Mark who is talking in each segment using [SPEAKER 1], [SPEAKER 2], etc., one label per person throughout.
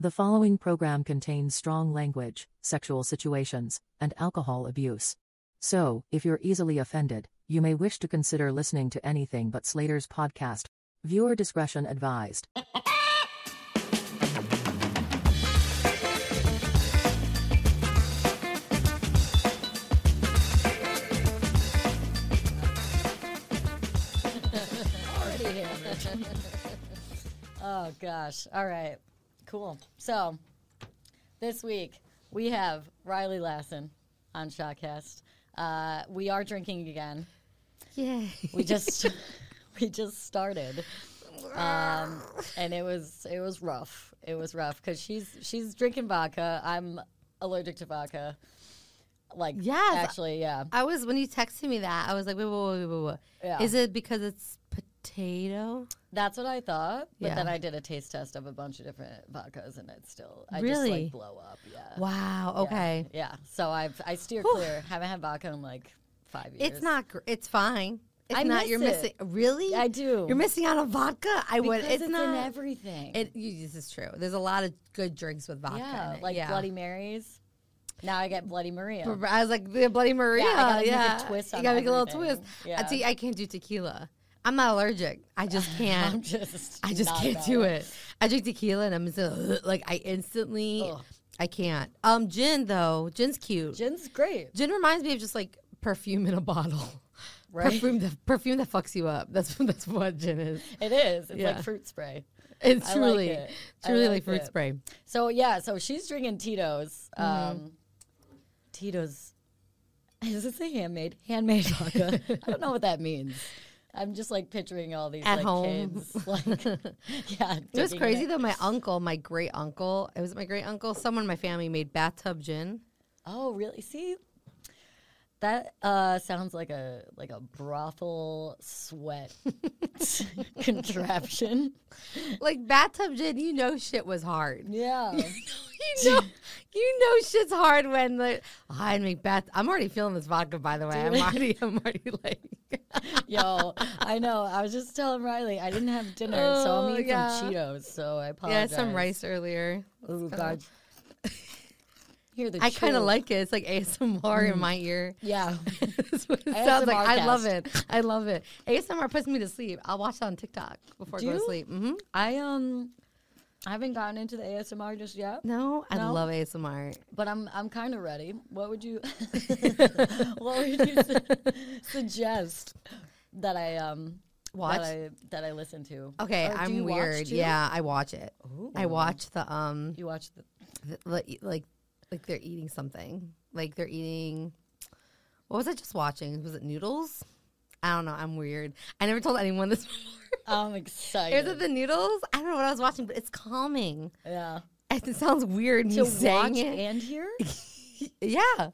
[SPEAKER 1] The following program contains strong language, sexual situations, and alcohol abuse. So, if you're easily offended, you may wish to consider listening to anything but Slater's podcast. Viewer discretion advised.
[SPEAKER 2] already here. oh gosh. All right. Cool. So this week we have Riley Lassen on Shotcast. Uh, we are drinking again.
[SPEAKER 3] Yay.
[SPEAKER 2] We just we just started. Um, and it was it was rough. It was rough because she's she's drinking vodka. I'm allergic to vodka. Like
[SPEAKER 3] Yes.
[SPEAKER 2] actually, yeah.
[SPEAKER 3] I was when you texted me that I was like, wait, wait, wait, wait, wait.
[SPEAKER 2] Yeah. Uh,
[SPEAKER 3] Is it because it's potato?
[SPEAKER 2] That's what I thought, but then
[SPEAKER 3] Yeah.
[SPEAKER 2] I did a taste test of a bunch of different vodkas, and it's still I just
[SPEAKER 3] Really?
[SPEAKER 2] like blow up. Yeah.
[SPEAKER 3] Wow.
[SPEAKER 2] Yeah,
[SPEAKER 3] Okay.
[SPEAKER 2] Yeah. So I've I steer clear. Haven't had vodka in like five years.
[SPEAKER 3] It's not. Gr- it's fine. It's
[SPEAKER 2] I
[SPEAKER 3] not.
[SPEAKER 2] miss
[SPEAKER 3] you're
[SPEAKER 2] it.
[SPEAKER 3] missing. Really?
[SPEAKER 2] I do.
[SPEAKER 3] You're missing out on vodka. I
[SPEAKER 2] because
[SPEAKER 3] would. It's, not.
[SPEAKER 2] in everything.
[SPEAKER 3] it. You, this is true. There's a lot of good drinks with vodka.
[SPEAKER 2] yeah,
[SPEAKER 3] in it.
[SPEAKER 2] like Bloody Marys. Now I get Bloody Maria.
[SPEAKER 3] Br- I was like the Bloody Maria.
[SPEAKER 2] gotta make a
[SPEAKER 3] yeah.
[SPEAKER 2] twist on
[SPEAKER 3] you gotta make a little twist.
[SPEAKER 2] everything.
[SPEAKER 3] I,
[SPEAKER 2] Yeah.
[SPEAKER 3] see, I can't do tequila. I'm not allergic. I just can't.
[SPEAKER 2] I'm just.
[SPEAKER 3] I just
[SPEAKER 2] not
[SPEAKER 3] can't
[SPEAKER 2] about
[SPEAKER 3] do it. I drink tequila and I'm just uh, like I instantly
[SPEAKER 2] Ugh.
[SPEAKER 3] I can't. Um gin though, gin's cute. Gin,
[SPEAKER 2] Gin's great.
[SPEAKER 3] reminds me of just like perfume in a bottle.
[SPEAKER 2] Right.
[SPEAKER 3] Perfume that perfume that fucks you up. That's that's what gin is.
[SPEAKER 2] It is. It's
[SPEAKER 3] Yeah.
[SPEAKER 2] like fruit spray. I
[SPEAKER 3] It's
[SPEAKER 2] like
[SPEAKER 3] truly
[SPEAKER 2] it. I
[SPEAKER 3] truly like,
[SPEAKER 2] like
[SPEAKER 3] fruit
[SPEAKER 2] it.
[SPEAKER 3] spray.
[SPEAKER 2] So yeah, so she's drinking Tito's. Um,
[SPEAKER 3] Mm-hmm.
[SPEAKER 2] Tito's. Is this a handmade handmade vodka? I don't know what that means. I'm just like picturing all these
[SPEAKER 3] At
[SPEAKER 2] like,
[SPEAKER 3] home.
[SPEAKER 2] kids. Like, yeah,
[SPEAKER 3] It was crazy though. My uncle, my great uncle, it was my great uncle. Someone in my family made bathtub gin.
[SPEAKER 2] Oh, really? See, that uh, sounds like a like a brothel sweat contraption.
[SPEAKER 3] Like bathtub gin, you know shit was hard.
[SPEAKER 2] Yeah,
[SPEAKER 3] you know, you know shit's hard when the I make bath. I'm already feeling this vodka, by the way. I'm
[SPEAKER 2] Dude.
[SPEAKER 3] already, I'm already like,
[SPEAKER 2] yo, I know. I was just telling Riley I didn't have dinner, so
[SPEAKER 3] Oh,
[SPEAKER 2] I'm eating
[SPEAKER 3] yeah.
[SPEAKER 2] some Cheetos. So I
[SPEAKER 3] yeah,
[SPEAKER 2] apologize.
[SPEAKER 3] some rice earlier.
[SPEAKER 2] Oh God. Hear the
[SPEAKER 3] I kind of
[SPEAKER 2] chew.
[SPEAKER 3] like it. It's like ASMR in
[SPEAKER 2] Mm.
[SPEAKER 3] my ear.
[SPEAKER 2] Yeah.
[SPEAKER 3] That's what it sounds like.
[SPEAKER 2] ASMR
[SPEAKER 3] I love
[SPEAKER 2] cast.
[SPEAKER 3] it. I love it. ASMR puts me to sleep. I'll watch it on TikTok before I
[SPEAKER 2] Do
[SPEAKER 3] go
[SPEAKER 2] you?
[SPEAKER 3] to sleep. hmm
[SPEAKER 2] I um I haven't gotten into the ASMR just yet,
[SPEAKER 3] No, I
[SPEAKER 2] No?
[SPEAKER 3] love ASMR.
[SPEAKER 2] but I'm I'm kind of ready. What would you What would you su- suggest that I um
[SPEAKER 3] Watch?
[SPEAKER 2] that I that I listen to?
[SPEAKER 3] Okay,
[SPEAKER 2] Or Oh, do
[SPEAKER 3] I'm
[SPEAKER 2] you watch
[SPEAKER 3] weird.
[SPEAKER 2] too?
[SPEAKER 3] Yeah, I watch it. I watch the um
[SPEAKER 2] You watch the
[SPEAKER 3] th- like e, like like they're eating something. Like they're eating. What was I just watching? Was it noodles? I don't know. I'm weird. I never told anyone this. Before.
[SPEAKER 2] I'm
[SPEAKER 3] Is it
[SPEAKER 2] excited.
[SPEAKER 3] the noodles? I don't know what I was watching, but it's calming.
[SPEAKER 2] yeah.
[SPEAKER 3] And It sounds weird me
[SPEAKER 2] To watch
[SPEAKER 3] saying it.
[SPEAKER 2] and hear
[SPEAKER 3] yeah,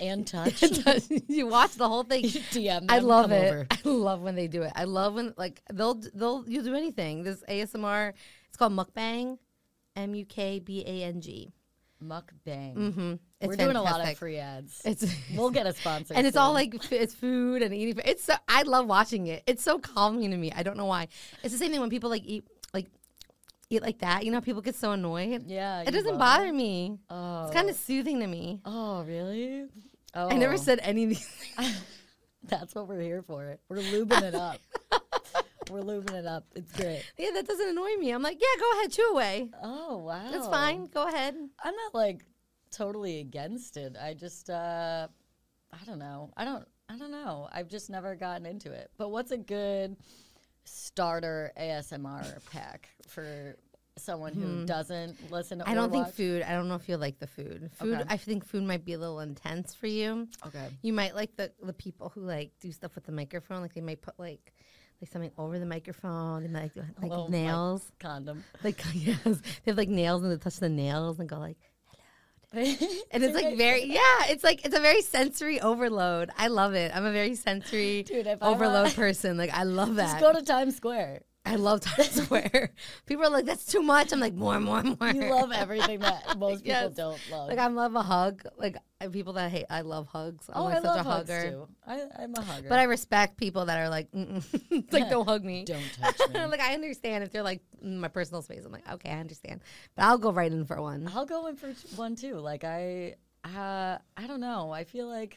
[SPEAKER 2] and touch.
[SPEAKER 3] you watch the whole thing.
[SPEAKER 2] DM
[SPEAKER 3] I
[SPEAKER 2] them,
[SPEAKER 3] love
[SPEAKER 2] come
[SPEAKER 3] it.
[SPEAKER 2] over.
[SPEAKER 3] I love when they do it. I love when like they'll d- they'll you'll do anything. This ASMR. It's called mukbang, M U K B A N G.
[SPEAKER 2] Mukbang.
[SPEAKER 3] Mhm. It's
[SPEAKER 2] We're doing a lot of
[SPEAKER 3] fantastic.
[SPEAKER 2] free ads.
[SPEAKER 3] It's
[SPEAKER 2] we'll get a sponsor.
[SPEAKER 3] and it's all
[SPEAKER 2] soon.
[SPEAKER 3] like f- it's food and eating. food. It's so I love watching it. It's so calming to me. I don't know why. It's the same thing when people like eat like eat like that. You know, people get so annoyed.
[SPEAKER 2] Yeah,
[SPEAKER 3] it
[SPEAKER 2] you
[SPEAKER 3] doesn't
[SPEAKER 2] will.
[SPEAKER 3] bother me.
[SPEAKER 2] Oh.
[SPEAKER 3] It's kind of soothing to me.
[SPEAKER 2] Oh, really? Oh,
[SPEAKER 3] I never said any of these. Things.
[SPEAKER 2] That's what we're here for. We're lubing it up. we're lubing it up. It's great.
[SPEAKER 3] yeah, that doesn't annoy me. I'm like, yeah, go ahead, chew away.
[SPEAKER 2] Oh, wow.
[SPEAKER 3] It's fine. Go ahead.
[SPEAKER 2] I'm not like totally against it. I just uh I don't know. I don't I don't know. I've just never gotten into it. But what's a good starter ASMR pack for someone who doesn't listen to
[SPEAKER 3] Hmm. I don't
[SPEAKER 2] or
[SPEAKER 3] think
[SPEAKER 2] watch?
[SPEAKER 3] food. I don't know if you like the food. Food.
[SPEAKER 2] Okay.
[SPEAKER 3] I think food might be a little intense for you.
[SPEAKER 2] Okay.
[SPEAKER 3] You might like the the people who like do stuff with the microphone. Like they might put like like something over the microphone. They might like, like
[SPEAKER 2] Oh my-
[SPEAKER 3] nails.
[SPEAKER 2] condom.
[SPEAKER 3] Like yes, they have like nails and they touch the nails and go like. And
[SPEAKER 2] and
[SPEAKER 3] it's like very yeah. It's like it's a very sensory overload. I love it. I'm a very sensory
[SPEAKER 2] Dude, if I'm a-
[SPEAKER 3] overload person. Like I love that.
[SPEAKER 2] Just go to Times Square.
[SPEAKER 3] I love Times Square. People are like, that's too much. I'm like more, more, more.
[SPEAKER 2] You love everything that most people
[SPEAKER 3] Yes.
[SPEAKER 2] don't love.
[SPEAKER 3] Like I love a hug. Like I- people that hate. I love hugs. I'm
[SPEAKER 2] oh, I
[SPEAKER 3] like such
[SPEAKER 2] love
[SPEAKER 3] a
[SPEAKER 2] hugs
[SPEAKER 3] hugger.
[SPEAKER 2] too. I, I'm a hugger.
[SPEAKER 3] But I respect people that are like, Mm-mm. it's like don't hug me.
[SPEAKER 2] don't touch me.
[SPEAKER 3] I'm like I understand if they're like in my personal space. I'm like okay, I understand, but I'll go right in for one.
[SPEAKER 2] I'll go in for t- one too. Like I, uh, I don't know. I feel like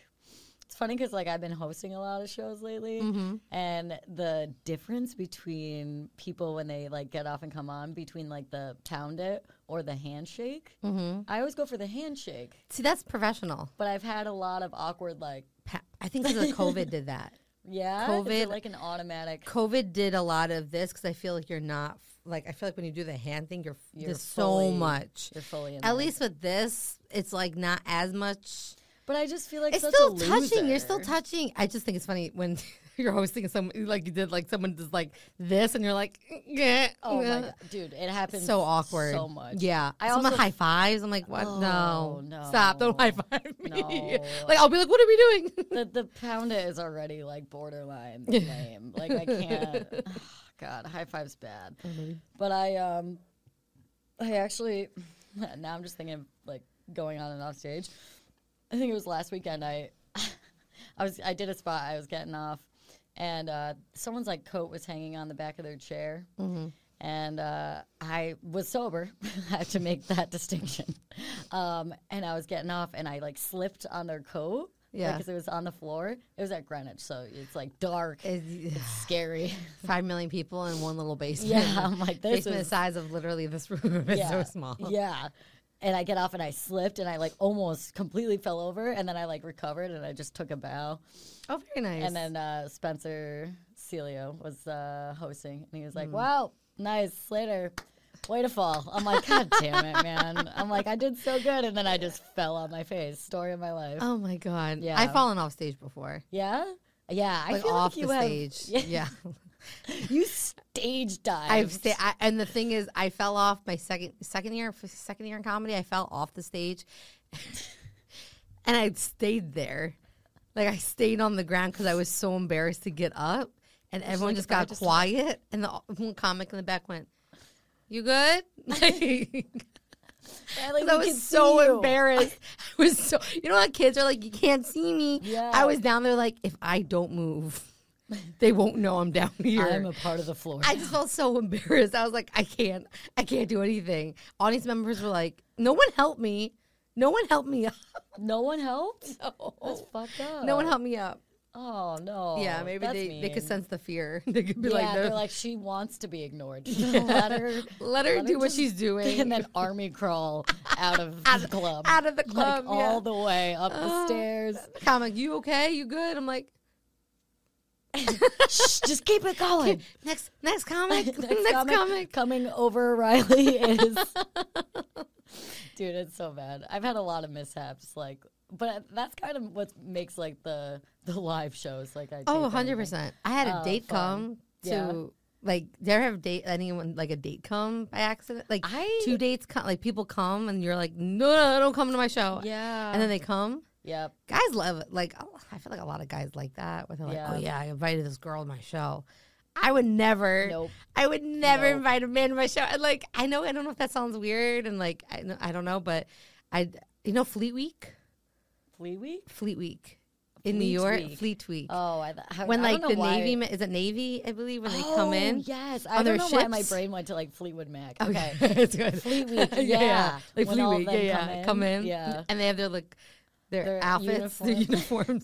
[SPEAKER 2] it's funny because like I've been hosting a lot of shows lately,
[SPEAKER 3] Mm-hmm.
[SPEAKER 2] and the difference between people when they like get off and come on between like the pound it or the handshake.
[SPEAKER 3] Mm-hmm.
[SPEAKER 2] I always go for the handshake,
[SPEAKER 3] See, that's professional.
[SPEAKER 2] but I've had a lot of awkward like,
[SPEAKER 3] Pa- I think because COVID did that.
[SPEAKER 2] yeah, is it
[SPEAKER 3] COVID-
[SPEAKER 2] like an automatic.
[SPEAKER 3] COVID did a lot of this because I feel like you're not like I feel like when you do the hand thing, you're, f-
[SPEAKER 2] You're
[SPEAKER 3] there's so
[SPEAKER 2] fully-
[SPEAKER 3] much.
[SPEAKER 2] You're fully in
[SPEAKER 3] At
[SPEAKER 2] there.
[SPEAKER 3] least with this, it's like not as much.
[SPEAKER 2] but I just feel like
[SPEAKER 3] it's
[SPEAKER 2] such
[SPEAKER 3] still
[SPEAKER 2] a
[SPEAKER 3] touching. You're still
[SPEAKER 2] loser.
[SPEAKER 3] touching. I just think it's funny when you're hosting someone like you did, like someone does like this, and you're like, yeah,
[SPEAKER 2] Oh my god, dude, it happens
[SPEAKER 3] Uh, so awkward.
[SPEAKER 2] So much.
[SPEAKER 3] Yeah.
[SPEAKER 2] I
[SPEAKER 3] I Some
[SPEAKER 2] also-
[SPEAKER 3] high fives. I'm like, what?
[SPEAKER 2] Oh,
[SPEAKER 3] no.
[SPEAKER 2] no.
[SPEAKER 3] Stop. Don't high five me.
[SPEAKER 2] No.
[SPEAKER 3] like, I'll be like, what are we doing?
[SPEAKER 2] the the pound it is already like borderline lame. like I can't. oh, God, high five's bad. But I um, I actually now I'm just thinking of like going on and off stage. I think it was last weekend. I I was I did a spot. I was getting off, and uh, someone's like coat was hanging on the back of their chair. And uh, I was sober. I have to make that distinction. Um, and I was getting off, and I like slipped on their coat.
[SPEAKER 3] Yeah.
[SPEAKER 2] Because it was on the floor. It was at Greenwich, so it's like dark,
[SPEAKER 3] It's-
[SPEAKER 2] scary.
[SPEAKER 3] Five million people in one little basement.
[SPEAKER 2] Yeah, I'm like, this
[SPEAKER 3] basement
[SPEAKER 2] is-
[SPEAKER 3] the size of literally this room. It's so small.
[SPEAKER 2] Yeah. And I get off and I slipped and I like almost completely fell over and then I like recovered and I just took a bow.
[SPEAKER 3] Oh, very nice.
[SPEAKER 2] And then uh, Spencer Celio was uh, hosting and he was
[SPEAKER 3] Mm.
[SPEAKER 2] like, Wow, nice, Slater. Way to fall. I'm like, God damn it, man. I'm like, I did so good and then I just fell on my face. Story of my life.
[SPEAKER 3] oh my god,
[SPEAKER 2] Yeah.
[SPEAKER 3] I've fallen off stage before.
[SPEAKER 2] yeah? Yeah. I
[SPEAKER 3] Like
[SPEAKER 2] feel
[SPEAKER 3] off
[SPEAKER 2] like you
[SPEAKER 3] the
[SPEAKER 2] have
[SPEAKER 3] stage. Yeah.
[SPEAKER 2] you stage dive.
[SPEAKER 3] I've sta- I, and the thing is, I fell off my second second year f- second year in comedy. I fell off the stage, and I stayed there, like I stayed on the ground because I was so embarrassed to get up. And
[SPEAKER 2] like,
[SPEAKER 3] everyone just
[SPEAKER 2] if I
[SPEAKER 3] got
[SPEAKER 2] just-
[SPEAKER 3] quiet, and the one comic in the back went, "You good?" Like,
[SPEAKER 2] I, like,
[SPEAKER 3] I
[SPEAKER 2] we
[SPEAKER 3] was
[SPEAKER 2] could
[SPEAKER 3] so
[SPEAKER 2] see you.
[SPEAKER 3] embarrassed. I was so you know how kids are like, you can't see me.
[SPEAKER 2] Yeah.
[SPEAKER 3] I was down there like, if I don't move, they won't know I'm down here.
[SPEAKER 2] I'm a part of the floor.
[SPEAKER 3] I just felt so embarrassed. I was like, I can't, I can't do anything. Audience members were like, no one helped me. No one helped me up.
[SPEAKER 2] no one helped? That's
[SPEAKER 3] No,
[SPEAKER 2] fucked up.
[SPEAKER 3] one helped me up.
[SPEAKER 2] Oh no!
[SPEAKER 3] yeah, maybe
[SPEAKER 2] that's
[SPEAKER 3] they, they could
[SPEAKER 2] mean.
[SPEAKER 3] sense the fear. They could be
[SPEAKER 2] yeah,
[SPEAKER 3] like,
[SPEAKER 2] they're
[SPEAKER 3] "No,
[SPEAKER 2] like she wants to be ignored. let her,
[SPEAKER 3] let her do what
[SPEAKER 2] just-
[SPEAKER 3] she's doing.
[SPEAKER 2] and then army crawl out of the club,
[SPEAKER 3] out of the
[SPEAKER 2] like
[SPEAKER 3] club. yeah.
[SPEAKER 2] all the way up the
[SPEAKER 3] Oh.
[SPEAKER 2] stairs.
[SPEAKER 3] comic, you okay? You good? I'm like,
[SPEAKER 2] Shh, just keep it going.
[SPEAKER 3] next, next comic, next,
[SPEAKER 2] comic
[SPEAKER 3] comic.
[SPEAKER 2] coming over Riley is, dude, it's so bad. I've had a lot of mishaps, like, but that's kind of what makes like the the live shows. Like, I
[SPEAKER 3] Oh,
[SPEAKER 2] tape everything.
[SPEAKER 3] 100%. I had a
[SPEAKER 2] Oh,
[SPEAKER 3] date
[SPEAKER 2] fun.
[SPEAKER 3] come to
[SPEAKER 2] Yeah.
[SPEAKER 3] like there have date anyone like a date come by accident like
[SPEAKER 2] I-
[SPEAKER 3] two dates come like people come and you're like no, no, no, don't come to my show
[SPEAKER 2] Yeah,
[SPEAKER 3] and then they come
[SPEAKER 2] yep,
[SPEAKER 3] guys love it like oh, I feel like a lot of guys like that where they're like
[SPEAKER 2] Yeah.
[SPEAKER 3] oh yeah I invited this girl to my show I would never
[SPEAKER 2] nope.
[SPEAKER 3] I would never
[SPEAKER 2] Nope.
[SPEAKER 3] invite a man to my show and like I know I don't know if that sounds weird and like I, I don't know but I you know Fleet Week
[SPEAKER 2] Flea week.
[SPEAKER 3] Fleet Week in New York
[SPEAKER 2] Fleet Week.
[SPEAKER 3] Fleet Week
[SPEAKER 2] Oh, I, th- I
[SPEAKER 3] when
[SPEAKER 2] I
[SPEAKER 3] like
[SPEAKER 2] don't know
[SPEAKER 3] the
[SPEAKER 2] why.
[SPEAKER 3] navy men- is it navy i believe when they
[SPEAKER 2] oh,
[SPEAKER 3] come in
[SPEAKER 2] Yes, I don't
[SPEAKER 3] on their
[SPEAKER 2] know why my
[SPEAKER 3] ships.
[SPEAKER 2] brain went to like Fleetwood Mac. Okay,
[SPEAKER 3] it's good
[SPEAKER 2] Fleet Week, yeah.
[SPEAKER 3] like
[SPEAKER 2] When
[SPEAKER 3] fleet
[SPEAKER 2] all of
[SPEAKER 3] week yeah
[SPEAKER 2] them
[SPEAKER 3] yeah
[SPEAKER 2] come
[SPEAKER 3] come
[SPEAKER 2] in,
[SPEAKER 3] in
[SPEAKER 2] yeah.
[SPEAKER 3] and they have their like their,
[SPEAKER 2] Their
[SPEAKER 3] outfits their uniforms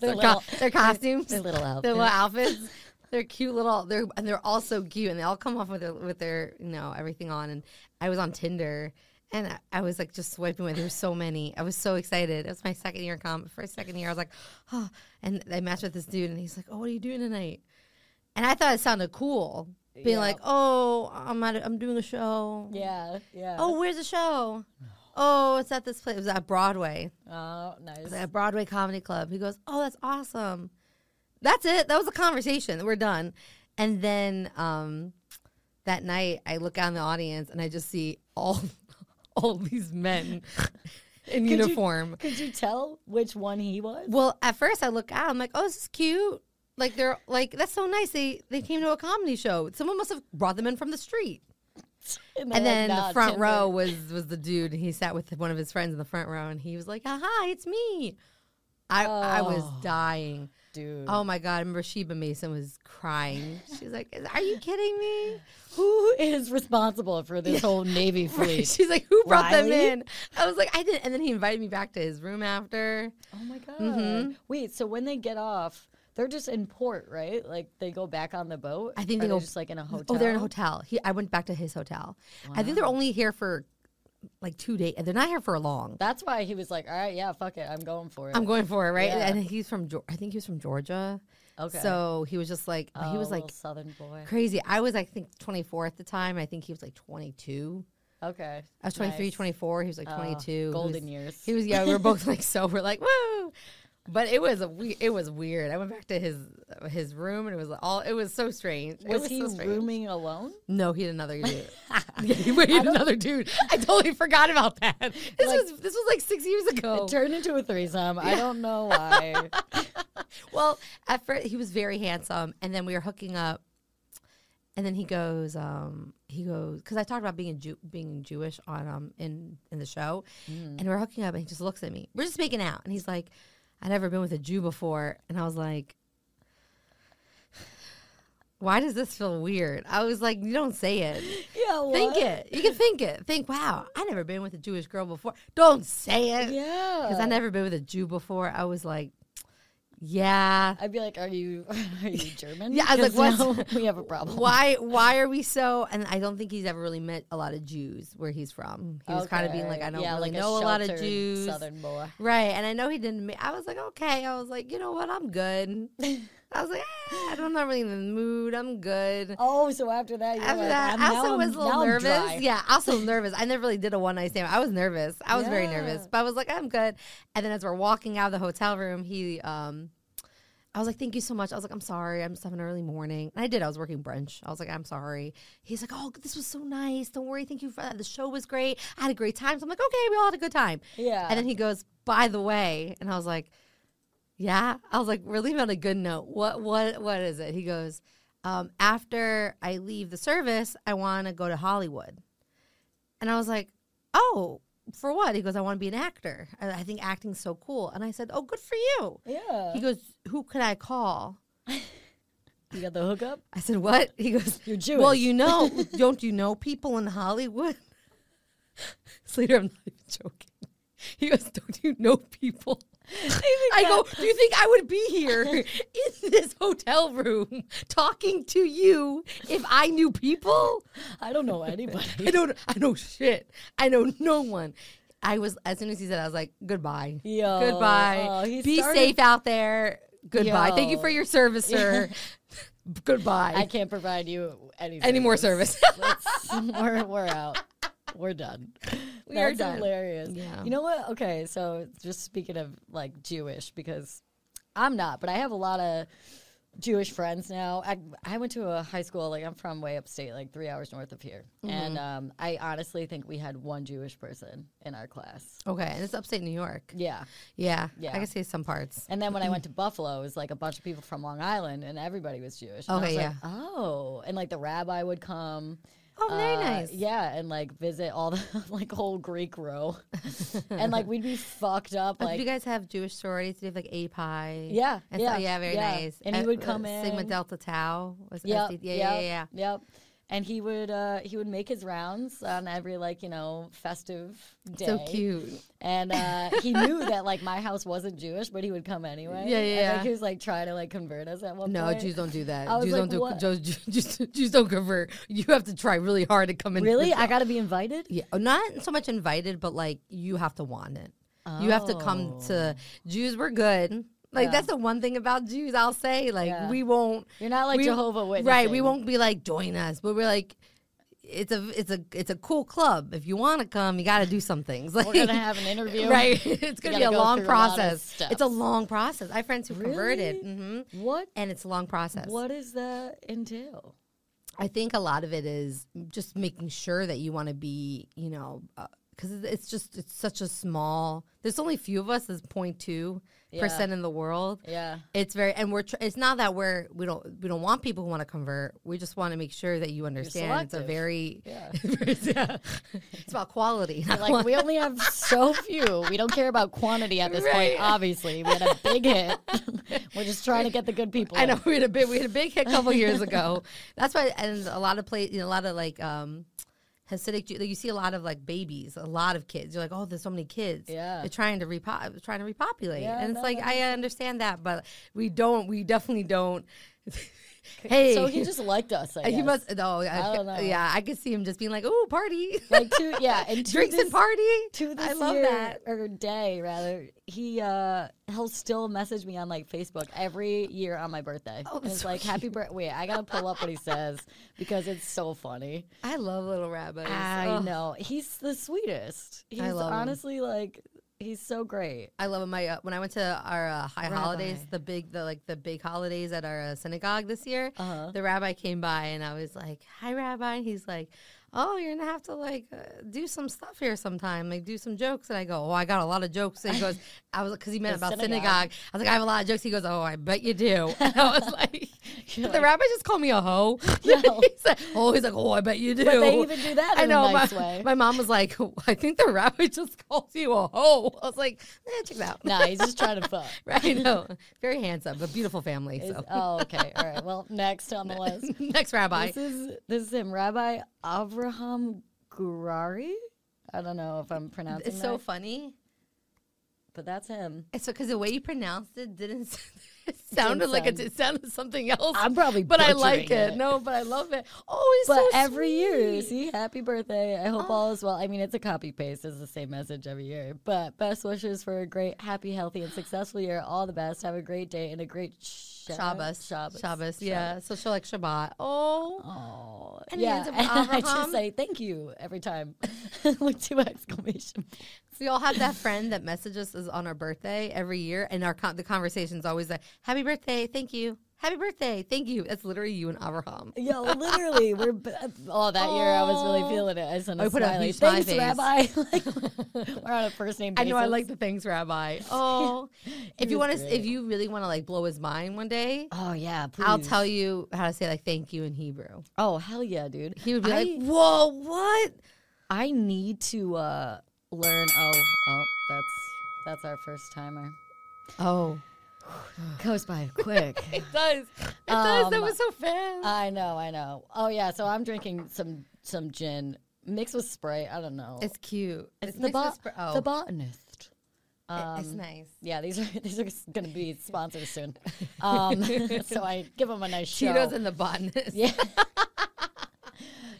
[SPEAKER 2] Their
[SPEAKER 3] their, co-
[SPEAKER 2] little-
[SPEAKER 3] their costumes
[SPEAKER 2] their little outfits.
[SPEAKER 3] their little outfits they're cute little they're and they're all so cute and they all come off with their with their you know everything on and i was on tinder and I, I was like just swiping away. There were so many. I was so excited. It was my second year comp. First, second year, I was like, oh. And I matched with this dude, and he's like, oh, what are you doing tonight? And I thought it sounded cool, being
[SPEAKER 2] Yeah.
[SPEAKER 3] like, "Oh, I'm at a, I'm doing a show.
[SPEAKER 2] yeah, yeah.
[SPEAKER 3] Oh, where's the show? Oh, it's at this place. It was at Broadway.
[SPEAKER 2] Oh,
[SPEAKER 3] It
[SPEAKER 2] nice.
[SPEAKER 3] was at Broadway Comedy Club. He goes, "Oh, that's awesome. That's it. That was a conversation. We're done." And then um, that night, I look out in the audience and I just see all all these men in
[SPEAKER 2] you-
[SPEAKER 3] uniform.
[SPEAKER 2] Could you tell which one he was?
[SPEAKER 3] Well, at first I look out, I'm like, oh, this is cute. Like they're like that's so nice. They they came to a comedy show. Someone must have brought them in from the street.
[SPEAKER 2] they're
[SPEAKER 3] and
[SPEAKER 2] like,
[SPEAKER 3] then
[SPEAKER 2] "Nah,
[SPEAKER 3] the front
[SPEAKER 2] Tinder."
[SPEAKER 3] row was was the dude. and He sat with one of his friends in the front row, and he was like, "Ah, hi, it's me." I I was
[SPEAKER 2] Oh.
[SPEAKER 3] dying.
[SPEAKER 2] dude.
[SPEAKER 3] Oh my god, I remember Sheba Mason was crying. She's like, "Are you kidding me?"
[SPEAKER 2] Who is responsible for this whole Navy fleet?
[SPEAKER 3] She's like, "Who brought them
[SPEAKER 2] Riley?
[SPEAKER 3] in?" I was like, "I did." not And then he invited me back to his room after.
[SPEAKER 2] Oh my god!
[SPEAKER 3] Mhm.
[SPEAKER 2] Wait, so when they get off, they're just in port, right? Like they go back on the boat.
[SPEAKER 3] I think they
[SPEAKER 2] Are
[SPEAKER 3] go-
[SPEAKER 2] just like in a hotel.
[SPEAKER 3] Oh, they're in a hotel. He, I went back to his hotel. I think they're only here for like two days. They're not here for long.
[SPEAKER 2] That's why he was like, "All right, yeah, fuck it, I'm going for it."
[SPEAKER 3] I'm going for it, right?
[SPEAKER 2] Yeah.
[SPEAKER 3] And he's from, Geor- I think he was from Georgia.
[SPEAKER 2] Okay.
[SPEAKER 3] So he was just like, he
[SPEAKER 2] Oh,
[SPEAKER 3] was like
[SPEAKER 2] little Southern boy.
[SPEAKER 3] crazy. I was, I think, 24 at the time. I think he was like 22.
[SPEAKER 2] Okay.
[SPEAKER 3] I was 23,
[SPEAKER 2] nice.
[SPEAKER 3] 24. He was like
[SPEAKER 2] Oh,
[SPEAKER 3] 22. He
[SPEAKER 2] golden
[SPEAKER 3] was-
[SPEAKER 2] years.
[SPEAKER 3] He was, yeah, we were both like so. We're like, whoa. But it was a we- it was weird. I went back to his his room and it was all it was so strange. It
[SPEAKER 2] Was,
[SPEAKER 3] was
[SPEAKER 2] he
[SPEAKER 3] so strange.
[SPEAKER 2] rooming alone?
[SPEAKER 3] No, he had another dude. yeah, he waited another dude. I totally forgot about that. This
[SPEAKER 2] Like-
[SPEAKER 3] was this was like six years ago.
[SPEAKER 2] It turned into a threesome. I don't know why.
[SPEAKER 3] well, at first he was very handsome, and then we were hooking up, and then he goes, um, he goes, because I talked about being Jew- being Jewish on um in in the show,
[SPEAKER 2] Mm.
[SPEAKER 3] and we're hooking up, and he just looks at me. We're just making out, and he's like, "I've never been with a Jew before," and I was like. Why does this feel weird? I was like, you don't say it.
[SPEAKER 2] yeah. What?
[SPEAKER 3] Think it. You can think it. Think, wow, I never been with a Jewish girl before. Don't say it.
[SPEAKER 2] Yeah.
[SPEAKER 3] Because I never been with a Jew before. I was like, yeah.
[SPEAKER 2] I'd be like, "Are you are you German?"
[SPEAKER 3] Yeah, I was like,
[SPEAKER 2] 'Cause
[SPEAKER 3] what's-
[SPEAKER 2] now we have a problem.
[SPEAKER 3] Why why are we so and I don't think he's ever really met a lot of Jews where he's from. He was kind of being like,
[SPEAKER 2] Okay.
[SPEAKER 3] I don't
[SPEAKER 2] Yeah,
[SPEAKER 3] really
[SPEAKER 2] like
[SPEAKER 3] know a, lot of
[SPEAKER 2] sheltered
[SPEAKER 3] Jews.
[SPEAKER 2] Southern boy.
[SPEAKER 3] Right. And I know he didn't ma- I was like, okay. I was like, you know what, I'm good. I was like, eh, I don't- I'm not really in the mood. I'm good.
[SPEAKER 2] Oh, so after that, you're
[SPEAKER 3] After
[SPEAKER 2] like,
[SPEAKER 3] that,
[SPEAKER 2] I'm,
[SPEAKER 3] I also
[SPEAKER 2] now
[SPEAKER 3] was
[SPEAKER 2] I'm,
[SPEAKER 3] a little
[SPEAKER 2] now I'm
[SPEAKER 3] nervous.
[SPEAKER 2] dry.
[SPEAKER 3] Yeah, also nervous. I never really did a one night stand. I was nervous. I was very nervous,
[SPEAKER 2] Yeah.
[SPEAKER 3] but I was like, I'm good. And then as we're walking out of the hotel room, he, um, I was like, thank you so much. I was like, I'm sorry. I'm just having an early morning. And I did. I was working brunch. I was like, I'm sorry. He's like, oh, this was so nice. Don't worry. Thank you for that. The show was great. I had a great time. So I'm like, okay, we all had a good time.
[SPEAKER 2] Yeah.
[SPEAKER 3] And then he goes, by the way, and I was like, yeah. I was like, we're leaving on a good note. What what what is it? He goes, um, after I leave the service, I want to go to Hollywood. And I was like, oh, for what? He goes, I want to be an actor. I, I think acting's so cool. And I said, oh, good for you.
[SPEAKER 2] Yeah.
[SPEAKER 3] He goes, who can I call?
[SPEAKER 2] you got the hookup?
[SPEAKER 3] I said, what? He goes,
[SPEAKER 2] You're Jewish.
[SPEAKER 3] well, you know, don't you know people in Hollywood? Slater, I'm not even joking. He goes, don't you know people? I go, do you think I would be here in this hotel room talking to you if I knew people?
[SPEAKER 2] I don't know anybody.
[SPEAKER 3] I don't, I know shit. I know no one. I was, as soon as he said, I was like, goodbye.
[SPEAKER 2] Yo,
[SPEAKER 3] goodbye.
[SPEAKER 2] oh, he
[SPEAKER 3] be
[SPEAKER 2] started-
[SPEAKER 3] safe out there. Goodbye. Thank you
[SPEAKER 2] Yo.
[SPEAKER 3] for your service, sir. goodbye.
[SPEAKER 2] I can't provide you any
[SPEAKER 3] Any more service.
[SPEAKER 2] Let's- we're, we're out. We're done.
[SPEAKER 3] We are
[SPEAKER 2] That's
[SPEAKER 3] done.
[SPEAKER 2] hilarious.
[SPEAKER 3] Yeah.
[SPEAKER 2] You know what? Okay, so just speaking of like Jewish, because I'm not, but I have a lot of Jewish friends now. I I went to a high school like I'm from way upstate, like three hours north of here,
[SPEAKER 3] Mm-hmm.
[SPEAKER 2] and um, I honestly think we had one Jewish person in our class.
[SPEAKER 3] okay. And it's upstate New York.
[SPEAKER 2] Yeah.
[SPEAKER 3] Yeah.
[SPEAKER 2] Yeah.
[SPEAKER 3] I can see some parts.
[SPEAKER 2] And then when I went to Buffalo, it was like a bunch of people from Long Island, and everybody was Jewish. And I
[SPEAKER 3] Okay,
[SPEAKER 2] was
[SPEAKER 3] yeah.
[SPEAKER 2] Like, oh, and like the rabbi would come.
[SPEAKER 3] Oh, very
[SPEAKER 2] uh,
[SPEAKER 3] nice.
[SPEAKER 2] Yeah, and like visit all the like whole Greek row, and like we'd be fucked up.
[SPEAKER 3] Like,
[SPEAKER 2] Like
[SPEAKER 3] do Uh, you guys have Jewish sororities? Do you have like A Pi?
[SPEAKER 2] Yeah,
[SPEAKER 3] And so-
[SPEAKER 2] yeah,
[SPEAKER 3] yeah, very
[SPEAKER 2] yeah.
[SPEAKER 3] nice.
[SPEAKER 2] And he
[SPEAKER 3] Uh,
[SPEAKER 2] would
[SPEAKER 3] uh,
[SPEAKER 2] come
[SPEAKER 3] Sigma
[SPEAKER 2] in.
[SPEAKER 3] Delta Tau. Was it
[SPEAKER 2] Yep,
[SPEAKER 3] SD yeah, yeah,
[SPEAKER 2] yep,
[SPEAKER 3] yeah,
[SPEAKER 2] Yep. And he would uh, he would make his rounds on every like you know festive day.
[SPEAKER 3] yeah. So cute.
[SPEAKER 2] And uh, he knew that like my house wasn't Jewish, but he would come anyway.
[SPEAKER 3] Yeah, yeah,
[SPEAKER 2] I think
[SPEAKER 3] yeah.
[SPEAKER 2] he was like trying to like convert us at one
[SPEAKER 3] No,
[SPEAKER 2] point.
[SPEAKER 3] Jews don't do that.
[SPEAKER 2] I was
[SPEAKER 3] Jews
[SPEAKER 2] like,
[SPEAKER 3] don't do
[SPEAKER 2] what?
[SPEAKER 3] Jews, Jews, Jews don't convert. You have to try really hard to come in.
[SPEAKER 2] Really, I got to be invited.
[SPEAKER 3] Yeah, oh, not so much invited, but like you have to want it. You have to come to Jews. We're good. Like
[SPEAKER 2] Oh. Yeah.
[SPEAKER 3] that's the one thing about Jews. I'll say like
[SPEAKER 2] Yeah.
[SPEAKER 3] we won't.
[SPEAKER 2] You're not like
[SPEAKER 3] we-
[SPEAKER 2] Jehovah Witness,
[SPEAKER 3] right? We won't be like join us, but we're like. It's a it's a it's a cool club. If you want to come, you got to do some things. Like,
[SPEAKER 2] We're gonna have an interview,
[SPEAKER 3] right? It's gonna be
[SPEAKER 2] gotta
[SPEAKER 3] a
[SPEAKER 2] go
[SPEAKER 3] long
[SPEAKER 2] through a lot of
[SPEAKER 3] process. it's a
[SPEAKER 2] steps.
[SPEAKER 3] long process. I have friends who converted,
[SPEAKER 2] Really?
[SPEAKER 3] hmm
[SPEAKER 2] What
[SPEAKER 3] and it's a long process.
[SPEAKER 2] what does that entail?
[SPEAKER 3] I think a lot of it is just making sure that you want to be, you know, uh, because it's just it's such a small. There's only a few of us. It's 0.2 percent in the world.
[SPEAKER 2] Yeah.
[SPEAKER 3] It's very and we're. Tr- it's not that we're we don't we don't want people who want to convert. We just want to make sure that you understand. It's a
[SPEAKER 2] selective.
[SPEAKER 3] very
[SPEAKER 2] Yeah.
[SPEAKER 3] yeah. It's about quality. not
[SPEAKER 2] Like we only have so few. We don't care about quantity at this point.
[SPEAKER 3] Right.
[SPEAKER 2] Obviously, we had a big hit. We're just trying to get the good people.
[SPEAKER 3] I
[SPEAKER 2] in.
[SPEAKER 3] know we had a big we had a big hit a couple years ago. That's why and a lot of play you know, a lot of like um Hasidic Jew- like you see a lot of like babies, a lot of kids. You're like, oh, there's so many kids.
[SPEAKER 2] Yeah.
[SPEAKER 3] they're trying to repo- trying to repopulate,
[SPEAKER 2] Yeah,
[SPEAKER 3] and it's
[SPEAKER 2] no,
[SPEAKER 3] like
[SPEAKER 2] that
[SPEAKER 3] I understand that, but we don't. We definitely don't. hey,
[SPEAKER 2] So he just liked us. I
[SPEAKER 3] Uh, he
[SPEAKER 2] guess.
[SPEAKER 3] must. No, I,
[SPEAKER 2] I don't know.
[SPEAKER 3] yeah, I could see him just being like, oh, party,
[SPEAKER 2] like to yeah, and to
[SPEAKER 3] drinks
[SPEAKER 2] this,
[SPEAKER 3] and party.
[SPEAKER 2] To this
[SPEAKER 3] I love
[SPEAKER 2] year,
[SPEAKER 3] that.
[SPEAKER 2] or day rather. He uh he'll still message me on like Facebook every year on my birthday.
[SPEAKER 3] Oh,
[SPEAKER 2] and it's
[SPEAKER 3] so
[SPEAKER 2] like happy birthday. Wait, I gotta pull up what he says because it's so funny.
[SPEAKER 3] I love little rabbits.
[SPEAKER 2] I
[SPEAKER 3] Ugh.
[SPEAKER 2] know he's the sweetest. He's
[SPEAKER 3] love him.
[SPEAKER 2] honestly like he's so great.
[SPEAKER 3] I love it. my uh, when I went to our uh, high holidays,
[SPEAKER 2] Rabbi.
[SPEAKER 3] the big the like the big holidays at our uh, synagogue this year.
[SPEAKER 2] Uh-huh.
[SPEAKER 3] The rabbi came by and I was like, "Hi, Rabbi," and he's like, "Oh, you're gonna have to like uh, do some stuff here sometime, like do some jokes." And I go, "Oh, I got a lot of jokes." And he goes, "I was because he meant
[SPEAKER 2] The
[SPEAKER 3] about synagogue.
[SPEAKER 2] synagogue.
[SPEAKER 3] I was like, "I have a lot of jokes." He goes, "Oh, I bet you do." And I was like,
[SPEAKER 2] You're
[SPEAKER 3] "Did the
[SPEAKER 2] like-
[SPEAKER 3] rabbi just call me a hoe?"
[SPEAKER 2] No.
[SPEAKER 3] he's like, "Oh, he's like, oh, I bet you do."
[SPEAKER 2] But they even do that in
[SPEAKER 3] I know.
[SPEAKER 2] a nice
[SPEAKER 3] my,
[SPEAKER 2] way.
[SPEAKER 3] my mom was like, I think the rabbi just called you a hoe. I was like, eh, check that out.
[SPEAKER 2] nah, he's just trying to fuck.
[SPEAKER 3] right? I know. Very handsome, but beautiful family.
[SPEAKER 2] Is-
[SPEAKER 3] So
[SPEAKER 2] Oh, okay. All right. Well, next on the list.
[SPEAKER 3] next rabbi.
[SPEAKER 2] This is this is him, Rabbi Avraham Gurari. I don't know if I'm pronouncing
[SPEAKER 3] It's so
[SPEAKER 2] that,
[SPEAKER 3] funny.
[SPEAKER 2] but that's him.
[SPEAKER 3] It's because the way you pronounced it didn't. s- It sounded like it,
[SPEAKER 2] sound-
[SPEAKER 3] it sounded something else.
[SPEAKER 2] I'm probably
[SPEAKER 3] but I like
[SPEAKER 2] butchering
[SPEAKER 3] it.
[SPEAKER 2] it.
[SPEAKER 3] No, but I love it. Oh, he's
[SPEAKER 2] But
[SPEAKER 3] so
[SPEAKER 2] every year,
[SPEAKER 3] sweet. Oh.
[SPEAKER 2] see, happy birthday. I hope all is well. I mean, it's a copy paste. It's the same message every year. But best wishes for a great, happy, healthy, and successful year. All the best. Have a great day and a great Sha-
[SPEAKER 3] Shabbos,
[SPEAKER 2] Shabbos.
[SPEAKER 3] Shabbos, yeah. So she'll like Shabbat. Oh,
[SPEAKER 2] Oh,
[SPEAKER 3] And he
[SPEAKER 2] yeah.
[SPEAKER 3] ends up with
[SPEAKER 2] I
[SPEAKER 3] Avraham.
[SPEAKER 2] just say thank you every time with two exclamation points.
[SPEAKER 3] So we all have that friend that messages us on our birthday every year, and our con- the conversation's always like, "Happy birthday, thank you. Happy birthday, thank you." That's literally you and Avraham.
[SPEAKER 2] Yo, literally, we're b- oh that year I was really
[SPEAKER 3] Aw.
[SPEAKER 2] feeling it. I sent
[SPEAKER 3] I
[SPEAKER 2] a
[SPEAKER 3] put a
[SPEAKER 2] smiley.
[SPEAKER 3] huge smiley
[SPEAKER 2] Thanks,
[SPEAKER 3] face.
[SPEAKER 2] Rabbi. Like, we're on a first name.
[SPEAKER 3] I
[SPEAKER 2] Basis.
[SPEAKER 3] know I like the things, Rabbi. Oh, if you
[SPEAKER 2] was
[SPEAKER 3] want to, if
[SPEAKER 2] great.
[SPEAKER 3] you really want to like blow his mind one day,
[SPEAKER 2] Oh yeah, please.
[SPEAKER 3] I'll tell you how to say like thank you in Hebrew.
[SPEAKER 2] Oh hell yeah, dude.
[SPEAKER 3] He would be
[SPEAKER 2] I,
[SPEAKER 3] like, "Whoa, what?"
[SPEAKER 2] I need to uh, learn. Oh oh, that's that's our first timer.
[SPEAKER 3] Oh,
[SPEAKER 2] Goes by quick.
[SPEAKER 3] it does. It does. That
[SPEAKER 2] Um,
[SPEAKER 3] was so fast.
[SPEAKER 2] I know, I know. Oh yeah, so I'm drinking some some gin mixed with Sprite. I don't know.
[SPEAKER 3] it's cute.
[SPEAKER 2] It's the,
[SPEAKER 3] mixed with
[SPEAKER 2] bot
[SPEAKER 3] spr- oh,
[SPEAKER 2] the botanist.
[SPEAKER 3] it- it's nice.
[SPEAKER 2] Yeah, these are these are going to be sponsors soon. Um, so I give them a nice show.
[SPEAKER 3] Cheetos and the botanist.
[SPEAKER 2] yeah.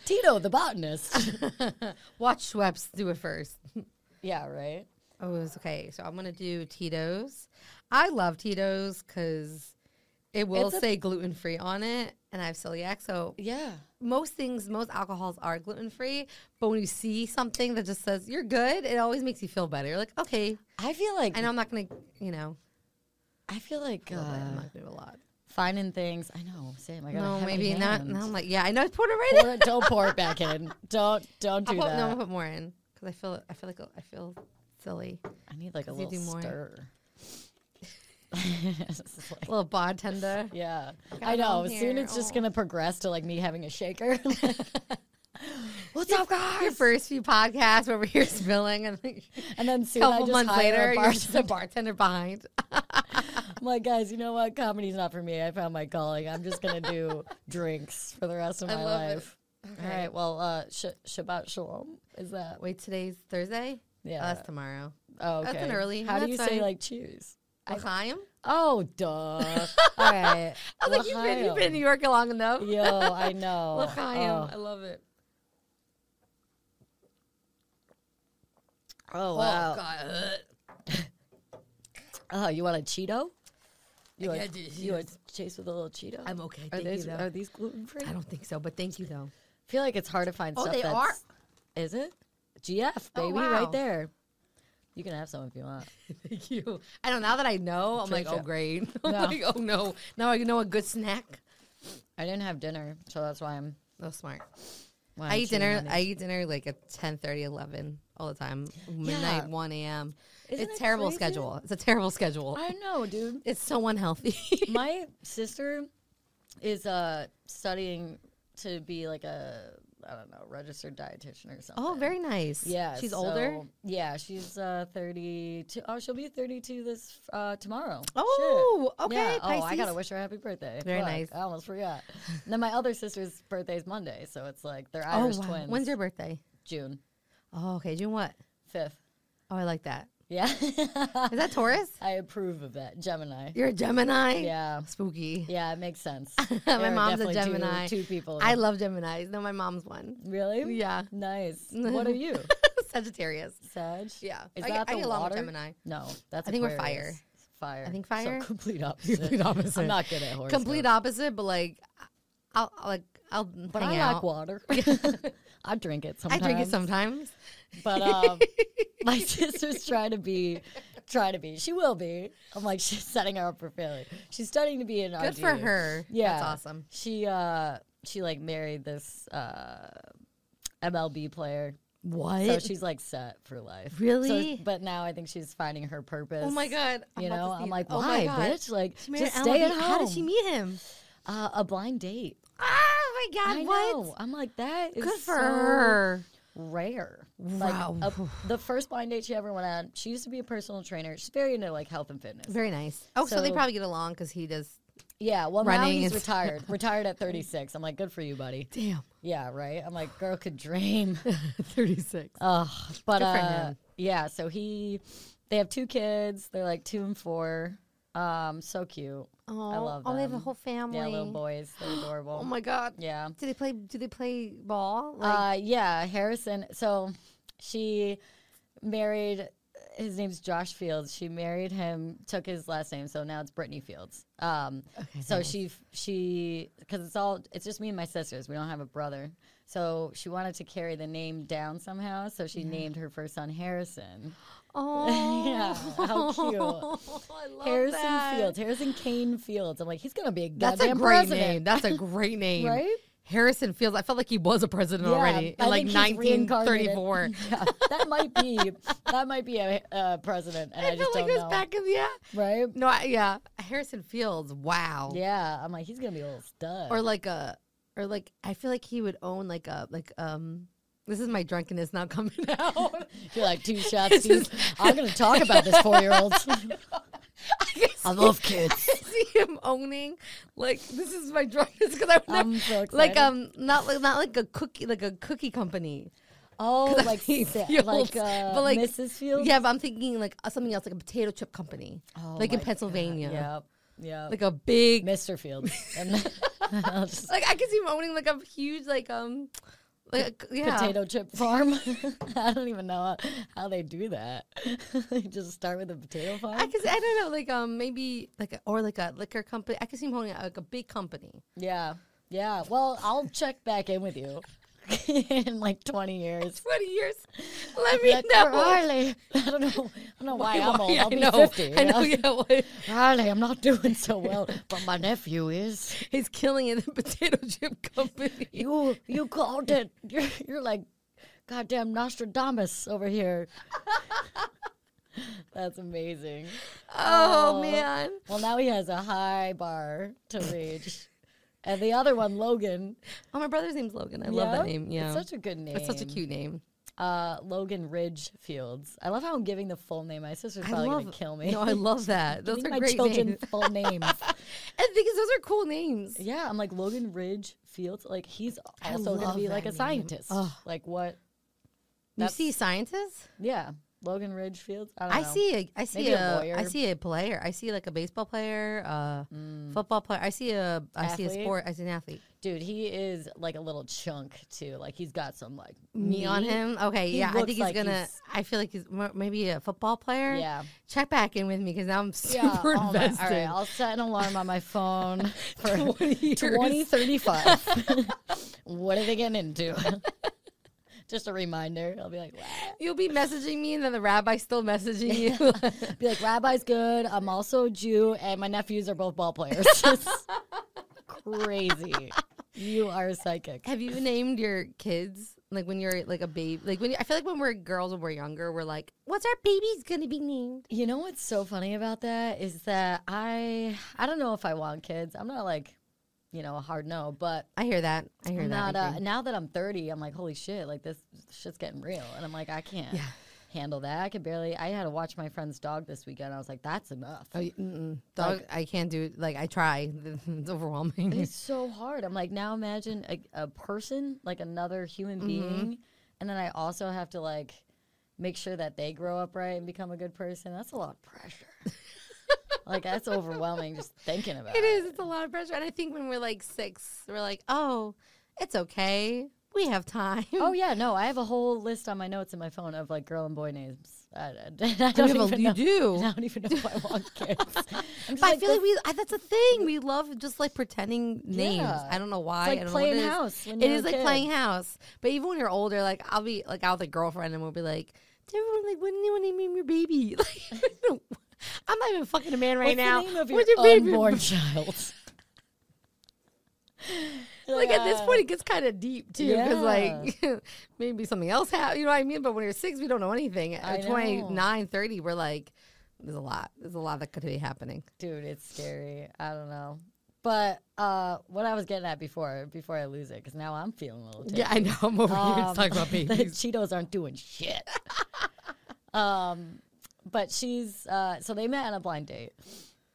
[SPEAKER 2] Tito the botanist.
[SPEAKER 3] Watch Schweppes do it first.
[SPEAKER 2] yeah, right.
[SPEAKER 3] Oh, it's okay. So I'm gonna do Tito's. I love Tito's because it will
[SPEAKER 2] It's a-
[SPEAKER 3] say gluten free on it, and I have celiac. So
[SPEAKER 2] Yeah.
[SPEAKER 3] most things, most alcohols are gluten free. But when you see something that just says you're good, it always makes you feel better. You're like, okay,
[SPEAKER 2] I feel like
[SPEAKER 3] I know I'm not gonna, you know,
[SPEAKER 2] I feel like
[SPEAKER 3] a little bit, I'm
[SPEAKER 2] uh,
[SPEAKER 3] not gonna do a lot.
[SPEAKER 2] finding things. I know, same. I got
[SPEAKER 3] No, maybe not. Now I'm like, yeah, I know. I poured it right in.
[SPEAKER 2] pour it, don't pour it back in. Don't don't
[SPEAKER 3] I'll
[SPEAKER 2] do
[SPEAKER 3] put,
[SPEAKER 2] that.
[SPEAKER 3] no, I'm gonna put more in because I feel, I feel like, I feel silly.
[SPEAKER 2] I need like a
[SPEAKER 3] 'Cause you
[SPEAKER 2] little
[SPEAKER 3] do more.
[SPEAKER 2] stir. It's like-
[SPEAKER 3] little bartender.
[SPEAKER 2] yeah,
[SPEAKER 3] got
[SPEAKER 2] I
[SPEAKER 3] it
[SPEAKER 2] know.
[SPEAKER 3] on
[SPEAKER 2] Soon
[SPEAKER 3] here.
[SPEAKER 2] it's just
[SPEAKER 3] Oh.
[SPEAKER 2] gonna progress to like me having a shaker. What's up,
[SPEAKER 3] Your
[SPEAKER 2] guys?
[SPEAKER 3] first few podcasts where we're spilling and.
[SPEAKER 2] And then soon I
[SPEAKER 3] couple
[SPEAKER 2] just
[SPEAKER 3] months
[SPEAKER 2] hire
[SPEAKER 3] later,
[SPEAKER 2] a
[SPEAKER 3] you're just
[SPEAKER 2] bartender.
[SPEAKER 3] a bartender behind.
[SPEAKER 2] I'm like, guys, you know what? Comedy's not for me. I found my calling. I'm just gonna do drinks for the rest of
[SPEAKER 3] I
[SPEAKER 2] my
[SPEAKER 3] love it.
[SPEAKER 2] life. All right. Well, uh, sh- Shabbat Shalom. Is that?
[SPEAKER 3] Wait, today's Thursday.
[SPEAKER 2] Yeah.
[SPEAKER 3] oh, that's tomorrow.
[SPEAKER 2] Oh, okay.
[SPEAKER 3] that's an early-
[SPEAKER 2] How do
[SPEAKER 3] that's
[SPEAKER 2] you say
[SPEAKER 3] fine.
[SPEAKER 2] like cheers?
[SPEAKER 3] L'chaim?
[SPEAKER 2] Oh, duh. All right.
[SPEAKER 3] I was like, you've been, you've been in New York long enough.
[SPEAKER 2] Yo, I know.
[SPEAKER 3] L'chaim. I love it.
[SPEAKER 2] Oh, oh
[SPEAKER 3] Oh
[SPEAKER 2] wow.
[SPEAKER 3] God. Ugh.
[SPEAKER 2] Oh, you want a Cheeto? You
[SPEAKER 3] I
[SPEAKER 2] want,
[SPEAKER 3] gotta do
[SPEAKER 2] you want chase with a little Cheeto?
[SPEAKER 3] I'm okay.
[SPEAKER 2] Are
[SPEAKER 3] Thank you
[SPEAKER 2] these
[SPEAKER 3] though.
[SPEAKER 2] are these gluten free?
[SPEAKER 3] I don't think so, but thank you though.
[SPEAKER 2] feel like it's hard to find
[SPEAKER 3] Oh,
[SPEAKER 2] stuff
[SPEAKER 3] they
[SPEAKER 2] that's,
[SPEAKER 3] are?
[SPEAKER 2] Is it? GF,
[SPEAKER 3] Oh,
[SPEAKER 2] baby,
[SPEAKER 3] wow.
[SPEAKER 2] right there. You can have some if you want.
[SPEAKER 3] thank you. I don't. Now that I know, I'm like,
[SPEAKER 2] Drink
[SPEAKER 3] oh
[SPEAKER 2] it.
[SPEAKER 3] great. I'm
[SPEAKER 2] No.
[SPEAKER 3] like, oh no. Now I know a good snack.
[SPEAKER 2] I didn't have dinner, so that's why I'm.
[SPEAKER 3] Oh, smart.
[SPEAKER 2] Wow,
[SPEAKER 3] I eat
[SPEAKER 2] cheating
[SPEAKER 3] dinner.
[SPEAKER 2] on me.
[SPEAKER 3] I eat dinner like at 10, 11 all the time. Midnight, one a.m.
[SPEAKER 2] Isn't
[SPEAKER 3] It's
[SPEAKER 2] it
[SPEAKER 3] terrible
[SPEAKER 2] crazy?
[SPEAKER 3] schedule. It's a terrible schedule.
[SPEAKER 2] I know, dude.
[SPEAKER 3] it's so unhealthy.
[SPEAKER 2] my sister is uh studying to be like a I don't know registered dietitian or something.
[SPEAKER 3] oh, very nice.
[SPEAKER 2] yeah.
[SPEAKER 3] she's older.
[SPEAKER 2] so- Yeah, she's uh thirty two. Oh, she'll be thirty two this uh tomorrow. Shit.
[SPEAKER 3] Oh, okay.
[SPEAKER 2] Yeah. Oh, I
[SPEAKER 3] Pisces.
[SPEAKER 2] gotta wish her happy birthday.
[SPEAKER 3] Very
[SPEAKER 2] Fuck,
[SPEAKER 3] nice.
[SPEAKER 2] I almost forgot. And then my other sister's birthday is Monday, so it's like they're
[SPEAKER 3] Oh,
[SPEAKER 2] Irish
[SPEAKER 3] wow.
[SPEAKER 2] twins.
[SPEAKER 3] When's your birthday?
[SPEAKER 2] June
[SPEAKER 3] Oh, okay. June what?
[SPEAKER 2] fifth?
[SPEAKER 3] Oh, I like that.
[SPEAKER 2] Yeah.
[SPEAKER 3] Is that Taurus?
[SPEAKER 2] I approve of that. Gemini.
[SPEAKER 3] You're a Gemini.
[SPEAKER 2] Yeah.
[SPEAKER 3] Spooky.
[SPEAKER 2] Yeah, it makes sense.
[SPEAKER 3] My
[SPEAKER 2] There are
[SPEAKER 3] mom's a
[SPEAKER 2] definitely two-
[SPEAKER 3] Gemini.
[SPEAKER 2] Two, people.
[SPEAKER 3] I love Geminis. No, my mom's one.
[SPEAKER 2] really.
[SPEAKER 3] Yeah.
[SPEAKER 2] Nice. What are you?
[SPEAKER 3] Sagittarius.
[SPEAKER 2] Sag?
[SPEAKER 3] Yeah.
[SPEAKER 2] Is that
[SPEAKER 3] I, get- I
[SPEAKER 2] the
[SPEAKER 3] get along
[SPEAKER 2] water?
[SPEAKER 3] with Gemini.
[SPEAKER 2] No, that's
[SPEAKER 3] I think we're
[SPEAKER 2] Aquarius. Fire.
[SPEAKER 3] fire. I think
[SPEAKER 2] So
[SPEAKER 3] fire.
[SPEAKER 2] complete opposite.
[SPEAKER 3] Complete opposite.
[SPEAKER 2] I'm not good at horse.
[SPEAKER 3] Complete opposite, but like, I'll, I'll like I'll
[SPEAKER 2] But I
[SPEAKER 3] hang out.
[SPEAKER 2] like water. I drink it
[SPEAKER 3] I
[SPEAKER 2] sometimes.
[SPEAKER 3] drink it sometimes.
[SPEAKER 2] But um, my sister's trying to be, trying to be. She will be. I'm like she's setting her up for failure. She's studying to be an
[SPEAKER 3] Good
[SPEAKER 2] RD.
[SPEAKER 3] for her.
[SPEAKER 2] Yeah,
[SPEAKER 3] that's awesome.
[SPEAKER 2] She uh, she like married this uh, MLB player.
[SPEAKER 3] What?
[SPEAKER 2] so she's like set for life. So-
[SPEAKER 3] Really?
[SPEAKER 2] but now I think she's finding her purpose.
[SPEAKER 3] oh my god!
[SPEAKER 2] You
[SPEAKER 3] about to
[SPEAKER 2] know,
[SPEAKER 3] see
[SPEAKER 2] I'm
[SPEAKER 3] it.
[SPEAKER 2] like,
[SPEAKER 3] Oh my
[SPEAKER 2] why,
[SPEAKER 3] God.
[SPEAKER 2] bitch? Like,
[SPEAKER 3] She married
[SPEAKER 2] just
[SPEAKER 3] an
[SPEAKER 2] stay at
[SPEAKER 3] LLB.
[SPEAKER 2] home.
[SPEAKER 3] How did she meet him?
[SPEAKER 2] Uh, a blind date.
[SPEAKER 3] Oh my god!
[SPEAKER 2] I
[SPEAKER 3] what?
[SPEAKER 2] know. I'm like, that is
[SPEAKER 3] Good for
[SPEAKER 2] so
[SPEAKER 3] her.
[SPEAKER 2] rare.
[SPEAKER 3] Wow.
[SPEAKER 2] Like, a, the first blind date she ever went on, she used to be a personal trainer. She's very into like health and fitness.
[SPEAKER 3] Very nice. Oh, so, they
[SPEAKER 2] So-
[SPEAKER 3] probably get along because he does.
[SPEAKER 2] yeah. Well, now
[SPEAKER 3] Running
[SPEAKER 2] he's
[SPEAKER 3] is-
[SPEAKER 2] retired. retired at 36. I'm like, good for you, buddy.
[SPEAKER 3] Damn,
[SPEAKER 2] Yeah, right. I'm like, girl could dream.
[SPEAKER 3] thirty six.
[SPEAKER 2] Ugh, but
[SPEAKER 3] Good for
[SPEAKER 2] uh,
[SPEAKER 3] him.
[SPEAKER 2] yeah, so he, they have two kids. They're like two and four. Um, so cute.
[SPEAKER 3] Oh,
[SPEAKER 2] I love them.
[SPEAKER 3] Oh, they have a whole family.
[SPEAKER 2] Yeah, little boys. They're adorable.
[SPEAKER 3] Oh my god.
[SPEAKER 2] Yeah.
[SPEAKER 3] Do they play? Do they play ball?
[SPEAKER 2] Uh,
[SPEAKER 3] Like,
[SPEAKER 2] yeah, Harrison. So she married. His name's Josh Fields. She married him, took his last name, so now it's Brittany Fields. Um, so she she because it's all it's just me and my sisters. We don't have a brother, so she wanted to carry the name down somehow. So she named her first son Harrison.
[SPEAKER 3] oh,
[SPEAKER 2] yeah, how cute.
[SPEAKER 3] I love
[SPEAKER 2] Harrison
[SPEAKER 3] that.
[SPEAKER 2] Fields, Harrison Kane Fields. I'm like, he's gonna be a goddamn
[SPEAKER 3] That's a great
[SPEAKER 2] president.
[SPEAKER 3] name. That's a great name.
[SPEAKER 2] Right?
[SPEAKER 3] Harrison Fields. I felt like he was a president
[SPEAKER 2] Yeah,
[SPEAKER 3] already
[SPEAKER 2] I
[SPEAKER 3] in like
[SPEAKER 2] think he's reincarnated.
[SPEAKER 3] 1934.
[SPEAKER 2] Yeah, that might be that might be a, a president, and I,
[SPEAKER 3] I
[SPEAKER 2] just
[SPEAKER 3] felt like
[SPEAKER 2] don't
[SPEAKER 3] this
[SPEAKER 2] know.
[SPEAKER 3] back in the yeah.
[SPEAKER 2] right?
[SPEAKER 3] No, I, yeah, Harrison Fields. Wow.
[SPEAKER 2] Yeah, I'm like he's gonna be a little stud.
[SPEAKER 3] Or like a, or like I feel like he would own like a like um. This is my drunkenness now coming out.
[SPEAKER 2] You're like two shots deep. I'm gonna talk about this four year old. I love kids.
[SPEAKER 3] I see him owning like this is my drunkenness because I would never,
[SPEAKER 2] I'm so
[SPEAKER 3] like
[SPEAKER 2] excited.
[SPEAKER 3] um not like not like a cookie like a cookie company.
[SPEAKER 2] Oh, like
[SPEAKER 3] Fields,
[SPEAKER 2] sa- like, uh,
[SPEAKER 3] but like-
[SPEAKER 2] Mrs. Fields.
[SPEAKER 3] Yeah, but I'm thinking like uh, something else like a potato chip company,
[SPEAKER 2] Oh
[SPEAKER 3] like in
[SPEAKER 2] my God.
[SPEAKER 3] Pennsylvania,
[SPEAKER 2] Yep. Yep.
[SPEAKER 3] like a big
[SPEAKER 2] Mr. Fields. And I'll just
[SPEAKER 3] like I could see him owning like a huge like um like yeah
[SPEAKER 2] potato chip farm. I don't even know how, how they do that. They just start with a potato farm.
[SPEAKER 3] I could see, I don't know like um maybe like a, or like a liquor company. I could see him owning like a big company.
[SPEAKER 2] yeah, yeah. Well, I'll check back in with you in like twenty years.
[SPEAKER 3] Twenty years, let me
[SPEAKER 2] Like,
[SPEAKER 3] know.
[SPEAKER 2] Riley, I don't know. I don't know why, I'm old.
[SPEAKER 3] I
[SPEAKER 2] I'll be
[SPEAKER 3] know,
[SPEAKER 2] fifty.
[SPEAKER 3] I
[SPEAKER 2] you
[SPEAKER 3] know.
[SPEAKER 2] know?
[SPEAKER 3] Yeah, what-
[SPEAKER 2] Riley, I'm not doing so well, but my nephew is.
[SPEAKER 3] he's killing it. The potato chip company.
[SPEAKER 2] You you called it. You're you're like goddamn Nostradamus over here. That's amazing.
[SPEAKER 3] Oh,
[SPEAKER 2] Oh.
[SPEAKER 3] man.
[SPEAKER 2] Well, now he has a high bar to reach. and the other one, Logan.
[SPEAKER 3] Oh, my brother's name's Logan. I love that name. Yeah,
[SPEAKER 2] It's such a good name.
[SPEAKER 3] It's such a cute name.
[SPEAKER 2] Uh, Logan Ridge Fields. I love how I'm giving the full name. My sister's probably going to kill me.
[SPEAKER 3] No, I love that. Those
[SPEAKER 2] Giving
[SPEAKER 3] are
[SPEAKER 2] my
[SPEAKER 3] great
[SPEAKER 2] children
[SPEAKER 3] names.
[SPEAKER 2] full names.
[SPEAKER 3] And because those are cool names.
[SPEAKER 2] yeah, I'm like Logan Ridge Fields. Like, he's
[SPEAKER 3] I
[SPEAKER 2] also going
[SPEAKER 3] love
[SPEAKER 2] to be like a
[SPEAKER 3] that name.
[SPEAKER 2] scientist.
[SPEAKER 3] Ugh.
[SPEAKER 2] Like, what?
[SPEAKER 3] You
[SPEAKER 2] That's-
[SPEAKER 3] see scientists?
[SPEAKER 2] Yeah. Logan Ridge Fields. I don't
[SPEAKER 3] I
[SPEAKER 2] know.
[SPEAKER 3] see a I see
[SPEAKER 2] Maybe a
[SPEAKER 3] a I
[SPEAKER 2] lawyer.
[SPEAKER 3] see a player. I see like a baseball player, a football player. I see a I see a
[SPEAKER 2] Mm. Athlete?
[SPEAKER 3] sport. I see an athlete.
[SPEAKER 2] Dude, he is like a little chunk, too. Like, he's got some, like,
[SPEAKER 3] Me on
[SPEAKER 2] meat.
[SPEAKER 3] him. Okay,
[SPEAKER 2] He
[SPEAKER 3] yeah. I
[SPEAKER 2] looks
[SPEAKER 3] think he's
[SPEAKER 2] like
[SPEAKER 3] gonna.
[SPEAKER 2] he's-
[SPEAKER 3] I feel like he's mo- maybe a football player.
[SPEAKER 2] Yeah.
[SPEAKER 3] Check back in with me because now I'm
[SPEAKER 2] Yeah,
[SPEAKER 3] super
[SPEAKER 2] oh my-
[SPEAKER 3] invested.
[SPEAKER 2] all right, I'll set an alarm on my phone for
[SPEAKER 3] 20 years.
[SPEAKER 2] 2035. what are they getting into? Just a reminder. I'll be like, "What?"
[SPEAKER 3] You'll be messaging me, and then the rabbi's still messaging you.
[SPEAKER 2] be like, Rabbi's good. I'm also a Jew, and my nephews are both ball players. Crazy. You are psychic.
[SPEAKER 3] Have you named your kids like when you're like a baby? Like when you, I feel like when we're girls when we're younger, we're like, "What's our baby's gonna be named?"
[SPEAKER 2] You know what's so funny about that is that I I don't know if I want kids. I'm not like, you know, a hard no, but
[SPEAKER 3] I hear that. I hear
[SPEAKER 2] not
[SPEAKER 3] that. I
[SPEAKER 2] uh,
[SPEAKER 3] think.
[SPEAKER 2] now that I'm 30, I'm like, holy shit, like this shit's getting real, and I'm like, I can't
[SPEAKER 3] Yeah.
[SPEAKER 2] handle that. I could barely. I had to watch my friend's dog this weekend. I was like, that's enough.
[SPEAKER 3] Oh, y- mm-mm. dog, I can't do. Like I try, it's overwhelming.
[SPEAKER 2] It's so hard. I'm like, now imagine a, a person, like another human
[SPEAKER 3] Mm-hmm.
[SPEAKER 2] being, and then I also have to like make sure that they grow up right and become a good person. That's a lot of pressure. like that's overwhelming just thinking about
[SPEAKER 3] It is. It's a lot of pressure, and I think when we're like six, we're like, "Oh, it's okay. We have time."
[SPEAKER 2] Oh yeah, no, I have a whole list on my notes in my phone of like girl and boy names. I, I- I
[SPEAKER 3] Oh, You
[SPEAKER 2] don't
[SPEAKER 3] have a-
[SPEAKER 2] even
[SPEAKER 3] you
[SPEAKER 2] know.
[SPEAKER 3] do.
[SPEAKER 2] I don't even know if I want kids. I'm just
[SPEAKER 3] But I feel like we I, that's a thing. We love just like pretending names.
[SPEAKER 2] Yeah.
[SPEAKER 3] I don't know why.
[SPEAKER 2] like
[SPEAKER 3] I don't
[SPEAKER 2] playing
[SPEAKER 3] know what it is.
[SPEAKER 2] house when
[SPEAKER 3] It
[SPEAKER 2] you're a
[SPEAKER 3] is like
[SPEAKER 2] kid.
[SPEAKER 3] playing house. But even when you're older, like I'll be like out with a girlfriend and we'll be like, "Did everyone like, what do you want to name your baby?" Like, I don't- I'm not even fucking a man right
[SPEAKER 2] What's
[SPEAKER 3] now.
[SPEAKER 2] The name of
[SPEAKER 3] What's
[SPEAKER 2] your
[SPEAKER 3] your baby-
[SPEAKER 2] unborn child.
[SPEAKER 3] Like at this point, it gets kind of deep too, because like maybe something else happened. You know what I mean? But when you're six, we don't know anything.
[SPEAKER 2] I
[SPEAKER 3] At
[SPEAKER 2] know.
[SPEAKER 3] 29, 30, we're like, there's a lot. There's a lot that could be happening.
[SPEAKER 2] dude, it's scary. I don't know. But uh, what I was getting at before, before I lose it, because now I'm feeling a little.
[SPEAKER 3] Yeah, I know. I'm over here
[SPEAKER 2] Um,
[SPEAKER 3] talking about
[SPEAKER 2] the
[SPEAKER 3] babies.
[SPEAKER 2] Cheetos aren't doing shit. um, but she's uh, so they met on a blind date.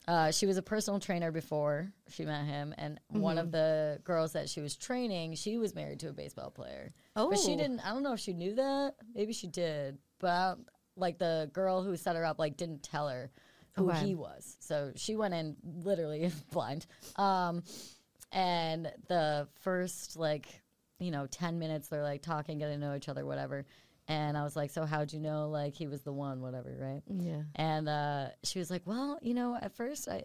[SPEAKER 2] Uh, she was a personal trainer before she met him, and one of the girls that she was training, she was married to a baseball player. but she
[SPEAKER 3] Oh.
[SPEAKER 2] didn't. I don't know if she knew that. Maybe she did, but I don't- like the girl who set her up, like didn't tell her who
[SPEAKER 3] Okay.
[SPEAKER 2] he was. So she went in literally blind. Um, and the first like you know 10 minutes they're like talking getting to know each other whatever and i was like so how'd you know like he was the one whatever right
[SPEAKER 3] yeah.
[SPEAKER 2] and uh, she was like well you know at first i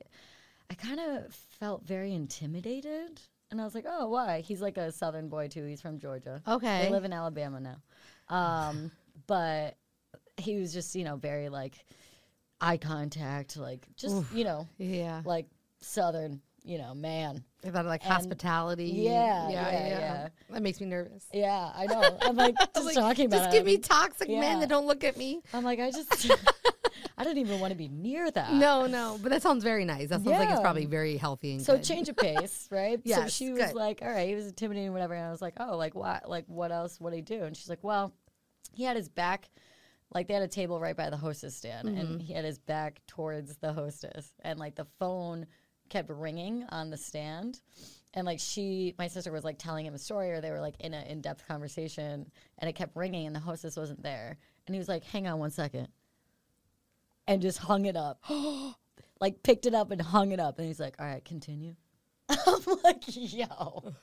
[SPEAKER 2] i kind of felt very intimidated and i was like oh why he's like a southern boy too he's from georgia
[SPEAKER 3] Okay.
[SPEAKER 2] they live in alabama now um, but he was just you know very like eye contact like just you know
[SPEAKER 3] Yeah.
[SPEAKER 2] like southern you know man
[SPEAKER 3] About like
[SPEAKER 2] and-
[SPEAKER 3] hospitality.
[SPEAKER 2] Yeah, yeah, yeah.
[SPEAKER 3] That makes me nervous.
[SPEAKER 2] Yeah, I know. I'm like just
[SPEAKER 3] Like,
[SPEAKER 2] talking about
[SPEAKER 3] Just
[SPEAKER 2] it.
[SPEAKER 3] give
[SPEAKER 2] I'm
[SPEAKER 3] me
[SPEAKER 2] like-
[SPEAKER 3] toxic men
[SPEAKER 2] Yeah.
[SPEAKER 3] that don't look at me.
[SPEAKER 2] I'm like, I just, I don't even want to be near that.
[SPEAKER 3] No, no. But that sounds very nice. That sounds like it's
[SPEAKER 2] Uh. Yeah.
[SPEAKER 3] probably very healthy and
[SPEAKER 2] So
[SPEAKER 3] good.
[SPEAKER 2] change of pace, right? so
[SPEAKER 3] Yes,
[SPEAKER 2] she was
[SPEAKER 3] good.
[SPEAKER 2] like, all right, he was intimidating, whatever. And I was like, oh, like what? Like what else? What would he do? And she's like, well, he had his back, like they had a table right by the hostess stand,
[SPEAKER 3] Mm-hmm.
[SPEAKER 2] and he had his back towards the hostess, and like the phone kept ringing on the stand. And like she, my sister was like telling him a story, or they were like in an in depth conversation, and it kept ringing, and the hostess wasn't there. And he was like, hang on one second. And just hung it up. like picked it up and hung it up and he's like all right continue i'm like yo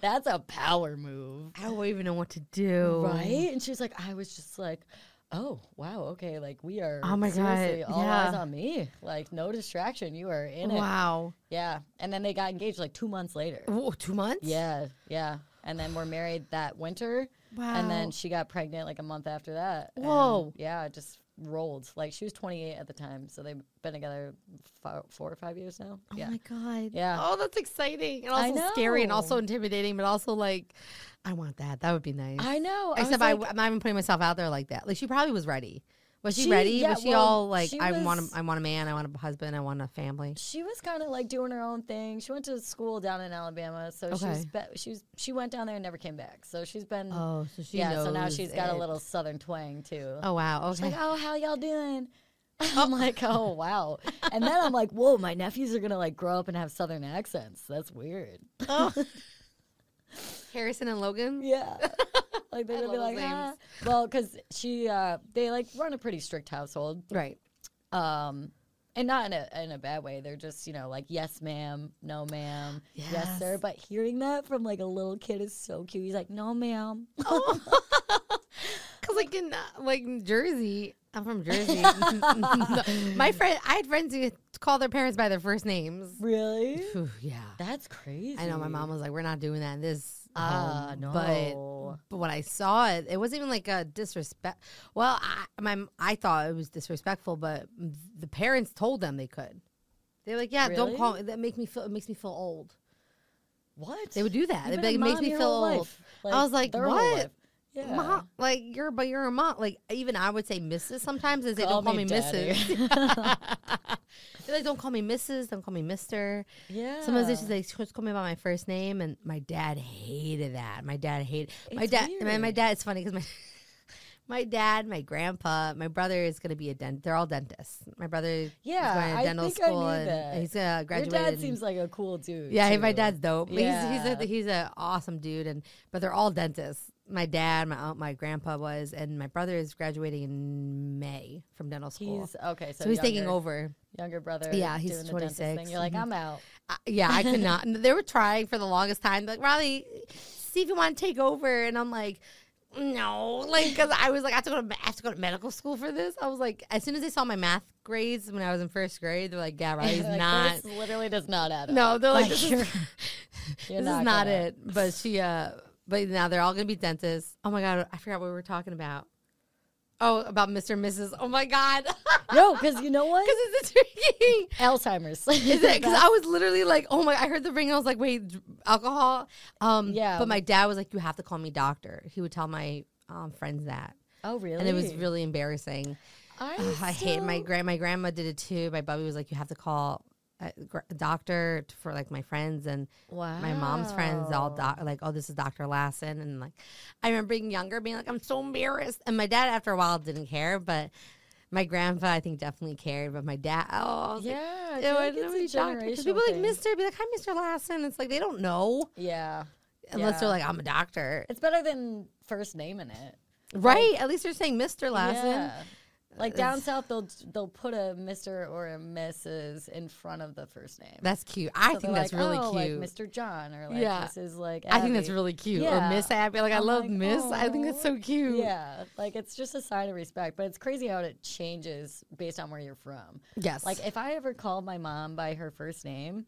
[SPEAKER 2] that's a power move
[SPEAKER 3] I don't even know what to do.
[SPEAKER 2] right and she was like i was just like oh wow okay like we are
[SPEAKER 3] Oh my God,
[SPEAKER 2] seriously all eyes
[SPEAKER 3] yeah.
[SPEAKER 2] on me like no distraction you are in it
[SPEAKER 3] Wow.
[SPEAKER 2] yeah and then they got engaged like two months later
[SPEAKER 3] Whoa, two months?
[SPEAKER 2] yeah yeah and then we're married that winter and
[SPEAKER 3] Wow.
[SPEAKER 2] then she got pregnant like a month after that and,
[SPEAKER 3] Whoa.
[SPEAKER 2] yeah it just rolled like she was 28 at the time so they've been together fo- four or five years now
[SPEAKER 3] Oh
[SPEAKER 2] yeah
[SPEAKER 3] my god.
[SPEAKER 2] Yeah.
[SPEAKER 3] Oh, that's exciting and
[SPEAKER 2] I
[SPEAKER 3] also scary and also
[SPEAKER 2] know.
[SPEAKER 3] intimidating, but also like, I want that. That would be nice.
[SPEAKER 2] I know. I
[SPEAKER 3] Except
[SPEAKER 2] was
[SPEAKER 3] I,
[SPEAKER 2] like-
[SPEAKER 3] am not even putting myself out there like that. Like she probably was ready. Was she,
[SPEAKER 2] She-
[SPEAKER 3] ready?
[SPEAKER 2] yeah,
[SPEAKER 3] was she
[SPEAKER 2] well,
[SPEAKER 3] all like,
[SPEAKER 2] she
[SPEAKER 3] I want
[SPEAKER 2] was-
[SPEAKER 3] a, I want a man, I want a husband, I want a family.
[SPEAKER 2] she was kind of like doing her own thing. She went to school down in Alabama, so she was
[SPEAKER 3] Okay.
[SPEAKER 2] be- she was she went down there and never came back. So she's been
[SPEAKER 3] Oh, so she
[SPEAKER 2] yeah. so now
[SPEAKER 3] knows
[SPEAKER 2] she's got a
[SPEAKER 3] it.
[SPEAKER 2] little southern twang too.
[SPEAKER 3] Oh wow.
[SPEAKER 2] She's
[SPEAKER 3] Okay.
[SPEAKER 2] like, oh, how y'all doing? I'm like, oh wow. And then I'm like, whoa, my nephews are gonna like grow up and have southern accents. That's weird.
[SPEAKER 3] Harrison and Logan.
[SPEAKER 2] Yeah. Like they're gonna be
[SPEAKER 3] love
[SPEAKER 2] like,
[SPEAKER 3] those
[SPEAKER 2] ah.
[SPEAKER 3] names.
[SPEAKER 2] well, because she, uh, they like run a pretty strict household.
[SPEAKER 3] Right.
[SPEAKER 2] um and not in a in a bad way they're just you know like yes ma'am no ma'am yes, sir
[SPEAKER 3] Yes.
[SPEAKER 2] but hearing that from like a little kid is so cute he's like no ma'am
[SPEAKER 3] Cause like in uh, like in Jersey, I'm from Jersey. My friend, I had friends who call their parents by their first names.
[SPEAKER 2] really
[SPEAKER 3] Phew, yeah.
[SPEAKER 2] that's crazy
[SPEAKER 3] I know my mom was "Oh, like, "We're not doing that in this."
[SPEAKER 2] Ah,
[SPEAKER 3] home."
[SPEAKER 2] no.
[SPEAKER 3] But but when I saw it, it wasn't even like a disrespect. Well, I my I thought it was disrespectful, but the parents told them they could. They're like, "Yeah, don't call me. That make me feel it makes me feel old."
[SPEAKER 2] What?
[SPEAKER 3] They would do that.
[SPEAKER 2] You've
[SPEAKER 3] They'd be
[SPEAKER 2] been a
[SPEAKER 3] like, it makes
[SPEAKER 2] mom
[SPEAKER 3] me
[SPEAKER 2] your
[SPEAKER 3] feel
[SPEAKER 2] whole
[SPEAKER 3] old.
[SPEAKER 2] life.
[SPEAKER 3] was like,
[SPEAKER 2] their whole
[SPEAKER 3] what?
[SPEAKER 2] life. Yeah.
[SPEAKER 3] Mom, like you're, but you're a mom. Like even I would say Mrs. Sometimes and say,
[SPEAKER 2] Call
[SPEAKER 3] don't call
[SPEAKER 2] me
[SPEAKER 3] me,
[SPEAKER 2] daddy.
[SPEAKER 3] Mrs. They're like, don't call me Mrs. Don't call me Mister.
[SPEAKER 2] Yeah.
[SPEAKER 3] Sometimes they just like just call me by my first name, and my dad hated that. My dad hated my
[SPEAKER 2] It's
[SPEAKER 3] dad. My, my
[SPEAKER 2] weird.
[SPEAKER 3] dad. It's funny because my my dad, my grandpa, my brother is gonna be a dent. They're all dentists. My brother,
[SPEAKER 2] Yeah,
[SPEAKER 3] is going to
[SPEAKER 2] I
[SPEAKER 3] dental
[SPEAKER 2] think I knew
[SPEAKER 3] school, and
[SPEAKER 2] that.
[SPEAKER 3] he's gonna
[SPEAKER 2] Your
[SPEAKER 3] graduate.
[SPEAKER 2] dad
[SPEAKER 3] in-
[SPEAKER 2] seems like a cool dude.
[SPEAKER 3] yeah, he-
[SPEAKER 2] too.
[SPEAKER 3] my dad's dope. He's he's
[SPEAKER 2] Yeah.
[SPEAKER 3] a, he's a awesome dude, and but they're all dentists. My dad, my aunt, my grandpa was, and my brother is graduating in May from dental school.
[SPEAKER 2] He's okay. So,
[SPEAKER 3] so he's taking
[SPEAKER 2] younger-
[SPEAKER 3] over.
[SPEAKER 2] Younger brother.
[SPEAKER 3] Yeah, he's
[SPEAKER 2] doing the dentist
[SPEAKER 3] 26.
[SPEAKER 2] Thing. You're like,
[SPEAKER 3] Mhm.
[SPEAKER 2] I'm out.
[SPEAKER 3] I, yeah, I could not. and they were trying for the longest time. Like, Riley, see if you want to take over. And I'm like, no, like, because I was like, I have to go to ma- I have to go to medical school for this. I was like, as soon as they saw my math grades when I was in first grade, they're like, yeah, Riley's
[SPEAKER 2] Like,
[SPEAKER 3] not.
[SPEAKER 2] This literally does not add up.
[SPEAKER 3] No, they're like,
[SPEAKER 2] Like,
[SPEAKER 3] this is,
[SPEAKER 2] you're-
[SPEAKER 3] this
[SPEAKER 2] You're
[SPEAKER 3] is
[SPEAKER 2] not
[SPEAKER 3] not,
[SPEAKER 2] gonna-
[SPEAKER 3] it. But she, uh, but now they're all gonna be dentists. Oh my god, I forgot what we were talking about. Oh, about Mr. and Mrs. Oh my god, because
[SPEAKER 2] No, because you know what?
[SPEAKER 3] it's intriguing.
[SPEAKER 2] Alzheimer's.
[SPEAKER 3] Is it? Because I was literally like, oh my! I heard the ring. I was like, wait, dr- alcohol. Um,
[SPEAKER 2] Yeah.
[SPEAKER 3] yeah. But my dad was like, you have to call me doctor. He would tell my um, friends that,
[SPEAKER 2] Oh, really?
[SPEAKER 3] and it was really embarrassing.
[SPEAKER 2] I,
[SPEAKER 3] Ugh, I hate my
[SPEAKER 2] still-
[SPEAKER 3] grand. My grandma did it too. My bubby was like, you have to call a, gr- a doctor t- for like my friends and
[SPEAKER 2] Wow.
[SPEAKER 3] my mom's friends. All doc- like, oh, this is Doctor Lassen, and like, I remember being younger, being like, I'm so embarrassed. And my dad, after a while, didn't care, but. My grandpa, I think, definitely cared, but my dad, oh, I was like,
[SPEAKER 2] Yeah. I
[SPEAKER 3] yeah,
[SPEAKER 2] feel
[SPEAKER 3] I
[SPEAKER 2] like
[SPEAKER 3] don't know any
[SPEAKER 2] it's a
[SPEAKER 3] doctor. 'Cause
[SPEAKER 2] generational
[SPEAKER 3] people
[SPEAKER 2] thing.
[SPEAKER 3] like Mister, be like, "Hi, Mister Lassen." It's like they don't know
[SPEAKER 2] Yeah.
[SPEAKER 3] unless they're
[SPEAKER 2] Yeah.
[SPEAKER 3] like, "I'm a doctor,"
[SPEAKER 2] It's better than first naming it.
[SPEAKER 3] right? At least they're saying Mister Lassen.
[SPEAKER 2] Yeah. Like down south, they'll they'll put a Mister or a Mrs. in front of the first name.
[SPEAKER 3] That's cute. I
[SPEAKER 2] So
[SPEAKER 3] think
[SPEAKER 2] they're
[SPEAKER 3] that's
[SPEAKER 2] like,
[SPEAKER 3] really
[SPEAKER 2] "Oh,
[SPEAKER 3] cute.
[SPEAKER 2] like Mr. John or like
[SPEAKER 3] Yeah.
[SPEAKER 2] Mrs. Like
[SPEAKER 3] I think that's
[SPEAKER 2] Abby."
[SPEAKER 3] really cute.
[SPEAKER 2] Yeah.
[SPEAKER 3] Or Miss Abby, like i
[SPEAKER 2] I'm
[SPEAKER 3] love
[SPEAKER 2] like,
[SPEAKER 3] Miss. I think that's so
[SPEAKER 2] "Aw."
[SPEAKER 3] cute.
[SPEAKER 2] Yeah, like it's just a sign of respect, but it's crazy how it changes based on where you're from.
[SPEAKER 3] Yes.
[SPEAKER 2] Like if I ever called my mom by her first name,